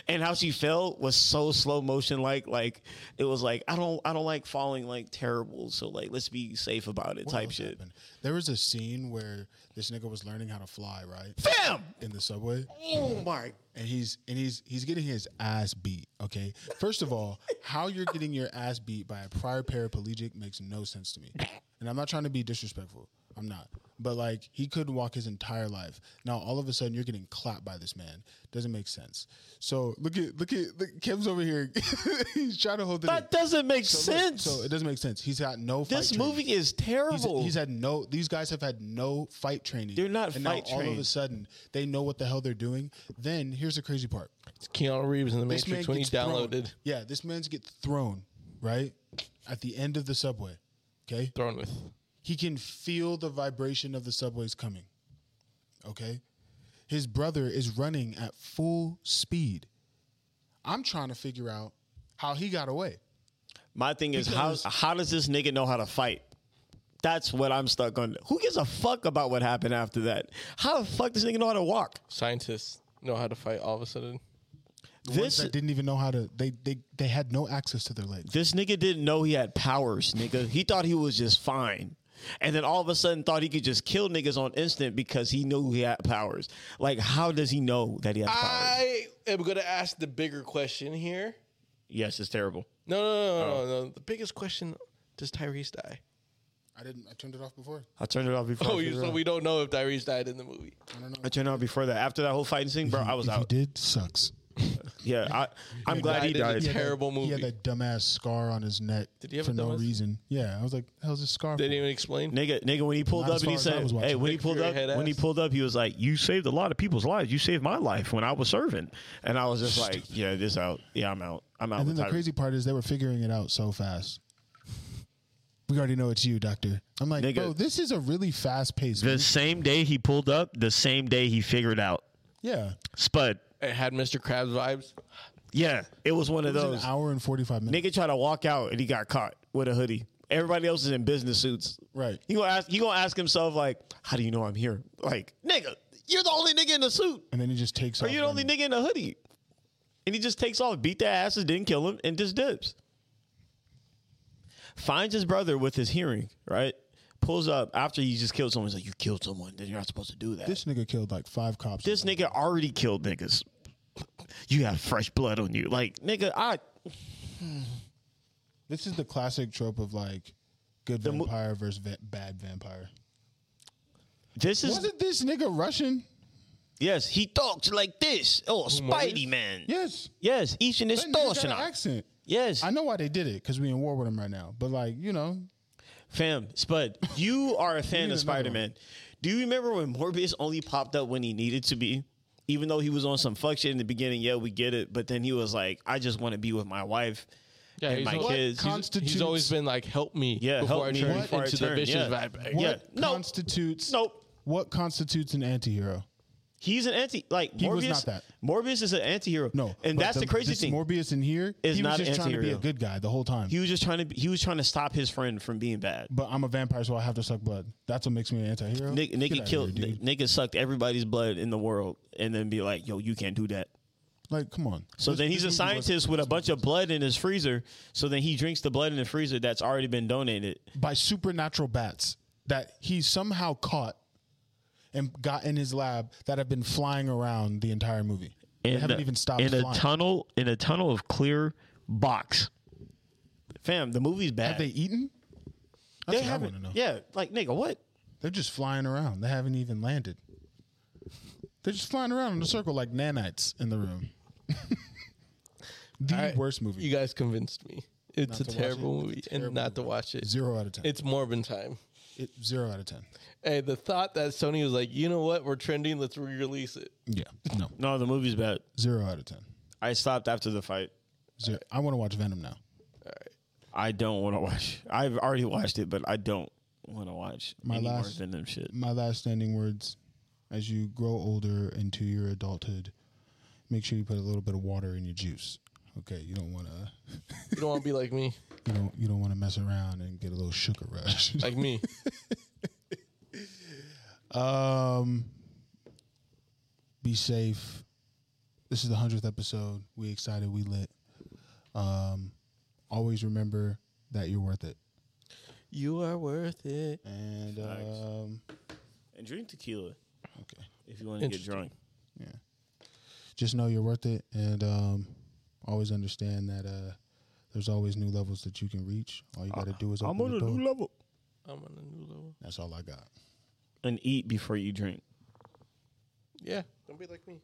Speaker 3: and how she fell was so slow motion like like it was like I don't I don't like falling like terrible. So like let's be safe about it type
Speaker 1: else
Speaker 3: shit.
Speaker 1: happened? There was a scene where this nigga was learning how to fly, right?
Speaker 3: Bam!
Speaker 1: In the subway.
Speaker 3: Oh my!
Speaker 1: And he's and he's he's getting his ass beat. Okay. First of all, how you're getting your ass beat by a prior paraplegic makes no sense to me. And I'm not trying to be disrespectful. I'm not. But like he couldn't walk his entire life. Now all of a sudden you're getting clapped by this man. Doesn't make sense. So look at look at look, Kim's over here. he's trying to hold it. in.
Speaker 3: That doesn't make
Speaker 1: So look,
Speaker 3: sense.
Speaker 1: So it doesn't make sense. He's got no. Fight
Speaker 3: this
Speaker 1: training.
Speaker 3: movie
Speaker 1: He's,
Speaker 3: is terrible.
Speaker 1: he's had no. These guys have had no fight training.
Speaker 3: They're not
Speaker 1: And
Speaker 3: fight
Speaker 1: now all of a
Speaker 3: trained.
Speaker 1: sudden they know what the hell they're doing. Then here's the crazy part.
Speaker 2: It's Keanu Reeves in the
Speaker 1: This
Speaker 2: Matrix
Speaker 1: man
Speaker 2: when he
Speaker 1: gets thrown.
Speaker 2: downloaded.
Speaker 1: Yeah, this man's get thrown right at the end of the subway. Okay,
Speaker 2: Thrown with.
Speaker 1: he can feel the vibration of the subways coming. Okay, his brother is running at full speed. I'm trying to figure out how he got away.
Speaker 3: My thing is
Speaker 1: Because-
Speaker 3: how how does this nigga know how to fight? That's what I'm stuck on. Who gives a fuck about what happened after that? How the fuck does this nigga know how to walk?
Speaker 2: Scientists know how to fight all of a sudden.
Speaker 1: This
Speaker 3: This
Speaker 1: that didn't even know how to. They they they had no access to their legs.
Speaker 3: this nigga didn't know he had powers, nigga. He thought he was just fine. And then all of a sudden thought he could just kill niggas on instant because he knew he had powers. Like how does he know that he had powers?
Speaker 2: I am going to ask the bigger question here.
Speaker 3: Yes, it's terrible.
Speaker 2: No, no, no, no, no, no. The biggest question does Tyrese die?
Speaker 1: I didn't. I turned it off before.
Speaker 3: I turned it off before.
Speaker 2: Oh,
Speaker 3: I
Speaker 2: you,
Speaker 3: figured it
Speaker 2: so
Speaker 3: out.
Speaker 2: we don't know if Tyrese died in the movie.
Speaker 3: I turned it off before that. After that whole fighting scene, bro, I was
Speaker 1: if
Speaker 3: out.
Speaker 1: He did sucks.
Speaker 3: Yeah, I, I'm glad he
Speaker 2: died in the
Speaker 3: died.
Speaker 2: ter- Terrible
Speaker 1: He had
Speaker 2: movie.
Speaker 1: that dumbass scar on his neck
Speaker 2: Did he have
Speaker 1: for
Speaker 2: a
Speaker 1: no
Speaker 2: dumbass-
Speaker 1: reason. Yeah, I was like, how's this scar?
Speaker 2: They
Speaker 1: for?"
Speaker 2: didn't even explain.
Speaker 3: Nigga, nigga, when he pulled
Speaker 1: Not
Speaker 3: up
Speaker 1: as
Speaker 3: and he
Speaker 1: far as I
Speaker 3: said,
Speaker 1: was watching.
Speaker 3: "Hey, when he
Speaker 2: Nick
Speaker 3: pulled
Speaker 2: Fury
Speaker 3: up,
Speaker 2: head
Speaker 3: when he
Speaker 2: ass.
Speaker 3: pulled up, he was like, "You saved a lot of people's lives. You saved my life when I was serving." And I was just like, "Yeah, this out. Yeah, I'm out. I'm out."
Speaker 1: And then
Speaker 3: With
Speaker 1: the
Speaker 3: Tyra."
Speaker 1: crazy part is they were figuring it out so fast. We already know it's you, Doctor. I'm like,
Speaker 3: Nigga.
Speaker 1: bro, this is a really fast paced.
Speaker 3: the same day he pulled up, the same day he figured out
Speaker 1: Yeah,
Speaker 3: Spud.
Speaker 2: It had Mr. Krabs vibes.
Speaker 3: Yeah, it was one of
Speaker 1: it was
Speaker 3: those.
Speaker 1: an hour and forty five minutes.
Speaker 3: Nigga tried to walk out and he got caught with a hoodie. Everybody else is in business suits.
Speaker 1: Right.
Speaker 3: He gonna ask. He gonna ask himself like, "How do you know I'm here?" Like, nigga, you're the only nigga in the suit.
Speaker 1: And then he just takes.
Speaker 3: Are
Speaker 1: off
Speaker 3: you the only
Speaker 1: running.
Speaker 3: nigga in a hoodie? And he just takes off, beat their asses, didn't kill him, and just dips. Finds his brother with his hearing, right? Pulls up after he just killed someone. He's like, You killed someone, then you're not supposed to do that.
Speaker 1: This
Speaker 3: This,
Speaker 1: nigga killed like five cops.
Speaker 3: nigga already killed niggas. You have fresh blood on you. Like, nigga, I
Speaker 1: This is the classic trope of like good
Speaker 3: mo-
Speaker 1: vampire versus va- bad vampire.
Speaker 3: this is
Speaker 1: Wasn't this nigga Russian?
Speaker 3: yes, he talks like this. Oh, Spidey man.
Speaker 1: Yes.
Speaker 3: Yes, each in his
Speaker 1: That nigga got an
Speaker 3: torsion.
Speaker 1: accent.
Speaker 3: Yes.
Speaker 1: I know why they did it because we in war with him right now. But like you know,
Speaker 3: Fam, Spud, you are a fan
Speaker 1: need another
Speaker 3: of
Speaker 1: one.
Speaker 3: Spider Man. Do you remember when Morbius only popped up when he needed to be? Even though he was on some fuck shit in the beginning, yeah, we get it. But then he was like, I just want to be with my wife
Speaker 2: Yeah,
Speaker 3: and
Speaker 2: he's
Speaker 3: my
Speaker 2: al-
Speaker 3: kids.
Speaker 1: What
Speaker 2: He's, he's always
Speaker 1: Constitutes-
Speaker 2: been like, help me
Speaker 3: Yeah,
Speaker 2: before
Speaker 3: help
Speaker 2: I
Speaker 3: me
Speaker 2: turn
Speaker 3: before I
Speaker 2: into
Speaker 3: turn,
Speaker 2: the vicious
Speaker 3: yeah.
Speaker 2: vibe.
Speaker 3: Yeah.
Speaker 1: what
Speaker 3: No.
Speaker 1: constitutes
Speaker 3: Nope.
Speaker 1: what constitutes an antihero?
Speaker 3: He's an anti like
Speaker 1: He
Speaker 3: Morbius.
Speaker 1: was not that.
Speaker 3: Morbius is an antihero.
Speaker 1: No,
Speaker 3: and
Speaker 1: but
Speaker 3: that's the, crazy
Speaker 1: this
Speaker 3: thing.
Speaker 1: Morbius in here
Speaker 3: is
Speaker 1: he was
Speaker 3: not an
Speaker 1: just trying to be a
Speaker 3: antihero.
Speaker 1: good guy the whole time.
Speaker 3: he was just trying to. He was trying to stop his friend from being bad.
Speaker 1: but I'm a vampire, so I have to suck blood. That's what makes me an antihero.
Speaker 3: Nick,
Speaker 1: Get
Speaker 3: Nicky
Speaker 1: outta
Speaker 3: killed.
Speaker 1: here, dude.
Speaker 3: Nick- Nigga sucked everybody's blood in the world, and then be like, "Yo, you can't do that."
Speaker 1: Like, come on.
Speaker 3: So
Speaker 1: This-
Speaker 3: then he's
Speaker 1: this
Speaker 3: a
Speaker 1: movie was-
Speaker 3: scientist with a bunch of blood in his freezer. So then he drinks the blood in the freezer that's already been donated.
Speaker 1: by supernatural bats that he somehow caught and got in his lab that have been flying around the entire movie. they haven't
Speaker 3: a-
Speaker 1: even stopped
Speaker 3: in
Speaker 1: flying.
Speaker 3: uh, a tunnel in a tunnel of clear box. Fam, the movie's bad.
Speaker 1: have they eaten? That's what I
Speaker 3: They
Speaker 1: want to
Speaker 3: haven't.
Speaker 1: know.
Speaker 3: Yeah, like nigga, what?
Speaker 1: They're just flying around. They haven't even landed. They're just flying around in a circle like nanites in the room. the
Speaker 2: All right.
Speaker 1: worst movie.
Speaker 2: You guys convinced me. It's
Speaker 1: Not
Speaker 2: a
Speaker 1: to watch
Speaker 2: terrible
Speaker 1: it.
Speaker 2: movie,
Speaker 1: It's a
Speaker 2: and
Speaker 1: terrible
Speaker 2: not to watch it.
Speaker 1: zero out of ten.
Speaker 2: It's Morbin time.
Speaker 1: It- zero out of ten.
Speaker 2: Hey, the thought that Sony was like, you know what, we're trending, let's re-release it.
Speaker 1: Yeah. No.
Speaker 3: No, the movie's bad.
Speaker 1: Zero out of ten.
Speaker 3: I stopped after the fight.
Speaker 1: Zero. I want to watch Venom now.
Speaker 3: I don't want to watch. I've already watched it, but I don't want to watch
Speaker 1: My
Speaker 3: any
Speaker 1: last-
Speaker 3: more Venom shit.
Speaker 1: my last standing words as you grow older into your adulthood make sure you put a little bit of water in your juice okay you don't want to
Speaker 2: You don't want to be like me,
Speaker 1: you don't you don't want to mess around and get a little sugar rush
Speaker 2: like me.
Speaker 1: um be safe this is the 100th episode we excited we lit um always remember that you're worth it
Speaker 2: You are worth it.
Speaker 1: and
Speaker 3: Facts.
Speaker 1: um
Speaker 3: And drink tequila
Speaker 1: okay
Speaker 3: if you want to get
Speaker 2: Interesting.
Speaker 3: drunk.
Speaker 1: yeah just know you're worth it and um always understand that uh there's always new levels that you can reach all you gotta do is
Speaker 3: I'm
Speaker 1: open
Speaker 3: on
Speaker 1: the
Speaker 3: a
Speaker 1: door
Speaker 3: new level.
Speaker 2: I'm on a new level.
Speaker 1: that's all i got
Speaker 3: And eat before you drink.
Speaker 2: Yeah, don't be like me.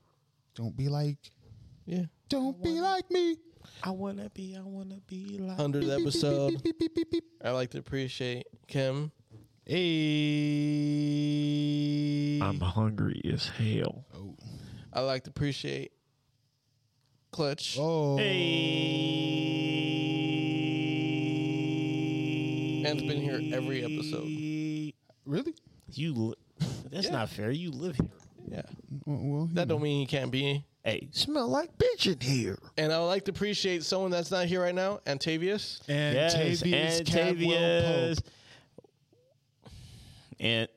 Speaker 1: don't be like
Speaker 2: Yeah.
Speaker 1: don't be like me
Speaker 3: I wanna be. I wanna be like.
Speaker 2: 100th episode. I'd like to appreciate Kim.
Speaker 1: hey
Speaker 3: I'm hungry as hell.
Speaker 1: oh,
Speaker 2: I'd like to appreciate Clutch.
Speaker 1: oh.
Speaker 2: Man's been here every episode.
Speaker 1: really
Speaker 3: You. Li- That's not fair. You live here.
Speaker 2: Yeah.
Speaker 1: well, well,
Speaker 2: That don't mean he can't be.
Speaker 3: Hey, smell like bitch in here.
Speaker 2: And I would like to appreciate someone that's not here right now, Antavius.
Speaker 1: and
Speaker 3: Yes,
Speaker 1: Tavius Caldwell
Speaker 3: Antavius.
Speaker 1: Pope.
Speaker 3: Ant,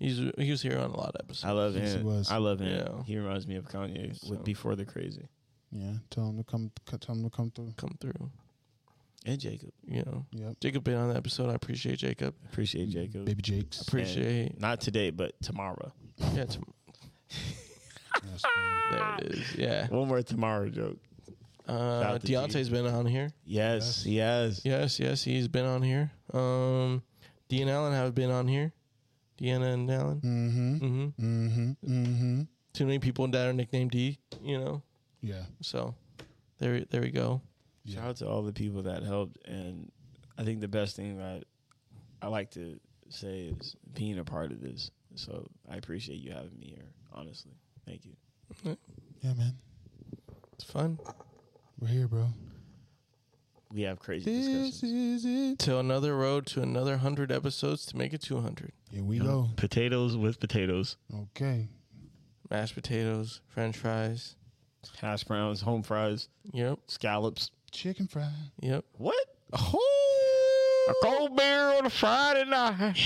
Speaker 2: He's he was here on a lot of episodes.
Speaker 3: I love
Speaker 1: Yes, he
Speaker 3: Ant.
Speaker 1: was.
Speaker 3: I love Ant.
Speaker 2: Yeah.
Speaker 3: He reminds me of Kanye with Before the Crazy
Speaker 1: yeah tell him to come tell him to come through
Speaker 2: Come through.
Speaker 3: and Jacob.
Speaker 2: You know.
Speaker 1: yep
Speaker 2: Jacob been on the episode. I appreciate Jacob.
Speaker 3: Appreciate Jacob.
Speaker 1: baby jakes
Speaker 2: Appreciate
Speaker 3: And not today, but tomorrow.
Speaker 2: yeah, tom-
Speaker 1: That's fine.
Speaker 2: there it is. Yeah.
Speaker 3: One more tomorrow joke.
Speaker 2: Uh
Speaker 3: out to G.
Speaker 2: Deontay's been on here.
Speaker 3: Yes, yes.
Speaker 2: Yes, yes, he's been on here. Um Dee and Allen have been on here. Deanna and Allen.
Speaker 1: mhm
Speaker 2: Mm-hmm.
Speaker 1: mhm mhm
Speaker 2: Too many people that are nicknamed D, you know.
Speaker 1: yeah
Speaker 2: So there there we go.
Speaker 1: Yeah.
Speaker 3: Shout out to all the people that helped, and I think the best thing that I like to say is being a part of this. So I appreciate you having me here. Honestly, thank you.
Speaker 1: yeah man
Speaker 2: It's fun.
Speaker 1: we're here bro
Speaker 3: We have crazy
Speaker 1: This is
Speaker 3: discussions.
Speaker 1: it.
Speaker 2: To another road to another hundred episodes to make it two hundred.
Speaker 1: Here we go.
Speaker 3: Potatoes with potatoes,
Speaker 1: Okay.
Speaker 2: Mashed potatoes, French fries.
Speaker 3: hash browns, home fries,
Speaker 2: Yep.
Speaker 3: scallops.
Speaker 1: Chicken fry.
Speaker 2: Yep.
Speaker 3: What? A cold beer on a Friday night.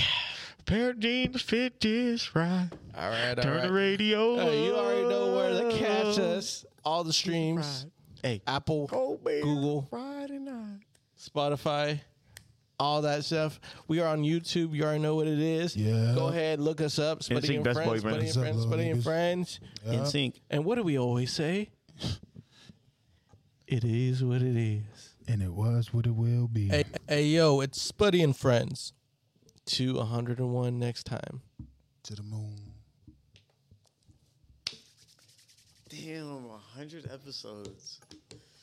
Speaker 3: Pair of jeans fit just right.
Speaker 2: All right. All
Speaker 3: Turn
Speaker 2: right.
Speaker 3: the radio.
Speaker 2: Hey, you already know where
Speaker 3: up.
Speaker 2: to catch
Speaker 5: Oh.
Speaker 2: us. All the streams.
Speaker 3: Hey,
Speaker 2: Apple,
Speaker 3: cold beer
Speaker 2: Google.
Speaker 3: Friday night.
Speaker 2: Spotify, all that stuff. We are on YouTube. You already know what it is.
Speaker 1: Yeah.
Speaker 2: Go ahead, look us up. Spuddy
Speaker 3: NSYNC
Speaker 2: and
Speaker 3: Best Boy
Speaker 2: friends, Spuddy and
Speaker 3: Band.
Speaker 1: What's up,
Speaker 2: friends,
Speaker 1: little
Speaker 2: Spuddy and
Speaker 1: niggas?
Speaker 2: friends.
Speaker 3: In sync.
Speaker 2: And what do we always say? It is what it is.
Speaker 1: And it was what it will be.
Speaker 5: Hey, hey, yo, it's Spuddy and Friends.
Speaker 2: To 101 next time.
Speaker 1: To the moon.
Speaker 3: Damn, 100 episodes.